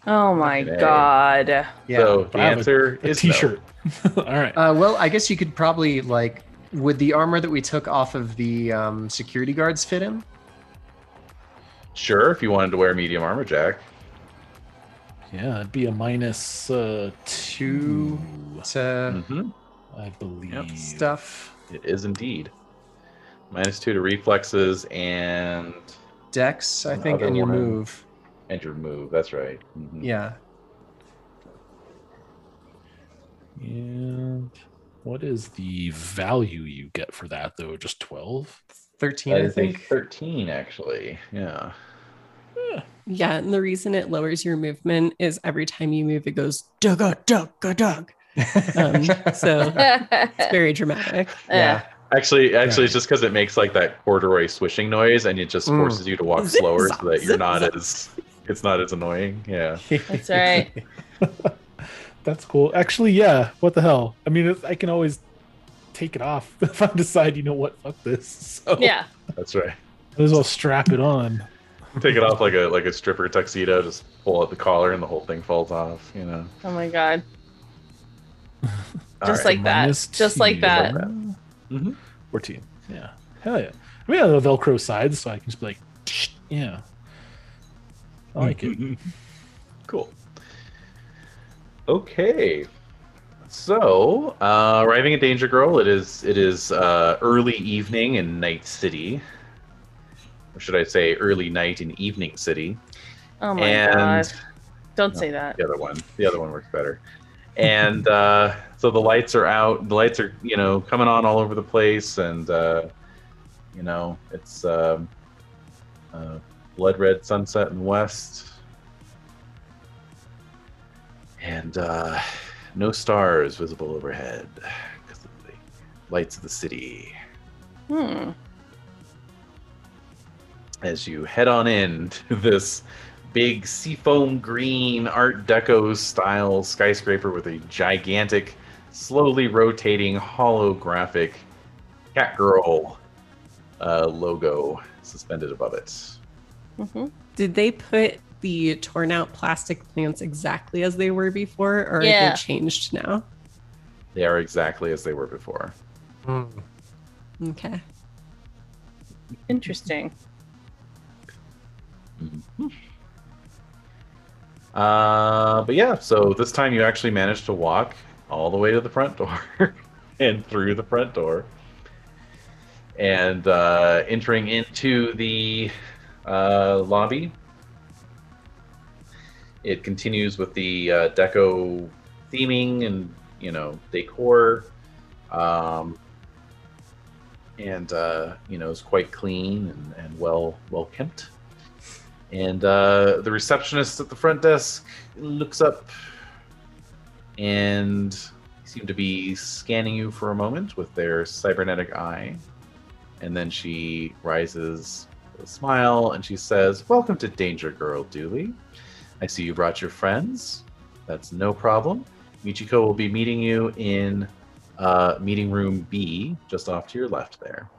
Speaker 7: Oh my
Speaker 5: Fucking A. [LAUGHS]
Speaker 7: god. [LAUGHS]
Speaker 8: Yeah.
Speaker 5: So the
Speaker 6: I have a-
Speaker 5: answer
Speaker 6: a
Speaker 5: is
Speaker 6: t-shirt. [LAUGHS] All right.
Speaker 8: Uh, well, I guess you could probably like would the armor that we took off of the um, security guards fit him?
Speaker 5: No. Sure, if you wanted to wear medium armor, Jack.
Speaker 6: yeah, it'd be a minus uh, two,
Speaker 8: To
Speaker 5: Mm-hmm.
Speaker 6: I believe.
Speaker 8: stuff,
Speaker 5: It is indeed. Minus two to reflexes and
Speaker 8: Dex, I think,
Speaker 5: Another
Speaker 8: and your
Speaker 5: one.
Speaker 8: move.
Speaker 5: and your move. That's right. Mhm.
Speaker 8: Yeah.
Speaker 6: And what is the value you get for that though? Just twelve.
Speaker 8: 13,
Speaker 5: That
Speaker 8: I
Speaker 5: is a
Speaker 8: think.
Speaker 5: thirteen, actually. Yeah.
Speaker 4: Yeah, and the reason it lowers your movement is every time you move, it goes dug a dug a dug. [LAUGHS] Um, so it's very dramatic.
Speaker 7: Eh.
Speaker 8: yeah.
Speaker 5: Actually, actually,
Speaker 6: Right.
Speaker 5: it's just because it makes like that corduroy swishing noise, and it just
Speaker 8: Mm.
Speaker 5: forces you to walk
Speaker 4: Zip,
Speaker 5: slower
Speaker 4: zop,
Speaker 5: so that you're
Speaker 4: zip,
Speaker 5: not
Speaker 4: zop.
Speaker 5: as it's not as annoying. Yeah,
Speaker 7: That's right.
Speaker 6: That's cool. Actually, yeah. What the hell? I mean, if- I can always take it off [LAUGHS] if I decide. You know what? Fuck this. So
Speaker 7: Yeah.
Speaker 5: that's right.
Speaker 6: might as well strap it on.
Speaker 5: Take it off like a like a stripper tuxedo. Just pull out the collar, and the whole thing falls off. You know,
Speaker 7: Oh my god.
Speaker 5: All
Speaker 7: Just
Speaker 5: right.
Speaker 7: like that.
Speaker 6: Minus
Speaker 7: Just like
Speaker 6: two.
Speaker 7: that.
Speaker 5: Mhm.
Speaker 6: Fourteen. Yeah. Hell yeah. I mean, I have Velcro sides, so I can just be like, yeah. I like it.
Speaker 5: Cool. Okay. So, uh, arriving at Danger Girl, it is it is uh, early evening in Night City, or should I say, early night in Evening City?
Speaker 7: Oh my
Speaker 5: and
Speaker 7: god! Don't
Speaker 5: No.
Speaker 7: say that.
Speaker 5: the other one, the other one works better. And uh, so the lights are out. The lights are you know coming on all over the place, and uh, you know it's um, uh, blood red sunset in the west, and uh, no stars visible overhead because of the lights of the city.
Speaker 7: Hmm.
Speaker 5: as you head on in to this big seafoam green art deco style skyscraper with a gigantic slowly rotating holographic catgirl uh, logo suspended above it
Speaker 7: Mhm.
Speaker 4: Did they put the torn out plastic plants exactly as they were before, or are
Speaker 7: Yeah.
Speaker 4: they changed now?
Speaker 5: they are exactly as they were before
Speaker 8: Mm.
Speaker 4: Okay.
Speaker 7: Interesting.
Speaker 5: uh, but yeah so this time you actually managed to walk all the way to the front door [LAUGHS] and through the front door and uh, entering into the uh, lobby. It continues with the uh, deco theming and you know decor, um, and uh, you know is quite clean and, and well well kept. And uh, the receptionist at the front desk looks up and seem to be scanning you for a moment with their cybernetic eye. And then she rises with a smile and she says, Welcome to Danger Girl, Dooley. I see you brought your friends. That's no problem. Michiko will be meeting you in uh, meeting room B, just off to your left there.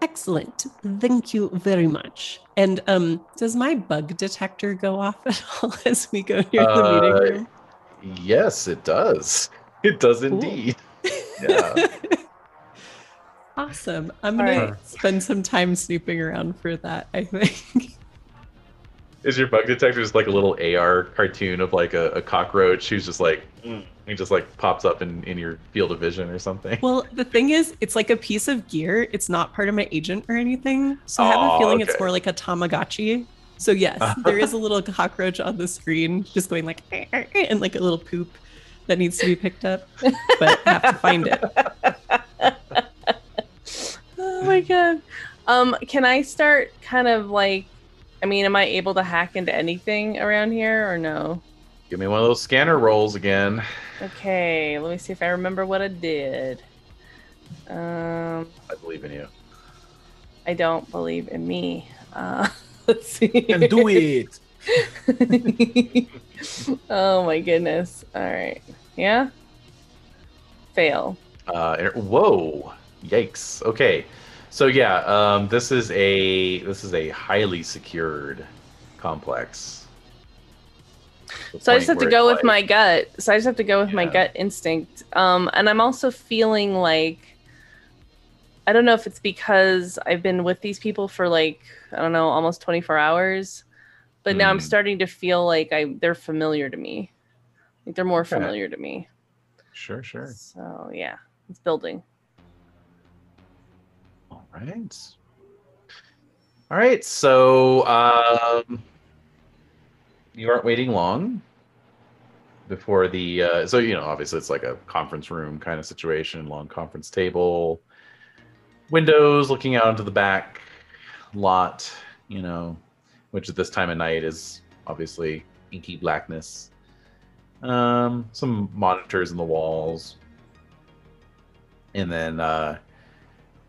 Speaker 4: Excellent. Thank you very much. And um, does my bug detector go off at [LAUGHS] all as we go near the
Speaker 5: Uh,
Speaker 4: meeting room?
Speaker 5: Yes, it does. [LAUGHS] It does indeed. Yeah.
Speaker 4: [LAUGHS] awesome. I'm
Speaker 7: All
Speaker 4: going to spend some time snooping around for that, I think. [LAUGHS]
Speaker 5: Is your bug detector just like a little AR cartoon of like a, a cockroach who's just like, mm, he just like pops up in, in your field of vision or something?
Speaker 4: well, the thing is, it's like a piece of gear. It's not part of my agent or anything. So I have
Speaker 5: Aw,
Speaker 4: a feeling it's
Speaker 5: Oh, okay.
Speaker 4: more like a Tamagotchi. So yes,
Speaker 5: [LAUGHS]
Speaker 4: there is a little cockroach on the screen just going like, [LAUGHS] "Eh, eh, eh," and like a little poop that needs to be picked up, but I have to find it.
Speaker 7: Oh my god. Um, can I start kind of like? I mean, am I able to hack into anything around here or no?
Speaker 5: Give me one of those scanner rolls again.
Speaker 7: Okay, let me see if I remember what I did. Um,
Speaker 5: I believe in you.
Speaker 7: I don't believe in me. Uh, [LAUGHS] let's see.
Speaker 6: And
Speaker 7: [LAUGHS]
Speaker 6: do it.
Speaker 7: oh my goodness. All right. Yeah. Fail.
Speaker 5: Uh, and- whoa! Yikes. Okay, so yeah, um, this is a this is a highly secured complex. The
Speaker 7: So I
Speaker 5: point
Speaker 7: just have to
Speaker 5: where
Speaker 7: go
Speaker 5: it's
Speaker 7: with
Speaker 5: like-
Speaker 7: my gut. So I just have to go with my
Speaker 5: Yeah.
Speaker 7: gut instinct. Um, and I'm also feeling like I don't know if it's because I've been with these people for like I don't know almost 24 hours, but now I'm
Speaker 5: Mm.
Speaker 7: starting to feel like I they're familiar to me. Like they're more
Speaker 5: Okay.
Speaker 7: familiar to me.
Speaker 5: Sure, sure.
Speaker 7: So yeah, it's building.
Speaker 5: All right. All right. So um, you aren't waiting long before the. Uh, so you know, obviously, it's like a conference room kind of situation, long conference table, windows looking out into the back lot. You know, which at this time of night is obviously inky blackness. Um, some monitors in the walls, and then uh,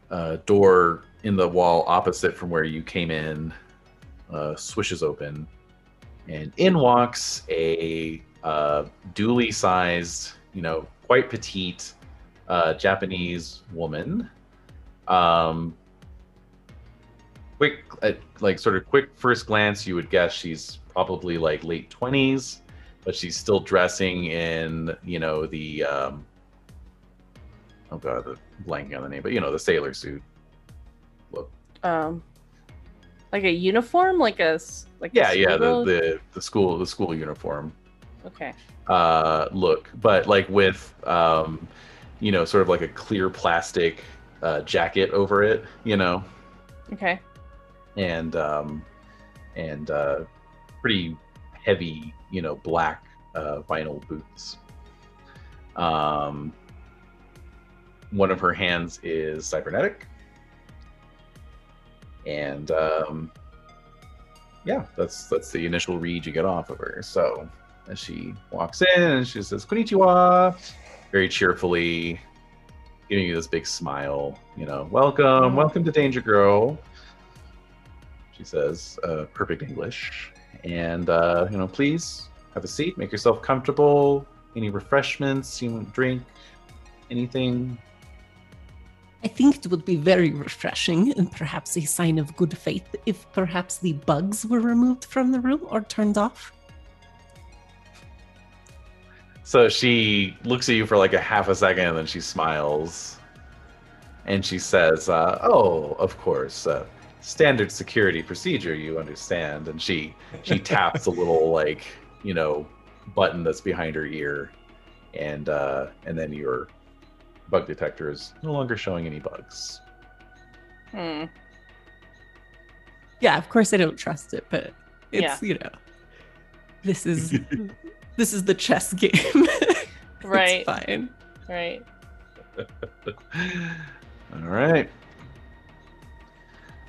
Speaker 5: uh, door in the wall opposite from where you came in uh, swishes open, and in walks a uh, duly sized, you know, quite petite uh, Japanese woman. Um, quick, at, like, sort of quick first glance, you would guess she's probably like late 20s, but she's still dressing in, you know, the. Um, oh god, the blanking on the name, but you know the sailor suit.
Speaker 7: Um, like a uniform, like a s- like a
Speaker 5: Yeah, yeah, the,
Speaker 7: schoolgirl?
Speaker 5: the the school the school uniform
Speaker 7: okay.
Speaker 5: uh, look, but like with um, you know, sort of like a clear plastic uh, jacket over it, you know,
Speaker 7: Okay.
Speaker 5: and um, and uh, pretty heavy, you know, black uh, vinyl boots. Um, one of her hands is cybernetic, and um, yeah, that's that's the initial read you get off of her. So as she walks in, and she says "Konnichiwa," very cheerfully, giving you this big smile. You know, welcome, welcome to Danger Girl she says, uh, perfect English. And, uh, you know, please have a seat, make yourself comfortable. Any refreshments you want, drink, anything.
Speaker 4: I think it would be very refreshing and perhaps a sign of good faith if perhaps the bugs were removed from the room or turned off.
Speaker 5: So she looks at you for like a half a second and then she smiles. And she says, uh, oh, of course, uh, standard security procedure, you understand. And she, she taps a little like, you know, button that's behind her ear. And, uh, and then your bug detector is no longer showing any bugs.
Speaker 7: Hmm.
Speaker 4: Yeah, of course I don't trust it, but it's you know, this is this is the chess game. [LAUGHS] It's
Speaker 7: Right.
Speaker 4: fine.
Speaker 7: Right.
Speaker 5: [LAUGHS] All right.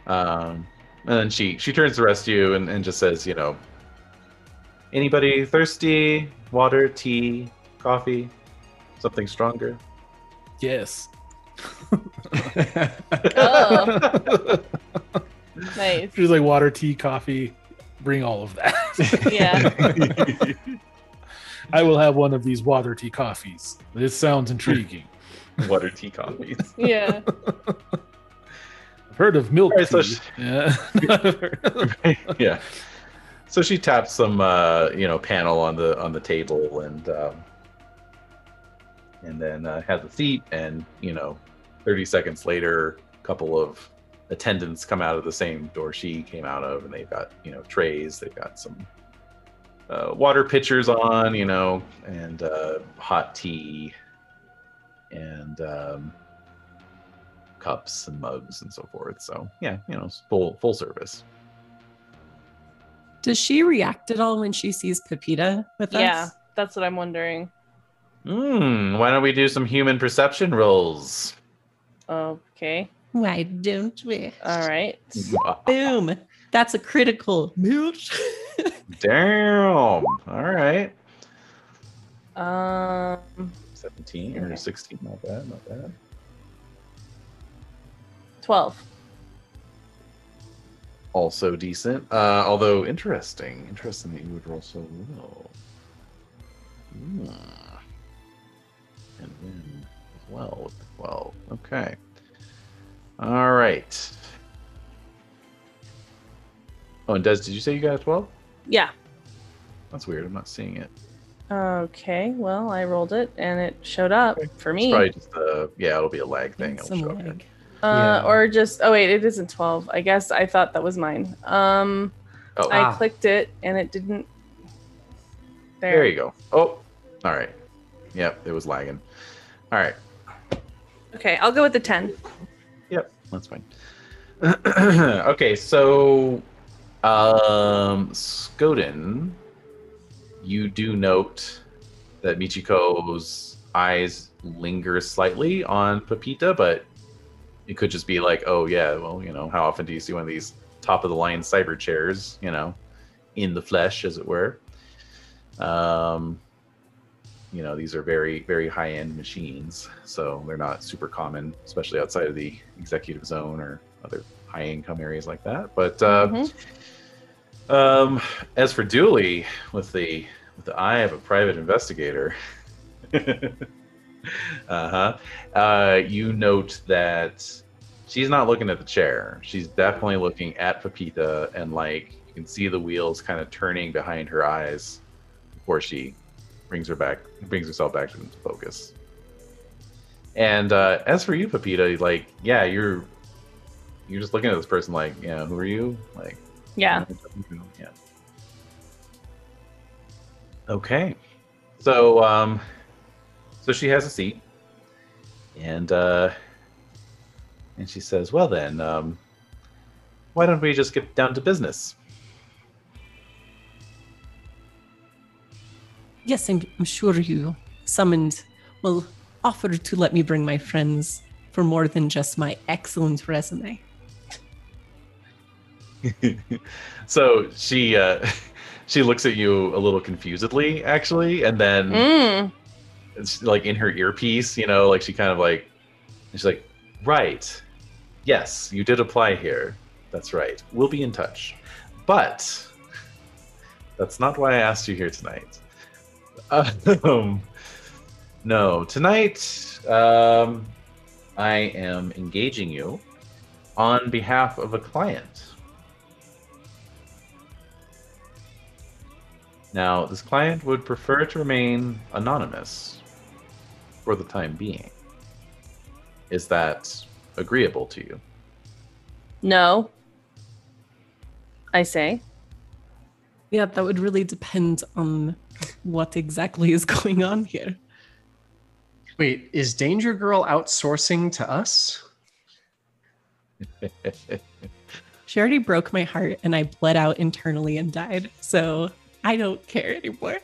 Speaker 5: Um, and then she she turns to the rest of you and, and just says, you know, anybody thirsty? Water, tea, coffee, something stronger. [LAUGHS]
Speaker 6: Yes.
Speaker 7: Oh. [LAUGHS] Nice.
Speaker 6: She's like water, tea, coffee. Bring all of
Speaker 7: [LAUGHS]
Speaker 6: that. Yeah. I will have one of these water, tea, coffees. This sounds intriguing.
Speaker 5: Water, tea, coffee.
Speaker 7: Yeah.
Speaker 6: I've heard of milk
Speaker 5: All right, so
Speaker 6: tea.
Speaker 5: sh-
Speaker 6: yeah.
Speaker 5: yeah. So she taps some uh, you know panel on the on the table and um, and then uh, has a seat and you know 30 seconds later a couple of attendants come out of the same door she came out of and they've got you know trays they've got some uh, water pitchers on you know and uh, hot tea and um, cups and mugs and so forth so yeah you know it's full full service
Speaker 4: Does she react at all when she sees Pepita with
Speaker 7: Yeah.
Speaker 4: us?
Speaker 7: That's what I'm wondering.
Speaker 5: Hmm, why don't we do some human perception rolls?
Speaker 7: Okay.
Speaker 4: Why don't we?
Speaker 7: All right.
Speaker 4: Boom. That's a critical. Mooch.
Speaker 5: Damn. All right.
Speaker 7: Um,
Speaker 5: 17 or
Speaker 7: Okay.
Speaker 5: 16, not bad, not bad.
Speaker 7: twelve.
Speaker 5: Also decent, uh, although interesting. Interesting that you would roll so low. Hmm. And then as well with the 12. Okay. All right. Oh, and Des, did you say you got a 12?
Speaker 7: Yeah.
Speaker 5: That's weird. I'm not seeing it.
Speaker 7: Okay. Well, I rolled it and it showed up for
Speaker 5: It's
Speaker 7: me.
Speaker 5: probably just the, yeah, it'll be a lag thing. It'll
Speaker 4: Some
Speaker 5: show up here.
Speaker 4: leg.
Speaker 7: Uh,
Speaker 6: Yeah.
Speaker 7: or just oh wait, it isn't twelve. I guess I thought that was mine. Um,
Speaker 5: Oh,
Speaker 7: I
Speaker 8: Ah.
Speaker 7: clicked it and it didn't. There.
Speaker 5: There you go. Oh, all right. Yep, it was lagging. All right.
Speaker 7: Okay, I'll go with the ten.
Speaker 5: Yep, that's fine. [CLEARS THROAT] okay, so um Skoden, you do note that Michiko's eyes linger slightly on Pepita, but it could just be like, oh yeah, well, you know, how often do you see one of these top of the line cyber chairs, you know, in the flesh, as it were? Um you know, these are very, very high end machines. So they're not super common, especially outside of the executive zone or other high income areas like that. But uh,
Speaker 7: Mhm.
Speaker 5: um, as for Dooley, with the with the eye of a private investigator, [LAUGHS] uh-huh, uh, you note that she's not looking at the chair. She's definitely looking at Pepita, and like you can see the wheels kind of turning behind her eyes before she brings her back, brings herself back into focus. And uh, as for you, Pepita, like, yeah, you're you're just looking at this person like, yeah, who are you? Like,
Speaker 7: Yeah.
Speaker 5: yeah. Okay. So, um, so she has a seat, and uh, and she says, "Well then, um, why don't we just get down to business?"
Speaker 4: Yes, I'm, I'm sure you summoned, well, offered to let me bring my friends for more than just my excellent resume.
Speaker 5: so she uh, [LAUGHS] she looks at you a little confusedly, actually, and then.
Speaker 7: Mm.
Speaker 5: it's like in her earpiece, you know, like she kind of like, and she's like, right, yes, you did apply here. That's right. We'll be in touch. But that's not why I asked you here tonight. Um, no, tonight um, I am engaging you on behalf of a client. Now, this client would prefer to remain anonymous for the time being. Is that agreeable to you?
Speaker 7: No. I say.
Speaker 4: Yeah, that would really depend on what exactly is [LAUGHS] going on here.
Speaker 8: Wait, is Danger Girl outsourcing to us?
Speaker 4: She already broke my heart and I bled out internally and died. So I don't care anymore.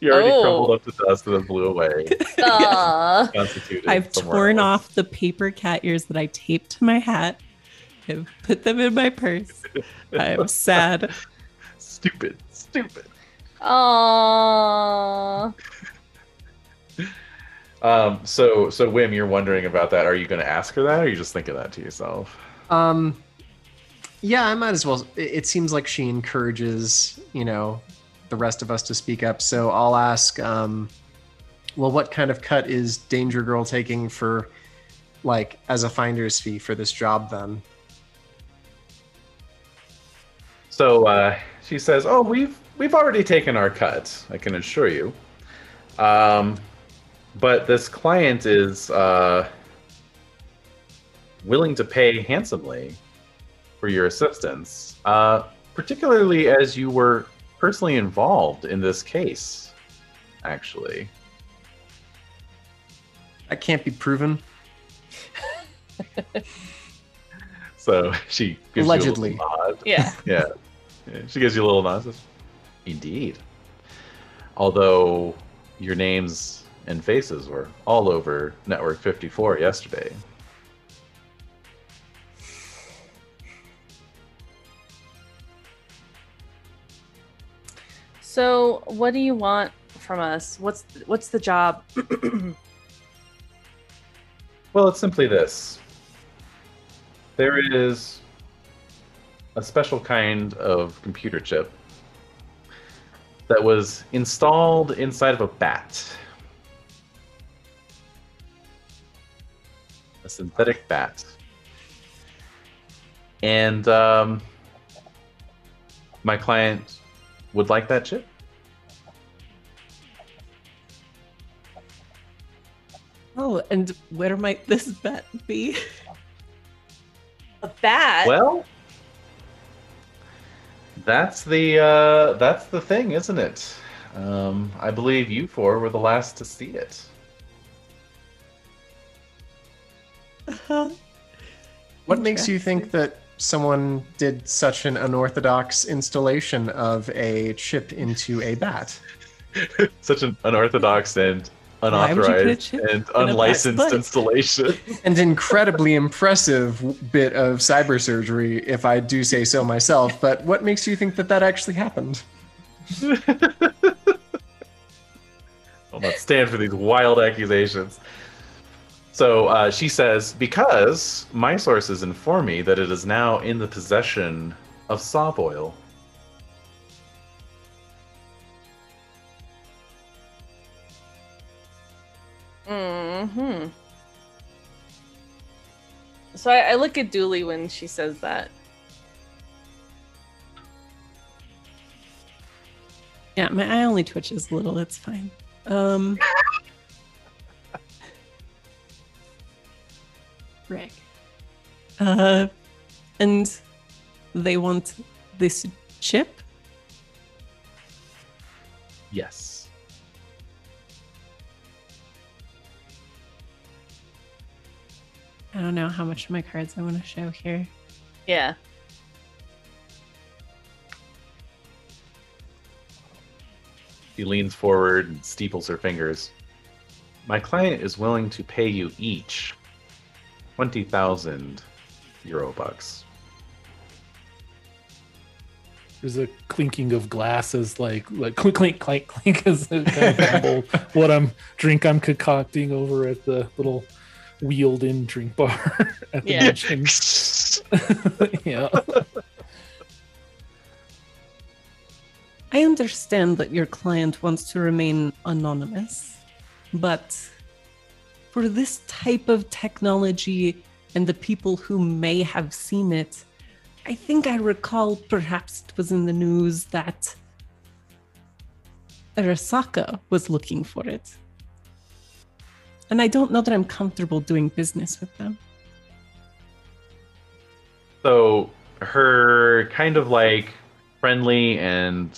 Speaker 5: You already
Speaker 7: Oh.
Speaker 5: crumbled up to dust and then blew away.
Speaker 7: [LAUGHS] Uh,
Speaker 5: Constituted
Speaker 4: [LAUGHS] I've
Speaker 5: somewhere
Speaker 4: torn
Speaker 5: else.
Speaker 4: off the paper cat ears that I taped to my hat. I've put them in my purse.
Speaker 5: [LAUGHS]
Speaker 4: I'm sad.
Speaker 5: Stupid, stupid.
Speaker 7: Aww.
Speaker 5: Um, so, so Wim, you're wondering about that. Are you going to ask her that, or are you just thinking that to yourself?
Speaker 8: Um, yeah, I might as well. It, it seems like she encourages, you know, the rest of us to speak up. So I'll ask, um, well, what kind of cut is Danger Girl taking for, like, as a finder's fee for this job then?
Speaker 5: So uh, she says, "Oh, we've we've already taken our cut. I can assure you." Um, but this client is uh, willing to pay handsomely for your assistance, uh, particularly as you were personally involved in this case. Actually,
Speaker 8: That can't be proven.
Speaker 5: so [LAUGHS] she gives
Speaker 8: Allegedly.
Speaker 5: you a little nod.
Speaker 7: Yeah.
Speaker 5: yeah. Yeah, She gives you a little nod. says, Indeed. Although your names and faces were all over Network 54 yesterday.
Speaker 7: So, what do you want from us? What's what's the job?
Speaker 5: Well, it's simply this there is a special kind of computer chip that was installed inside of a bat. A synthetic bat. And um, my client would like that chip.
Speaker 4: Oh, and where might this bet
Speaker 5: [LAUGHS]
Speaker 4: be?
Speaker 7: A bat.
Speaker 5: Well, that's the uh, that's the thing, isn't it? Um, I believe you four were the last to see it.
Speaker 8: What makes you think that someone did such an unorthodox installation of a chip into a bat?
Speaker 5: Such an unorthodox and
Speaker 4: Why would you put a
Speaker 5: unauthorized
Speaker 4: chip
Speaker 5: and
Speaker 4: in a
Speaker 5: unlicensed
Speaker 4: black [LAUGHS]
Speaker 5: installation.
Speaker 8: and incredibly impressive bit of cyber surgery, if I do say so myself. But what makes you think that that actually happened?
Speaker 5: I'll not stand for these wild accusations. So uh, she says, because my sources inform me that it is now in the possession of Sob Oil.
Speaker 7: hmm So I, I look at Dooley when she says that.
Speaker 4: Yeah, my eye only twitches a little. It's fine. Um, Rick. Uh, and they want this chip.
Speaker 9: Yes.
Speaker 4: I don't know how much of my cards I want to show here.
Speaker 7: Yeah.
Speaker 9: She leans forward and steeples her fingers. My client is willing to pay you each 20,000 euro bucks.
Speaker 6: [LAUGHS] There's a clinking of glass as like like clink clink clink clink as I kind of
Speaker 5: [LAUGHS]
Speaker 6: mumble what I'm drink I'm concocting over at the little wheeled in drink bar [LAUGHS] at the
Speaker 7: Yeah.
Speaker 5: [LAUGHS]
Speaker 6: mansion. yeah.
Speaker 4: I understand that your client wants to remain anonymous, but for this type of technology and the people who may have seen it, I think I recall perhaps it was in the news that Arasaka was looking for it. And I don't know that I'm comfortable doing business with them.
Speaker 9: So her kind of like friendly and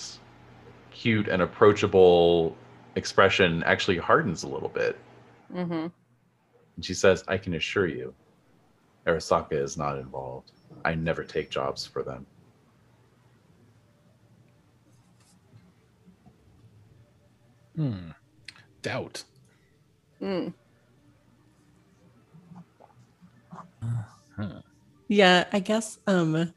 Speaker 9: cute and approachable expression actually hardens a little bit.
Speaker 7: Mm-hmm.
Speaker 9: And she says, I can assure you, Arasaka is not involved. I never take jobs for them.
Speaker 6: Hmm. Doubt.
Speaker 7: Mm.
Speaker 4: Yeah, I guess um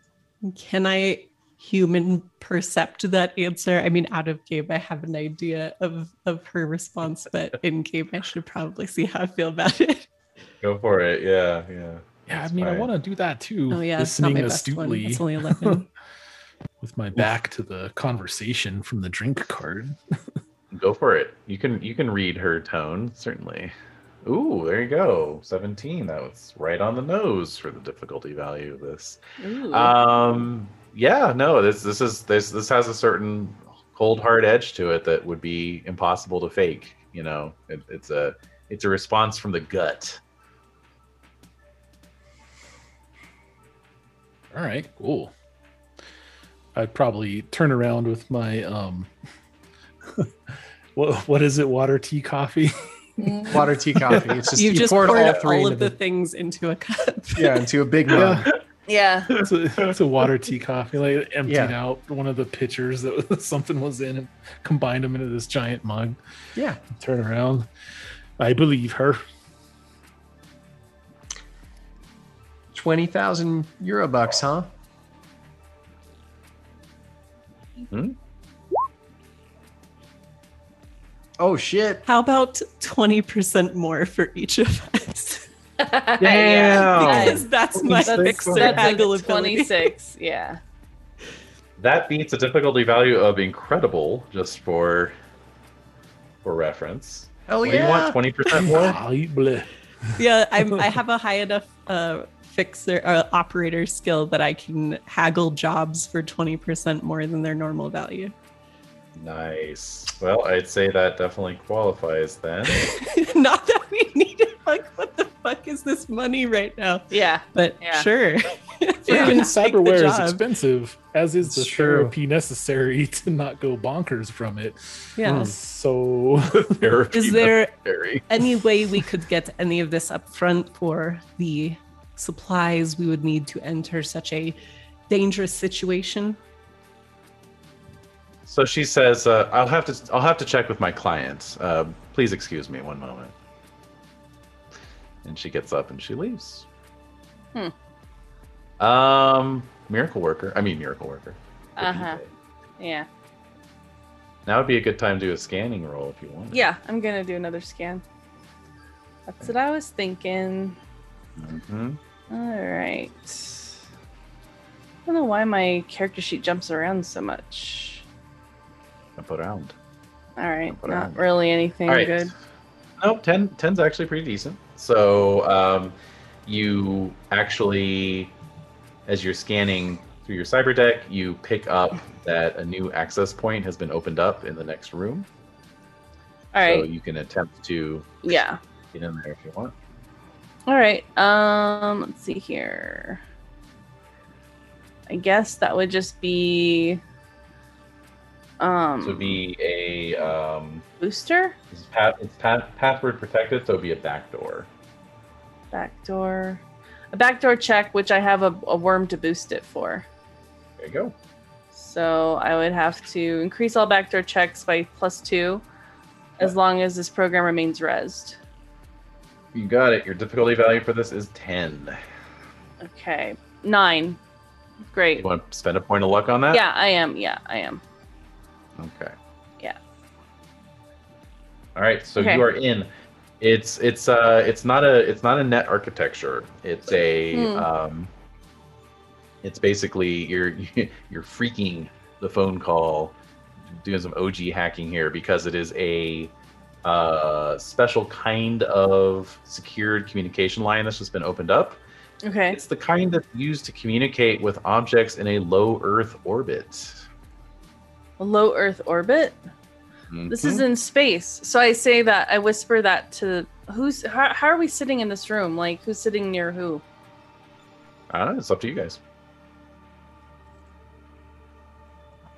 Speaker 4: can I human percept that answer? I mean, out of game I have an idea of of her response, but in game I should probably see how I feel about it.
Speaker 9: Go for it. Yeah, yeah.
Speaker 6: Yeah,
Speaker 9: That's
Speaker 6: I mean I
Speaker 9: fine.
Speaker 6: want to do that too.
Speaker 4: Oh yeah, it's not
Speaker 6: listening
Speaker 4: my best one.
Speaker 6: astutely
Speaker 4: It's only eleven.
Speaker 6: with my back to the conversation from the drink card.
Speaker 9: Go for it. You can you can read her tone, certainly. Ooh, there you go. 17. That was right on the nose for the difficulty value of this.
Speaker 7: Ooh.
Speaker 9: Um yeah, no, this this is this this has a certain cold hard edge to it that would be impossible to fake, you know. It, it's a it's a response from the gut.
Speaker 6: All right, cool. I'd probably turn around with my um [LAUGHS] what what is it, water, tea, coffee? [LAUGHS]
Speaker 8: Water, tea, coffee. It's [LAUGHS] just
Speaker 4: You've
Speaker 8: you
Speaker 4: just
Speaker 8: poured, all three
Speaker 4: all
Speaker 8: into
Speaker 4: of the
Speaker 8: the,
Speaker 4: things into a cup.
Speaker 8: [LAUGHS] yeah into a big mug.
Speaker 7: yeah. [LAUGHS]
Speaker 6: it's, a, it's a water, tea, coffee. Like emptied
Speaker 8: Yeah.
Speaker 6: out one of the pitchers that was, [LAUGHS] something was in and combined them into this giant mug.
Speaker 8: Yeah.
Speaker 6: Turn around. I believe her.
Speaker 8: twenty thousand euro bucks, huh?
Speaker 9: Hmm?
Speaker 8: Oh shit!
Speaker 4: How about twenty percent more for each of us?
Speaker 7: yeah.
Speaker 4: Because that's my
Speaker 7: That's,
Speaker 4: fixer
Speaker 7: that's like
Speaker 4: haggle
Speaker 7: a
Speaker 4: ability.
Speaker 7: 26. Yeah.
Speaker 9: That beats a difficulty value of incredible just for for reference.
Speaker 8: Hell
Speaker 9: What do
Speaker 8: Oh, yeah!
Speaker 9: you want 20%
Speaker 6: [LAUGHS]
Speaker 9: more?
Speaker 6: I bleh.
Speaker 4: yeah, I'm, I have a high enough uh, fixer uh, operator skill that I can haggle jobs for 20% more than their normal value. [LAUGHS]
Speaker 9: Nice. Well, I'd say that definitely
Speaker 4: [LAUGHS]
Speaker 9: qualifies then.
Speaker 4: Not that we need it. Like, what the fuck is this money right now?
Speaker 7: Yeah.
Speaker 4: But
Speaker 7: Yeah.
Speaker 4: sure. [LAUGHS]
Speaker 6: Freaking
Speaker 4: Take the
Speaker 6: cyberware is
Speaker 4: job.
Speaker 6: expensive, as is the
Speaker 8: It's true.
Speaker 6: therapy necessary [LAUGHS] to not go bonkers from it.
Speaker 5: Hmm.
Speaker 4: Yeah.
Speaker 6: So
Speaker 9: Therapy
Speaker 4: Is there
Speaker 9: necessary.
Speaker 4: any way we could get any of this up front for the supplies we would need to enter such a dangerous situation?
Speaker 9: So she says, uh, "I'll have to. I'll have to check with my client. Uh, please excuse me one moment." And she gets up and she leaves. Um, miracle worker. I mean, miracle worker.
Speaker 7: Uh-huh. Yeah.
Speaker 9: Now would be a good time to do a scanning roll if you want.
Speaker 7: Yeah. I'm going to do another scan. That's what I was thinking.
Speaker 9: hmm
Speaker 7: All right. I don't know why my character sheet jumps around so much.
Speaker 9: Up around.
Speaker 7: All right,
Speaker 9: Jump around.
Speaker 7: not really anything
Speaker 9: All right.
Speaker 7: good.
Speaker 9: No, 10, 10's actually pretty decent. So um, you actually, as you're scanning through your cyber deck, you pick up that a new access point has been opened up in the next room.
Speaker 7: All
Speaker 9: So
Speaker 7: right,
Speaker 9: you can attempt to
Speaker 7: yeah.
Speaker 9: get in there if you want.
Speaker 7: All right. Um, let's see here. I guess that would just be um
Speaker 5: So it'd be a um,
Speaker 7: booster
Speaker 5: it's, pat, it's pat, password protected, so it'd be a backdoor.
Speaker 7: backdoor, a backdoor check, which I have a, a worm to boost it for.
Speaker 5: There you go.
Speaker 7: So I would have to increase all backdoor checks by plus two, as long as this program remains resed.
Speaker 5: You got it. Your difficulty value for this is ten.
Speaker 7: Okay, nine. Great.
Speaker 5: You want to spend a point of luck on that?
Speaker 7: Yeah, I am. Yeah, I am.
Speaker 5: Okay.
Speaker 7: Yeah.
Speaker 5: All right, so
Speaker 7: Okay.
Speaker 5: you are in. It's it's uh it's not a it's not a net architecture. It's a
Speaker 7: Hmm.
Speaker 5: um it's basically you're [LAUGHS] you're freaking the phone call doing some OG hacking here because it is a uh special kind of secured communication line that's just been opened up.
Speaker 7: Okay.
Speaker 5: It's the kind that's used to communicate with objects in a low earth orbit.
Speaker 7: Low Earth orbit. This
Speaker 5: Mm-hmm.
Speaker 7: is in space. So I say that I whisper that to who's how, how are we sitting in this room? Like who's sitting near who?
Speaker 5: I don't know, Uh, it's up to you guys.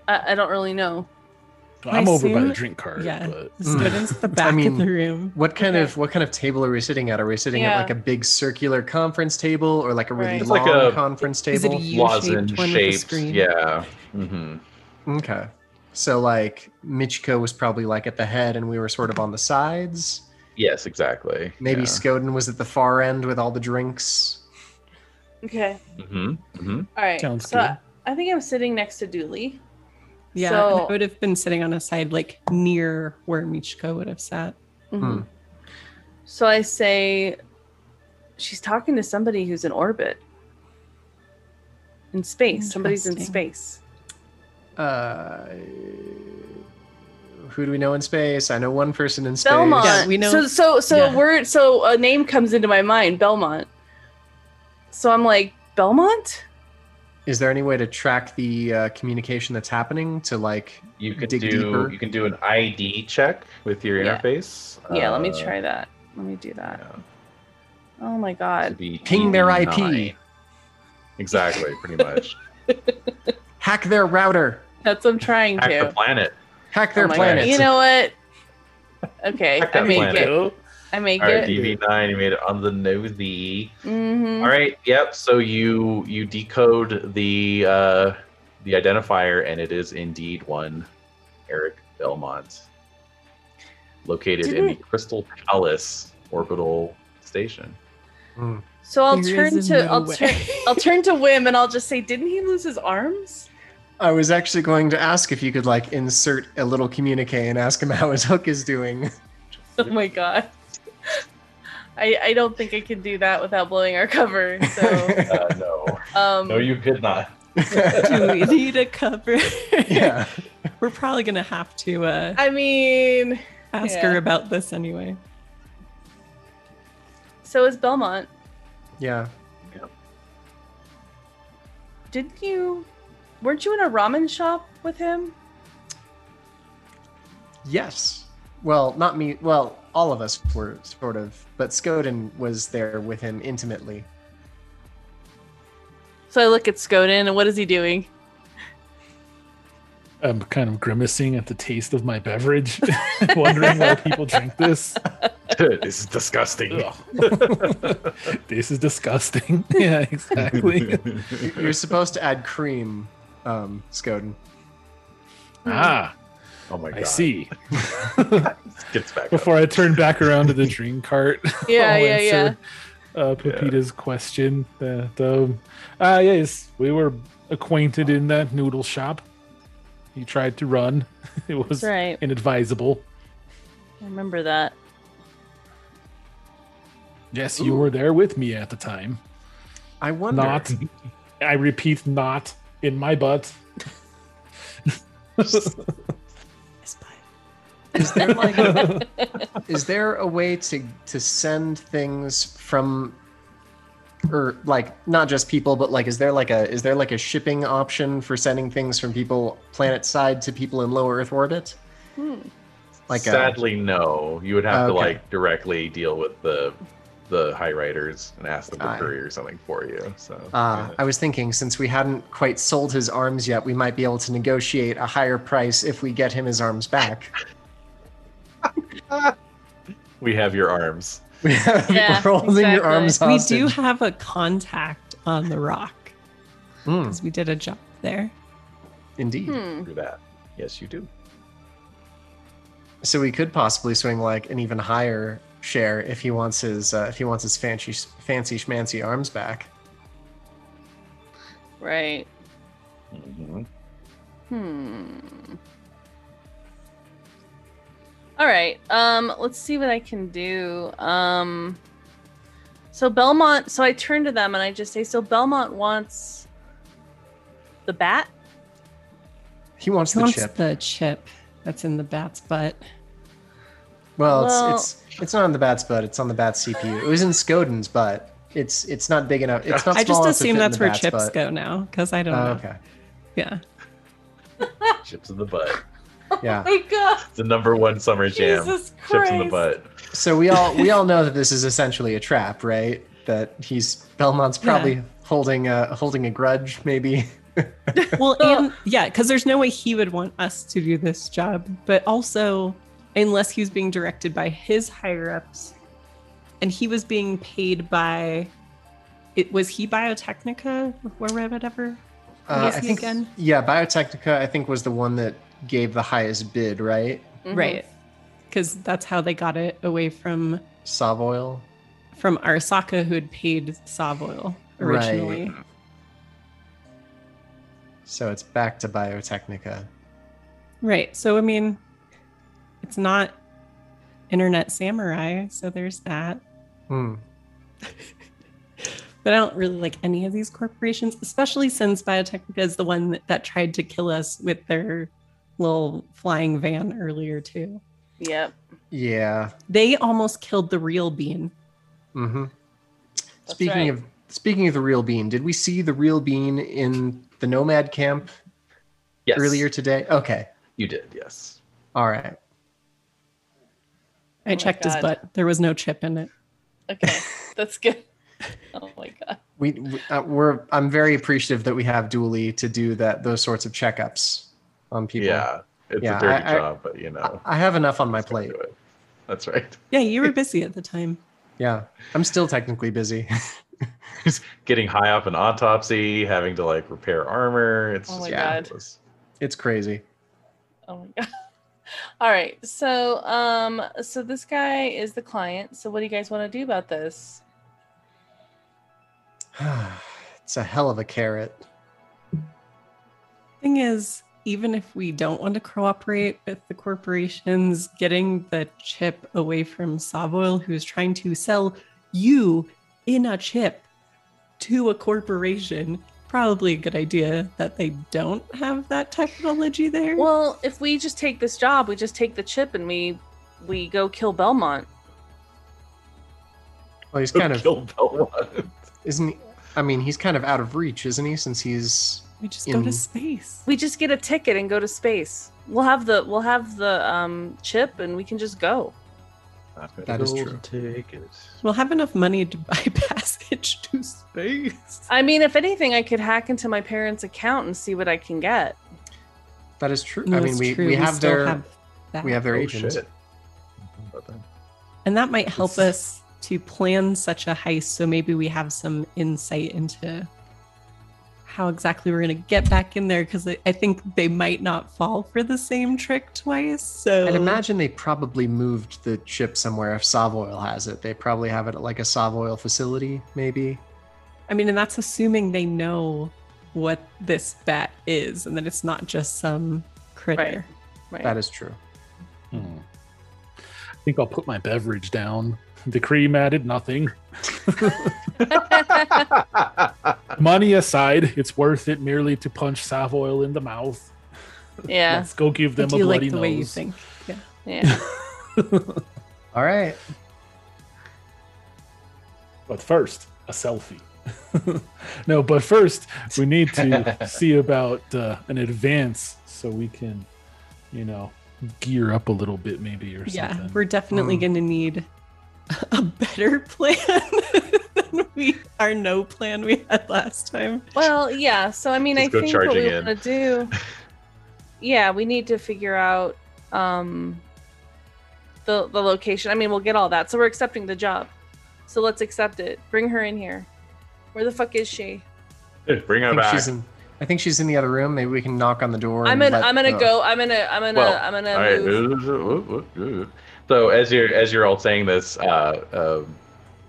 Speaker 7: I, I don't really know.
Speaker 6: [LAUGHS] I'm
Speaker 4: I
Speaker 6: over by
Speaker 4: assume-
Speaker 6: the drink card.
Speaker 4: yeah.
Speaker 6: But
Speaker 4: Snowden's the back
Speaker 8: mean-
Speaker 4: of the room.
Speaker 8: What kind
Speaker 7: Okay.
Speaker 8: of what kind of table are we sitting at? Are we sitting
Speaker 7: Yeah.
Speaker 8: at like a big circular conference table or like a really
Speaker 7: Right.
Speaker 5: It's
Speaker 8: long
Speaker 5: like a-
Speaker 8: conference
Speaker 4: Is it
Speaker 8: table?
Speaker 4: a U-shaped
Speaker 5: Lozenge
Speaker 4: one with a
Speaker 5: shaped,
Speaker 4: screen?
Speaker 5: yeah. hmm
Speaker 8: okay. So like Michiko was probably like at the head and we were sort of on the sides.
Speaker 5: Yes, exactly.
Speaker 8: Maybe
Speaker 5: Yeah.
Speaker 8: Skoden was at the far end with all the drinks.
Speaker 7: Okay.
Speaker 5: Mhm, mhm.
Speaker 7: All right.
Speaker 6: Sounds
Speaker 7: so
Speaker 6: good.
Speaker 7: I, I think I'm sitting next to Dooley.
Speaker 4: Yeah,
Speaker 7: So-
Speaker 4: and I would have been sitting on a side like near where Michiko would have sat.
Speaker 7: Mhm.
Speaker 8: Hmm.
Speaker 7: So I say she's talking to somebody who's in orbit. In space. Somebody's in
Speaker 4: Interesting.
Speaker 7: space.
Speaker 8: Uh, who do we know in space? I know one person in space.
Speaker 7: Belmont.
Speaker 4: Yeah, we know-
Speaker 7: So so so
Speaker 4: yeah.
Speaker 7: a word so a name comes into my mind, Belmont. So I'm like, Belmont?
Speaker 8: Is there any way to track the uh, communication that's happening to like?
Speaker 5: You could
Speaker 8: Dig
Speaker 5: do
Speaker 8: deeper.
Speaker 5: you can do an ID check with your
Speaker 7: Yeah.
Speaker 5: interface.
Speaker 7: Yeah, let me
Speaker 5: Uh,
Speaker 7: try that. Let me do that.
Speaker 5: yeah,
Speaker 7: Oh my
Speaker 5: this
Speaker 7: god.
Speaker 5: would be
Speaker 8: Ping their IP.
Speaker 5: E9. Exactly, pretty
Speaker 7: [LAUGHS]
Speaker 5: much.
Speaker 8: Hack their router.
Speaker 7: That's what I'm trying
Speaker 5: Hack the
Speaker 7: to.
Speaker 5: planet.
Speaker 8: Hack
Speaker 7: Oh
Speaker 8: their
Speaker 7: my God.
Speaker 8: planet.
Speaker 7: You know what? Okay,
Speaker 5: Hack
Speaker 7: I
Speaker 5: that
Speaker 7: make
Speaker 5: planet.
Speaker 7: it. I make
Speaker 5: All right,
Speaker 7: it.
Speaker 5: DV9, you made it on the nosy.
Speaker 7: hmm
Speaker 5: All right, yep. So you you decode the uh, the identifier, and it is indeed one Eric Belmont, located in the Crystal Palace orbital station.
Speaker 8: Mm.
Speaker 7: So I'll
Speaker 4: There
Speaker 7: turn
Speaker 4: is
Speaker 7: to
Speaker 4: no
Speaker 7: I'll
Speaker 4: way.
Speaker 7: turn I'll turn to Wim and I'll just say, didn't he lose his arms?
Speaker 8: I was actually going to ask if you could like insert a little communique and ask him [LAUGHS] how his hook is doing.
Speaker 7: Oh my god. I I don't think I can do that without blowing our cover.
Speaker 5: [LAUGHS]
Speaker 7: So
Speaker 5: Uh, no,
Speaker 7: um
Speaker 5: no, you could not.
Speaker 4: [LAUGHS] Do
Speaker 7: [LAUGHS]
Speaker 4: we need a cover?
Speaker 8: [LAUGHS] yeah.
Speaker 4: [LAUGHS] We're probably gonna have to uh,
Speaker 7: I mean
Speaker 4: ask
Speaker 7: Yeah.
Speaker 4: her about this anyway.
Speaker 7: so is Belmont.
Speaker 8: Yeah.
Speaker 7: Didn't you weren't you in a ramen shop with him?
Speaker 8: Yes. Well, not me. Well, all of us were sort of, but Skoden was there with him intimately.
Speaker 7: So I look at Skoden and what is he doing?
Speaker 6: I'm kind of grimacing at the taste of my beverage, [LAUGHS] wondering why people drink this.
Speaker 5: [LAUGHS] this is disgusting.
Speaker 6: Ugh. [LAUGHS] this is disgusting. [LAUGHS] Yeah,
Speaker 5: [LAUGHS]
Speaker 6: exactly.
Speaker 8: You- You're supposed to add cream, um, Skoden.
Speaker 6: ah,
Speaker 5: Oh my god!
Speaker 6: I see.
Speaker 5: [LAUGHS] Gets back up.
Speaker 6: Before I turn back around to the dream cart, [LAUGHS]
Speaker 7: Yeah,
Speaker 6: I'll
Speaker 7: yeah, yeah.
Speaker 6: Uh, Pepita's question. That um, ah, yes, we were acquainted in that noodle shop. He tried to run. [LAUGHS] It was
Speaker 7: right.
Speaker 6: inadvisable.
Speaker 7: I
Speaker 5: [LAUGHS]
Speaker 7: remember that. [LAUGHS]
Speaker 6: Yes, you were there with me at the time.
Speaker 8: I wonder.
Speaker 6: Not. I repeat, not in my butt.
Speaker 8: Is there like, is there a way to to send things from, or like not just people, but like is there like a is there like a shipping option for sending things from people planet side to people in low Earth orbit?
Speaker 7: Hmm.
Speaker 8: Like a- Oh,
Speaker 5: Sadly, no. You would have to
Speaker 8: Okay.
Speaker 5: like directly deal with the the high riders and ask them to
Speaker 8: Aye.
Speaker 5: courier something for you. So
Speaker 8: Uh,
Speaker 5: yeah.
Speaker 8: I was thinking, since we hadn't quite sold his arms yet, we might be able to negotiate a higher price if we get him his arms back. [LAUGHS]
Speaker 5: we have your arms.
Speaker 8: We have
Speaker 7: Yeah,
Speaker 8: we're holding your
Speaker 7: exactly.
Speaker 8: arms
Speaker 4: We
Speaker 8: hostage.
Speaker 4: do have a contact on the rock
Speaker 8: Hmm,
Speaker 4: because we did a job there.
Speaker 8: indeed.
Speaker 7: Hmm.
Speaker 5: Do that. Yes, you do.
Speaker 8: So we could possibly swing like an even higher share if he wants his uh, if he wants his fancy fancy schmancy arms back.
Speaker 7: Right.
Speaker 5: Mhm.
Speaker 7: Hmm. All right. Um, let's see what I can do. Um, so Belmont. So I turn to them and I just say, "So Belmont wants the bat."
Speaker 8: He wants
Speaker 4: Who
Speaker 8: the
Speaker 4: wants
Speaker 8: chip.
Speaker 4: the chip that's in the bat's butt?
Speaker 8: Well, it's
Speaker 7: Well-
Speaker 8: it's it's not on the bat's butt. It's on the bat's CPU. It was in Scodin's butt. It's it's not big enough. It's not.
Speaker 4: I
Speaker 8: small
Speaker 4: just
Speaker 8: enough to
Speaker 4: assume
Speaker 8: fit in
Speaker 4: that's
Speaker 8: the
Speaker 4: where
Speaker 8: bat's
Speaker 4: chips
Speaker 8: butt.
Speaker 4: go now because I don't
Speaker 8: Oh,
Speaker 4: know.
Speaker 8: okay.
Speaker 4: Yeah.
Speaker 5: Chips in the butt.
Speaker 8: Yeah.
Speaker 7: Oh my God!
Speaker 5: The number one summer jam.
Speaker 7: Jesus
Speaker 5: Chips in the
Speaker 7: Christ.
Speaker 5: butt.
Speaker 8: So we all we all know that this is essentially a trap, right? That he's Belmont's probably
Speaker 4: Yeah.
Speaker 8: holding a holding a grudge, maybe.
Speaker 4: Well, and yeah, because there's no way he would want us to do this job, but also, unless he was being directed by his higher ups, and he was being paid by, it was he Biotechnica or whatever.
Speaker 8: [LAUGHS] Uh,
Speaker 4: Yes,
Speaker 8: I
Speaker 4: he
Speaker 8: think
Speaker 4: again.
Speaker 8: yeah, Biotechnica I think was the one that gave the highest bid, right?
Speaker 7: Mhm.
Speaker 4: right because that's how they got it away from
Speaker 8: Savoil.
Speaker 4: from Arisaka who had paid Savoil originally
Speaker 8: So it's back to Biotechnica.
Speaker 4: right. so i mean it's not internet samurai so there's that
Speaker 8: Hmm.
Speaker 4: but i don't really like any of these corporations especially since biotechnica is the one that tried to kill us with their little flying van earlier too
Speaker 7: Yep.
Speaker 8: Yeah.
Speaker 4: they almost killed the real bean
Speaker 8: Mm-hmm.
Speaker 7: That's
Speaker 8: Speaking
Speaker 7: right.
Speaker 8: of speaking of the real bean, did we see the real bean in the nomad camp
Speaker 5: Yes.
Speaker 8: earlier today? Okay.
Speaker 5: You did. Yes.
Speaker 8: All right.
Speaker 4: i
Speaker 7: Oh my
Speaker 4: checked his
Speaker 7: God.
Speaker 4: butt there was no chip in it
Speaker 7: Okay, that's good. Oh my God.
Speaker 8: We we- uh, we're I'm very appreciative that we have Dooley to do that those sorts of checkups on people.
Speaker 5: Yeah. It's
Speaker 8: Yeah,
Speaker 5: a dirty
Speaker 8: I- I-
Speaker 5: job, but you know.
Speaker 8: I have enough on my
Speaker 5: just gotta
Speaker 8: plate.
Speaker 5: do it. That's right.
Speaker 4: yeah you were busy at the time
Speaker 8: Yeah. I'm still technically busy. [LAUGHS]
Speaker 5: Getting high up an autopsy, having to like repair armor. It's
Speaker 7: Oh
Speaker 5: just
Speaker 7: my
Speaker 8: God.
Speaker 5: ridiculous.
Speaker 8: it's crazy. [SIGHS]
Speaker 7: Oh my god. All right. So um so this guy is the client. So what do you guys want to do about this?
Speaker 8: it's a hell of a carrot.
Speaker 4: thing is even if we don't want to cooperate with the corporations getting the chip away from savoil who's trying to sell you in a chip to a corporation probably a good idea that they don't have that technology there
Speaker 7: Well, if we just take this job, we just take the chip and we we go kill Belmont.
Speaker 8: Well, he's kind of
Speaker 5: Kill Belmont.
Speaker 8: isn't he? I mean, he's kind of out of reach, isn't he? Since he's
Speaker 4: we just go
Speaker 8: in-
Speaker 4: to space
Speaker 7: We just get a ticket and go to space. We'll have the we'll have the um chip and we can just go.
Speaker 5: I've got a
Speaker 8: That is
Speaker 5: golden ticket.
Speaker 4: we'll have enough money to buy [LAUGHS] passage to space
Speaker 7: I mean, if anything, I could hack into my parents' account and see what I can get.
Speaker 8: that is true.
Speaker 4: No,
Speaker 8: I mean,
Speaker 4: it's
Speaker 8: we,
Speaker 4: true,
Speaker 8: we have
Speaker 4: still
Speaker 8: their
Speaker 4: that.
Speaker 8: we have their
Speaker 5: Oh,
Speaker 8: agent.
Speaker 5: shit. About that.
Speaker 4: And that might help us to plan such a heist. So maybe we have some insight into how exactly we're going to get back in there because I I think they might not fall for the same trick twice. So
Speaker 8: I'd imagine they probably moved the chip somewhere. If Savoil has it, they probably have it at like a Savoil facility, maybe.
Speaker 4: I mean, and that's assuming they know what this bat is and that it's not just some critter.
Speaker 7: Right.
Speaker 8: That is true.
Speaker 6: Hmm. I think I'll put my beverage down. The cream
Speaker 4: [LAUGHS]
Speaker 6: added nothing. Money aside, it's worth it merely to punch Savoil in the mouth.
Speaker 7: yeah.
Speaker 6: Let's go give
Speaker 4: I
Speaker 6: them
Speaker 4: do
Speaker 6: a
Speaker 4: like
Speaker 6: bloody
Speaker 4: the way you
Speaker 6: nose.
Speaker 4: think. Yeah.
Speaker 7: Yeah.
Speaker 8: All right.
Speaker 6: But first, a selfie. [LAUGHS] no, but first we need to see about uh, an advance so we can, you know, gear up a little bit maybe or
Speaker 4: Yeah.
Speaker 6: something. Hmm.
Speaker 4: We're definitely
Speaker 8: Mm.
Speaker 4: going to need [LAUGHS] a better plan [LAUGHS] than we our no plan we had last time.
Speaker 7: Well, yeah. So I mean,
Speaker 5: Just
Speaker 7: I
Speaker 5: go
Speaker 7: think what
Speaker 5: charging
Speaker 7: we
Speaker 5: in.
Speaker 7: want to
Speaker 5: [LAUGHS]
Speaker 7: do. Yeah, we need to figure out um, the the location. I mean, we'll get all that. So we're accepting the job. So let's accept it. Bring her in here. Where the fuck is she?
Speaker 5: Bring
Speaker 8: I
Speaker 5: her
Speaker 8: think
Speaker 5: back.
Speaker 8: she's in. I think she's in the other room. Maybe we can knock on the door.
Speaker 7: I'm
Speaker 8: and
Speaker 7: gonna
Speaker 8: let-
Speaker 7: I'm gonna
Speaker 8: oh.
Speaker 7: go. I'm gonna I'm gonna
Speaker 5: Well,
Speaker 7: I'm
Speaker 5: All right. uh,
Speaker 7: gonna move.
Speaker 5: So as you're as you're all saying this, uh, um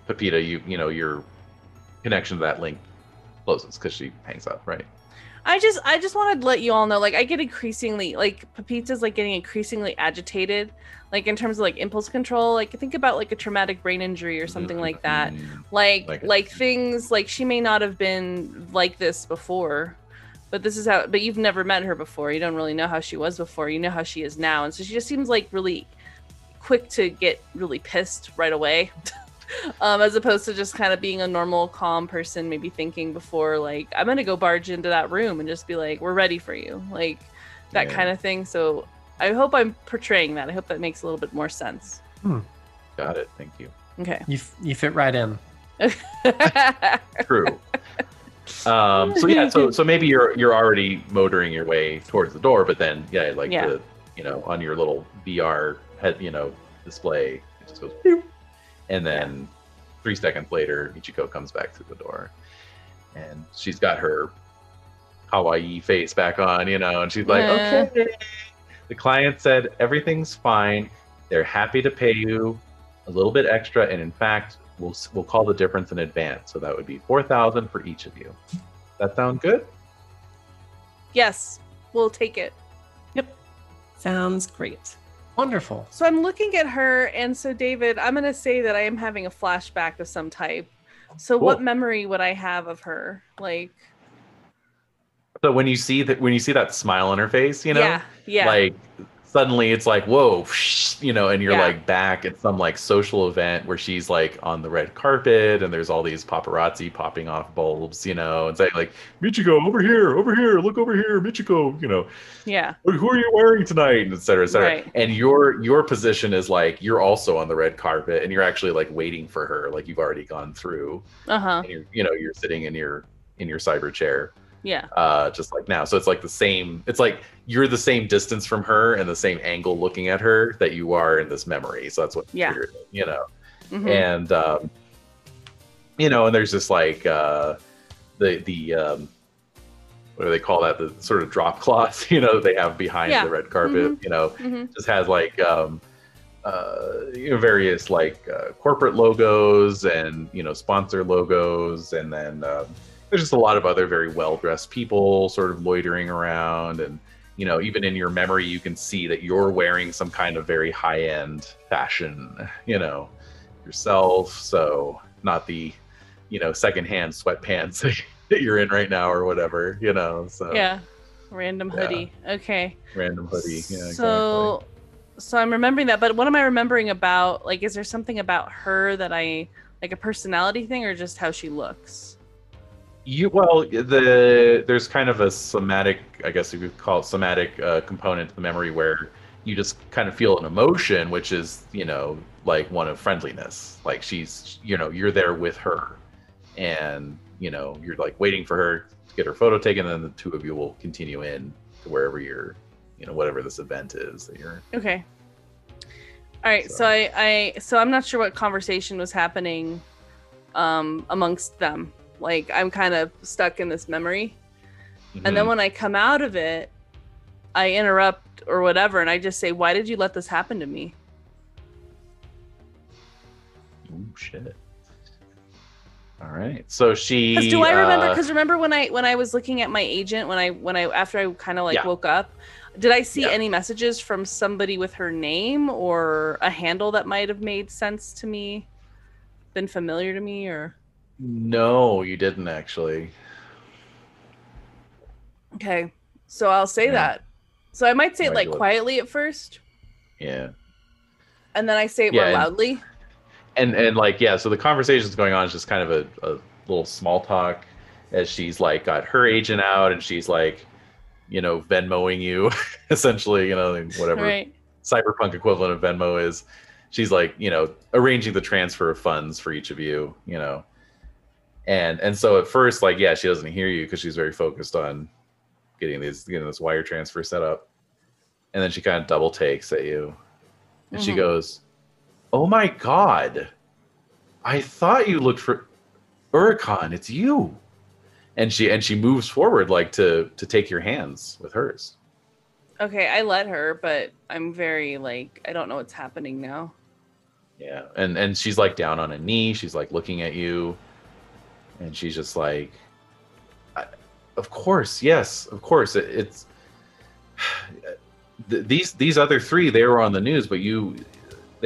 Speaker 5: Pepita, you you know your connection to that link closes because she hangs up, right?
Speaker 7: I just I just wanted to let you all know like I get increasingly like Pepita's like getting increasingly agitated like in terms of like impulse control like think about like a traumatic brain injury or something like that
Speaker 5: Mm,
Speaker 7: like
Speaker 5: Like-
Speaker 7: like, things like she may not have been like this before but this is how but you've never met her before you don't really know how she was before you know how she is now and so she just seems like really quick to get really pissed right away [LAUGHS] um, as opposed to just kind of being a normal calm person maybe thinking before like i'm gonna go barge into that room and just be like we're ready for you like that
Speaker 5: Yeah.
Speaker 7: kind of thing so i hope i'm portraying that i hope that makes a little bit more
Speaker 5: [LAUGHS]
Speaker 7: sense [LAUGHS]
Speaker 5: Got it. Thank you.
Speaker 7: okay
Speaker 8: You, f- you fit right in.
Speaker 5: True. um, so yeah, so so maybe you're you're already motoring your way towards the door, but then yeah, like
Speaker 7: Yeah.
Speaker 5: the you know on your little VR head you know display, it just goes, "Pew." and then three seconds later, Michiko comes back through the door, and she's got her Hawaii face back on, you know, and she's like,
Speaker 7: Yeah.
Speaker 5: okay. The client said everything's fine. They're happy to pay you a little bit extra, and in fact, we'll we'll call the difference in advance. So that would be four thousand for each of you. That sound good?
Speaker 7: yes we'll take it
Speaker 4: Sounds great.
Speaker 8: Wonderful.
Speaker 7: So I'm looking at her, and so David, I'm gonna say that I am having a flashback of some type. So what
Speaker 5: Cool.
Speaker 7: memory would I have of her? Like,
Speaker 5: So when you see that when you see that smile on her face, you know,
Speaker 7: yeah, yeah,
Speaker 5: like suddenly it's like whoa, you know, and you're
Speaker 7: Yeah.
Speaker 5: like back at some like social event where she's like on the red carpet and there's all these paparazzi popping off bulbs, you know, and saying like Michiko over here, over here, look over here, Michiko, you know,
Speaker 7: yeah,
Speaker 5: "Who- who are you wearing tonight and et cetera et cetera
Speaker 7: Right.
Speaker 5: and your your position is like you're also on the red carpet and you're actually like waiting for her like you've already gone through
Speaker 7: uh huh,
Speaker 5: and you're you know you're sitting in your in your cyber chair
Speaker 7: yeah,
Speaker 5: uh just like now so it's like the same it's like you're the same distance from her and the same angle looking at her that you are in this memory so that's what
Speaker 7: Yeah.
Speaker 5: triggered it, you know
Speaker 7: mhm,
Speaker 5: and um, you know, and there's this like uh, the the um, what do they call that? The sort of drop cloth, [LAUGHS] you know, that they have behind
Speaker 7: Yeah.
Speaker 5: the red carpet. You know,
Speaker 7: mhm.
Speaker 5: just has like um, uh, you know various like uh, corporate logos and you know sponsor logos, and then um, there's just a lot of other very well dressed people sort of loitering around and. You know, even in your memory, you can see that you're wearing some kind of very high-end fashion. You know, yourself. So not the, you know, secondhand sweatpants [LAUGHS] that you're in right now or whatever, you know. So
Speaker 7: yeah. Random
Speaker 5: uh, yeah.
Speaker 7: hoodie. Okay.
Speaker 5: random hoodie. Yeah,
Speaker 7: so, so I'm remembering that. But what am I remembering about? Like, is there something about her that I like a personality thing, or just how she looks?
Speaker 5: exactly. you well the there's kind of a somatic, I guess you could call it somatic uh, component to the memory where you just kind of feel an emotion, which is you know like one of friendliness. Like she's you know you're there with her, and you know you're like waiting for her to get her photo taken, and then the two of you will continue in to wherever you're you know whatever this event is that you're
Speaker 7: Okay. All right, so,
Speaker 5: So-
Speaker 7: I, I so I'm not sure what conversation was happening um amongst them. Like I'm kind of stuck in this memory. And
Speaker 5: Mm-hmm.
Speaker 7: then when I come out of it, I interrupt or whatever and I just say, "Why did you let this happen to me?"
Speaker 5: Ooh, shit. All right. So she.
Speaker 7: Cuz do I remember
Speaker 5: uh,
Speaker 7: cuz remember when I when I was looking at my agent when I when I after I kind of like
Speaker 5: Yeah.
Speaker 7: woke up, did I see
Speaker 5: Yeah.
Speaker 7: any messages from somebody with her name or a handle that might have made sense to me? Been familiar to me or
Speaker 5: no, you didn't actually.
Speaker 7: Okay. So I'll say
Speaker 5: Yeah.
Speaker 7: that. So I might say it
Speaker 5: Might
Speaker 7: like
Speaker 5: do it.
Speaker 7: quietly at first,
Speaker 5: Yeah.
Speaker 7: and then I say it
Speaker 5: Yeah,
Speaker 7: more
Speaker 5: and-
Speaker 7: loudly.
Speaker 5: And and like yeah, so the conversation's going on is just kind of a, a little small talk as she's like got her agent out and she's like, you know, [LAUGHS] Venmoing you essentially, you know, like, whatever
Speaker 7: Right.
Speaker 5: cyberpunk equivalent of Venmo is. she's like you know arranging the transfer of funds for each of you you know and and so at first like yeah she doesn't hear you because she's very focused on getting these getting this wire transfer set up and then she kind of double takes at you and she
Speaker 7: Mhm.
Speaker 5: goes oh my god i thought you looked for Uricon, it's you and she and she moves forward like to to take your hands with hers
Speaker 7: Mm-hmm. Okay, I let her, but I'm very like I don't know what's happening now.
Speaker 5: Yeah, and and she's like down on a knee. She's like looking at you, and she's just like, I, "Of course, yes, of course. It, it's [SIGHS] Th- these these other three. They were on the news, but you,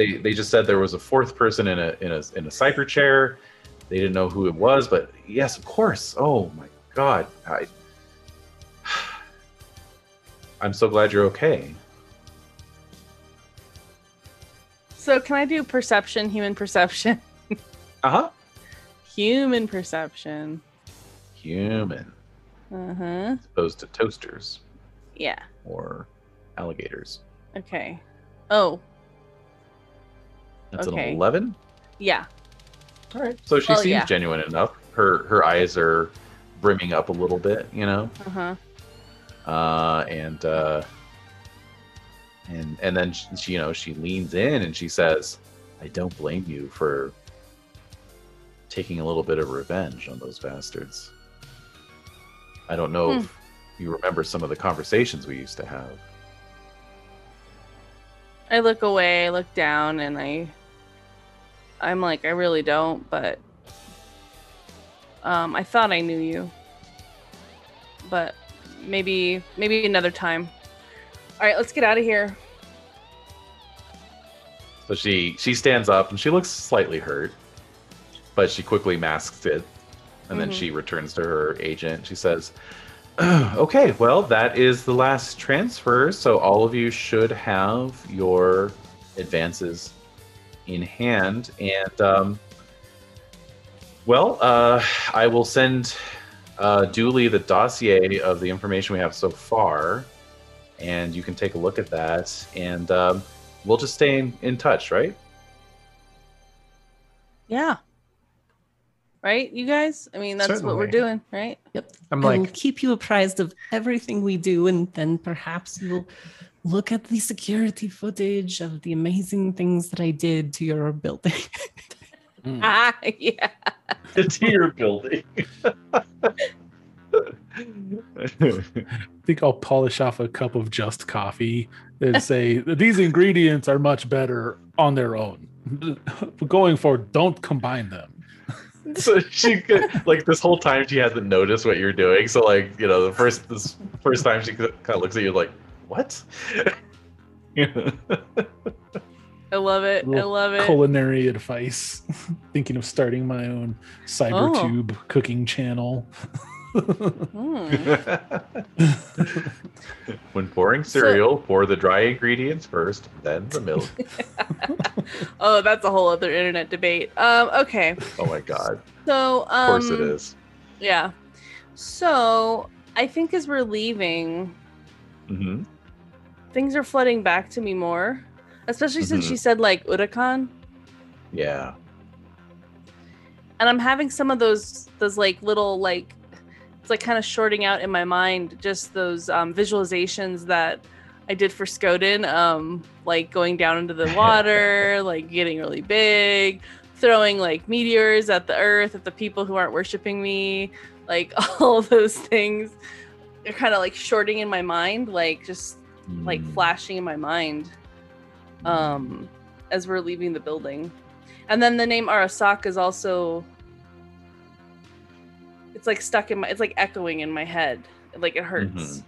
Speaker 5: they they just said there was a fourth person in a in a in a cyber chair. They didn't know who it was, but yes, of course. Oh my God, I, [SIGHS] I'm so glad you're okay.
Speaker 7: So can I do perception, human perception, [LAUGHS]
Speaker 5: Uh huh.
Speaker 7: human perception?
Speaker 5: Human,
Speaker 7: Uh huh.
Speaker 5: as opposed to toasters.
Speaker 7: Yeah.
Speaker 5: or alligators.
Speaker 7: Okay. Oh
Speaker 5: That's
Speaker 7: Okay.
Speaker 5: an eleven.
Speaker 7: yeah.
Speaker 5: All right. So she
Speaker 7: Well,
Speaker 5: seems
Speaker 7: yeah.
Speaker 5: genuine enough. Her her eyes are brimming up a little bit, you know.
Speaker 7: Uh huh.
Speaker 5: Uh, and uh, and and then she, she, you know she leans in and she says, "I don't blame you for taking a little bit of revenge on those bastards. I don't know if you remember some of the conversations we used to have."
Speaker 7: I look away. I look down, and I. I'm like I really don't, but. Um, I thought I knew you. But maybe maybe another time. All right, let's get out of here.
Speaker 5: So she she stands up and she looks slightly hurt, but she quickly masks it, and then
Speaker 9: Mm-hmm.
Speaker 7: Mhm.
Speaker 5: she returns to her agent. She says, [CLEARS THROAT] "Okay, well that is the last transfer, so all of you should have your advances in hand, and um, well, uh, I will send." Uh, Dooley, the dossier of the information we have so far, and you can take a look at that. And um, we'll just stay in, in touch, right?
Speaker 7: Yeah. Right, you guys? I mean, that's what we're
Speaker 8: Certainly.
Speaker 7: doing, right? [LAUGHS]
Speaker 8: I'm
Speaker 4: I will
Speaker 8: like,
Speaker 4: keep you apprised of everything we do, and then perhaps you'll look at the security footage of the amazing things that I did to your building. [LAUGHS]
Speaker 7: Ah, yeah.
Speaker 5: [LAUGHS] to your building.
Speaker 6: I think I'll polish off a cup of just coffee and say [LAUGHS] these ingredients are much better on their own. [LAUGHS] Going forward, don't combine them.
Speaker 5: [LAUGHS] so she could, like this whole time she hasn't noticed what you're doing. So like you know the first this first time she kind of looks at you like what? [LAUGHS]
Speaker 7: I love it. I
Speaker 6: Little
Speaker 7: love it.
Speaker 6: Culinary advice. [LAUGHS] Thinking of starting my own
Speaker 7: Oh.
Speaker 6: CyberTube cooking channel.
Speaker 7: Hmm.
Speaker 5: [LAUGHS] when pouring
Speaker 7: So-
Speaker 5: cereal, pour the dry ingredients first, then the
Speaker 7: [LAUGHS]
Speaker 5: milk.
Speaker 7: Oh, that's a whole other internet debate. Um, okay.
Speaker 5: Oh my god!
Speaker 7: So,
Speaker 5: Of
Speaker 7: um,
Speaker 5: course it is.
Speaker 7: Yeah. So, I think as we're leaving,
Speaker 5: hmm
Speaker 7: things are flooding back to me more, especially since
Speaker 5: Mhm.
Speaker 7: she said like Urakan.
Speaker 5: Yeah.
Speaker 7: and I'm having some of those those like little like it's like kind of shorting out in my mind just those um, visualizations that I did for Skoden, um, like going down into the water, like getting really big, throwing like meteors at the earth at the people who aren't worshiping me, like [LAUGHS] all those things. They're kind of like shorting in my mind, like just like
Speaker 9: Mm.
Speaker 5: Mm.
Speaker 7: flashing in my mind um as we're leaving the building and then the name arasaka is also it's like stuck in my it's like echoing in my head like it hurts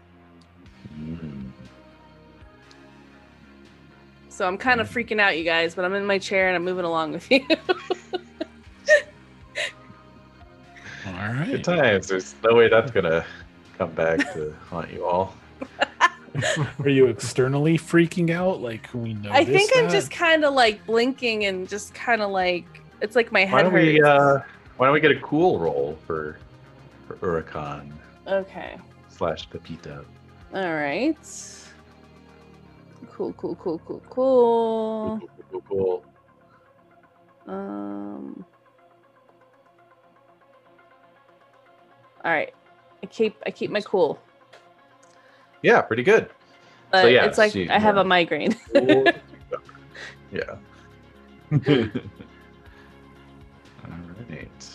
Speaker 5: Mhm. Mm.
Speaker 7: so i'm kind of
Speaker 5: Mm-hmm.
Speaker 7: freaking out you guys but i'm in my chair and i'm moving along with you
Speaker 6: All
Speaker 5: Good
Speaker 6: right.
Speaker 5: times. There's no way that's gonna come back to
Speaker 7: [LAUGHS]
Speaker 5: haunt you all.
Speaker 6: Are you externally freaking out? Like we know.
Speaker 7: [LAUGHS] i think i'm just kind of like blinking and just kind of like it's like my
Speaker 5: Why
Speaker 7: head
Speaker 5: don't
Speaker 7: hurts
Speaker 5: we? Uh, why don't we get a cool roll for for Urakan
Speaker 7: okay
Speaker 5: slash Pepita?
Speaker 7: all right Cool, cool, cool, cool, cool.
Speaker 9: Cool, cool, cool.
Speaker 7: Um. All right, I keep I keep my cool.
Speaker 9: Yeah, pretty good.
Speaker 7: But
Speaker 9: yeah,
Speaker 7: it's like
Speaker 9: see,
Speaker 7: I have
Speaker 9: yeah.
Speaker 7: a migraine. [LAUGHS]
Speaker 9: [LAUGHS] yeah. All right.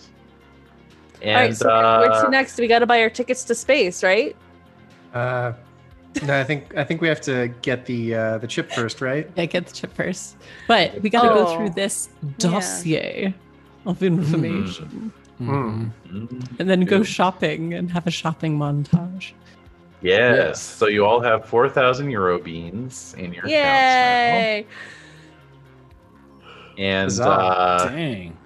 Speaker 9: And
Speaker 7: All right, so where- where
Speaker 9: uh,
Speaker 7: to next? We got to buy our tickets to space, right?
Speaker 8: Uh, no, I think I think we have to get the uh, the chip first, right?
Speaker 4: Yeah, get the chip first. But we got to go
Speaker 7: Oh.
Speaker 4: through this dossier of information
Speaker 9: Hmm.
Speaker 6: Hmm.
Speaker 8: Mm.
Speaker 9: mm,
Speaker 4: and then
Speaker 9: Yeah.
Speaker 4: go shopping and have a shopping montage.
Speaker 9: yes. So you all have four thousand euro beans in your accounts
Speaker 7: Yay!
Speaker 9: now. And
Speaker 8: Huzzah.
Speaker 9: uh,
Speaker 6: Dang.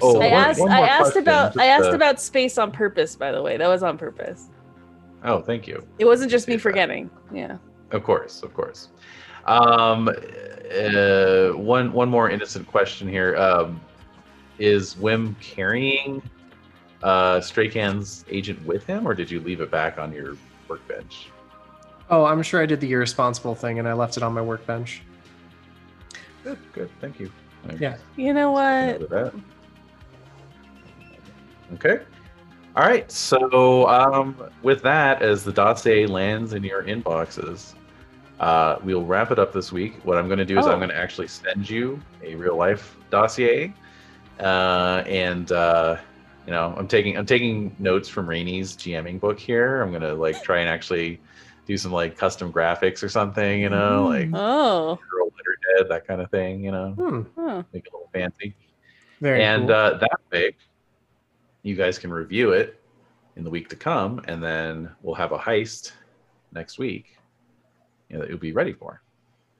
Speaker 9: Oh,
Speaker 6: So-
Speaker 7: I
Speaker 9: one-
Speaker 7: asked
Speaker 9: one
Speaker 7: I
Speaker 9: more
Speaker 7: asked
Speaker 9: question,
Speaker 7: about
Speaker 9: just,
Speaker 7: I asked
Speaker 9: uh,
Speaker 7: about space on purpose. By the way, that was on purpose.
Speaker 9: oh, thank you.
Speaker 7: It wasn't just me
Speaker 9: Yeah.
Speaker 7: forgetting. Yeah.
Speaker 9: Of course, of course. Um, uh, one one more innocent question here: um, Is Wim carrying uh, Stray Can's agent with him, or did you leave it back on your workbench?
Speaker 8: Oh, I'm sure I did the irresponsible thing and I left it on my workbench.
Speaker 9: Good, good. Thank you.
Speaker 8: Yeah.
Speaker 7: You know what?
Speaker 9: Note of that. Okay. All right. So, um, with that, as the dossier lands in your inboxes, uh, we'll wrap it up this week. What I'm going to do is
Speaker 7: Oh.
Speaker 9: I'm going to actually send you a real life dossier, uh, and uh, you know, I'm taking I'm taking notes from Rainey's GMing book here. I'm going to like try and actually do some like custom graphics or something. You know, like
Speaker 7: Oh.
Speaker 9: girl letterhead, that kind of thing. You know,
Speaker 8: Hmm.
Speaker 7: Huh.
Speaker 9: make it a little fancy
Speaker 8: Very
Speaker 9: and
Speaker 8: cool.
Speaker 9: uh, that way you guys can review it in the week to come and then we'll have a heist next week you know, that you'll be ready for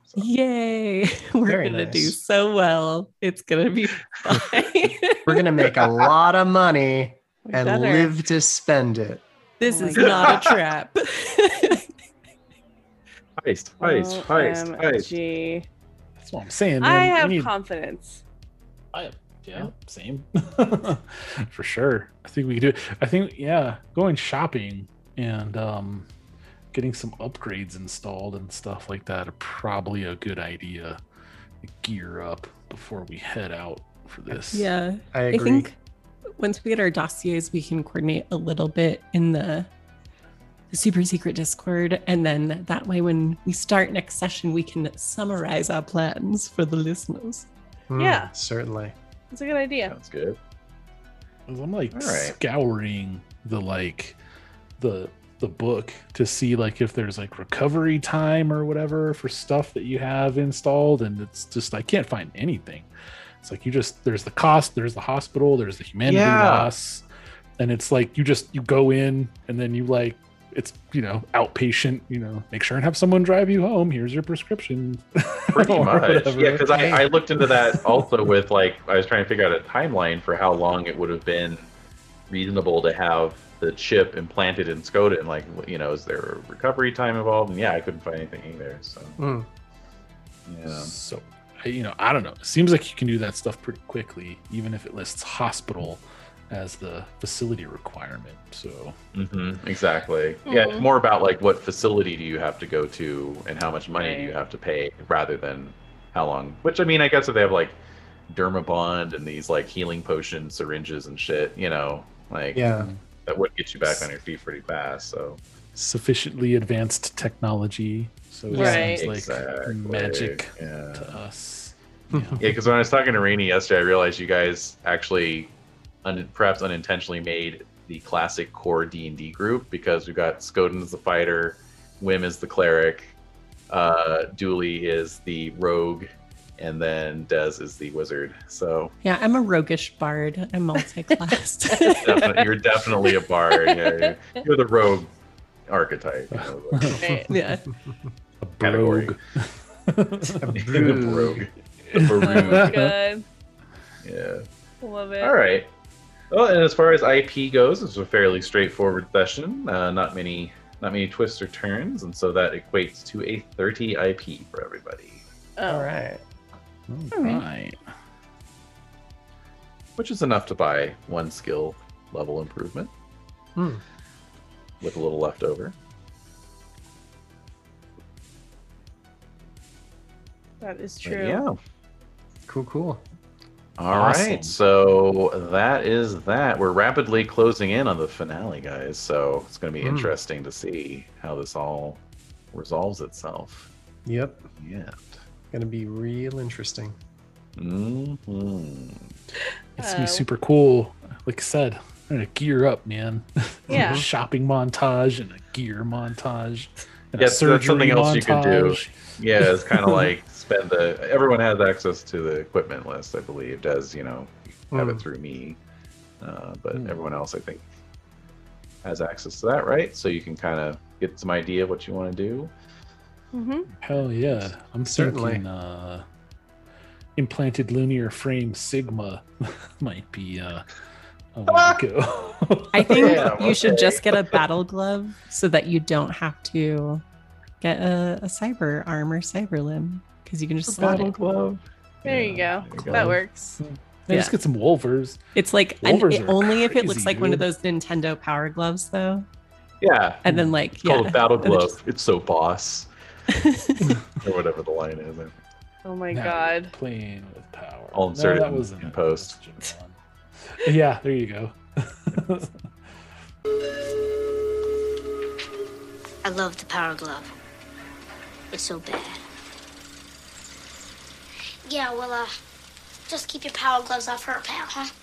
Speaker 9: so,
Speaker 4: Yay. [LAUGHS] We're
Speaker 8: Very
Speaker 4: going to do
Speaker 8: nice.
Speaker 4: so well. It's going to
Speaker 9: [LAUGHS]
Speaker 4: be fine. [LAUGHS]
Speaker 8: We're gonna make a lot of money
Speaker 7: We
Speaker 8: and
Speaker 7: better.
Speaker 8: live to spend it.
Speaker 4: this
Speaker 7: Oh my
Speaker 4: is
Speaker 9: God.
Speaker 4: not a trap. [LAUGHS]
Speaker 9: heist heist
Speaker 7: um,
Speaker 9: heist heist
Speaker 7: OMG.
Speaker 6: That's what I'm saying. Man.
Speaker 7: I
Speaker 6: We
Speaker 7: have
Speaker 6: need-
Speaker 7: confidence.
Speaker 6: yeah, same. [LAUGHS] For sure. I think we could do it. I think yeah, going shopping and um getting some upgrades installed and stuff like that are probably a good idea. to Gear up before we head out for this.
Speaker 4: yeah.
Speaker 8: I
Speaker 4: I
Speaker 8: agree.
Speaker 4: think once we get our dossiers, we can coordinate a little bit in the, the super secret Discord. And then that way, when we start next session, we can summarize our plans for the listeners.
Speaker 8: Hmm,
Speaker 7: Yeah.
Speaker 8: Certainly.
Speaker 7: It's a good
Speaker 9: [LAUGHS]
Speaker 7: idea.
Speaker 9: sounds good
Speaker 6: 'Cause I'm like
Speaker 9: All right.
Speaker 6: scouring the like the the book to see like if there's like recovery time or whatever for stuff that you have installed and it's just I can't find anything. It's like you just there's the cost, there's the hospital, there's the humanity
Speaker 9: Yeah.
Speaker 6: loss. And it's like you just you go in and then you like it's you know outpatient you know make sure and have someone drive you home here's your prescription
Speaker 9: pretty [LAUGHS]
Speaker 6: Or
Speaker 9: much
Speaker 6: whatever.
Speaker 9: yeah because I, I looked into [LAUGHS] that also with like i was trying to figure out a timeline for how long it would have been reasonable to have the chip implanted in Skoda and like you know is there a recovery time involved and yeah i couldn't find anything either so
Speaker 8: Hmm.
Speaker 9: yeah
Speaker 6: So, I- you know, I don't know. It seems like you can do that stuff pretty quickly, even if it lists hospital as the facility requirement. So,
Speaker 9: hmm exactly. Yeah, it's
Speaker 7: Mhm.
Speaker 9: more about like what facility do you have to go to and how much money do you
Speaker 7: Right.
Speaker 9: have to pay rather than how long. Which I mean, I guess if they have like Dermabond and these like healing potion syringes and shit, you know, like
Speaker 8: Yeah.
Speaker 9: that would get you back on your feet pretty fast. So
Speaker 6: sufficiently advanced technology. So, it
Speaker 7: Right.
Speaker 6: seems like magic
Speaker 9: Yeah.
Speaker 6: to us.
Speaker 8: Hmm.
Speaker 6: Yeah.
Speaker 9: Yeah, because when I was talking to Rainey yesterday, I realized you guys actually, un- perhaps unintentionally, made the classic core D and D group because we've got Skoden as the fighter, Wim is the cleric, uh, Dooley is the rogue, and then Dez is the wizard. So
Speaker 4: Yeah, I'm a roguish bard. I'm [LAUGHS] multi-classed.
Speaker 9: definitely, you're definitely a bard. Yeah, you're, you're the rogue archetype. You know, the-
Speaker 7: Right.
Speaker 4: yeah.
Speaker 6: A
Speaker 9: Category.
Speaker 6: brogue.
Speaker 9: the rogue. The
Speaker 7: Sounds
Speaker 9: baroog.
Speaker 7: good.
Speaker 9: Yeah.
Speaker 7: Love it.
Speaker 9: All right. Well, and as far as IP goes, it's a fairly straightforward session. Uh, not many, not many twists or turns, and so that equates to a 30 IP for everybody,
Speaker 7: Oh.
Speaker 8: All right.
Speaker 6: All right.
Speaker 9: which is enough to buy one skill level improvement
Speaker 8: Hmm.
Speaker 9: with a little left over.
Speaker 7: That is
Speaker 9: But
Speaker 7: true.
Speaker 9: yeah.
Speaker 8: Cool, cool.
Speaker 9: All right,
Speaker 6: Awesome.
Speaker 9: So that is that. We're rapidly closing in on the finale, guys. So it's going to be
Speaker 8: Mm.
Speaker 9: interesting to see how this all resolves itself.
Speaker 8: Yep.
Speaker 9: Yeah.
Speaker 8: Gonna be real interesting.
Speaker 9: hmm
Speaker 6: It's gonna
Speaker 7: Oh.
Speaker 6: be super cool. Like I said, I'm gonna gear up, man. [LAUGHS]
Speaker 7: Yeah.
Speaker 6: Shopping montage and a gear montage. And a
Speaker 9: Yeah, that's
Speaker 6: surgery
Speaker 9: something else you could do.
Speaker 6: montage.
Speaker 9: Yeah,
Speaker 4: [LAUGHS]
Speaker 9: it's kind of like spend the. Everyone has access to the equipment list, I believe, does, you know, you
Speaker 4: Hmm.
Speaker 9: have it
Speaker 8: Mm.
Speaker 9: through me. Uh, but
Speaker 6: Mm.
Speaker 9: everyone else, I think, has access to that, right? So you can kind of get some idea of what you want to do.
Speaker 7: hmm
Speaker 6: Hell yeah. I'm
Speaker 8: Certainly.
Speaker 6: thinking uh, implanted linear frame sigma [LAUGHS] might be uh, a way to go.
Speaker 4: I think
Speaker 9: Yeah,
Speaker 4: you should
Speaker 9: okay.
Speaker 4: just get a battle glove so that you don't have to get a, a cyber arm or cyber limb because you can
Speaker 9: Oh,
Speaker 4: just slot it.
Speaker 9: glove.
Speaker 7: There you
Speaker 9: Yeah,
Speaker 7: go.
Speaker 9: there you go.
Speaker 7: That works.
Speaker 6: Man, Let's
Speaker 4: Yeah.
Speaker 6: get [LAUGHS] some wolvers.
Speaker 4: It's like and
Speaker 6: Wolvers
Speaker 4: it-
Speaker 6: are
Speaker 4: only if it
Speaker 6: crazy,
Speaker 4: looks like one of
Speaker 6: dude.
Speaker 4: those Nintendo Power Gloves though,
Speaker 9: Yeah.
Speaker 4: and then like
Speaker 9: It's called
Speaker 4: yeah,
Speaker 9: a battle
Speaker 4: and it
Speaker 9: glove. It's so
Speaker 4: [LAUGHS]
Speaker 9: boss
Speaker 4: just-
Speaker 9: or whatever the line is.
Speaker 7: Oh my
Speaker 6: Now we're
Speaker 7: god.
Speaker 6: Playing with power.
Speaker 9: I'll insert it in-
Speaker 6: an-
Speaker 9: in post.
Speaker 6: that's Jim Ron. yeah, there you go.
Speaker 10: I love the power glove. It's so bad.
Speaker 11: Yeah, well, uh, just keep your power gloves off her, pal, huh?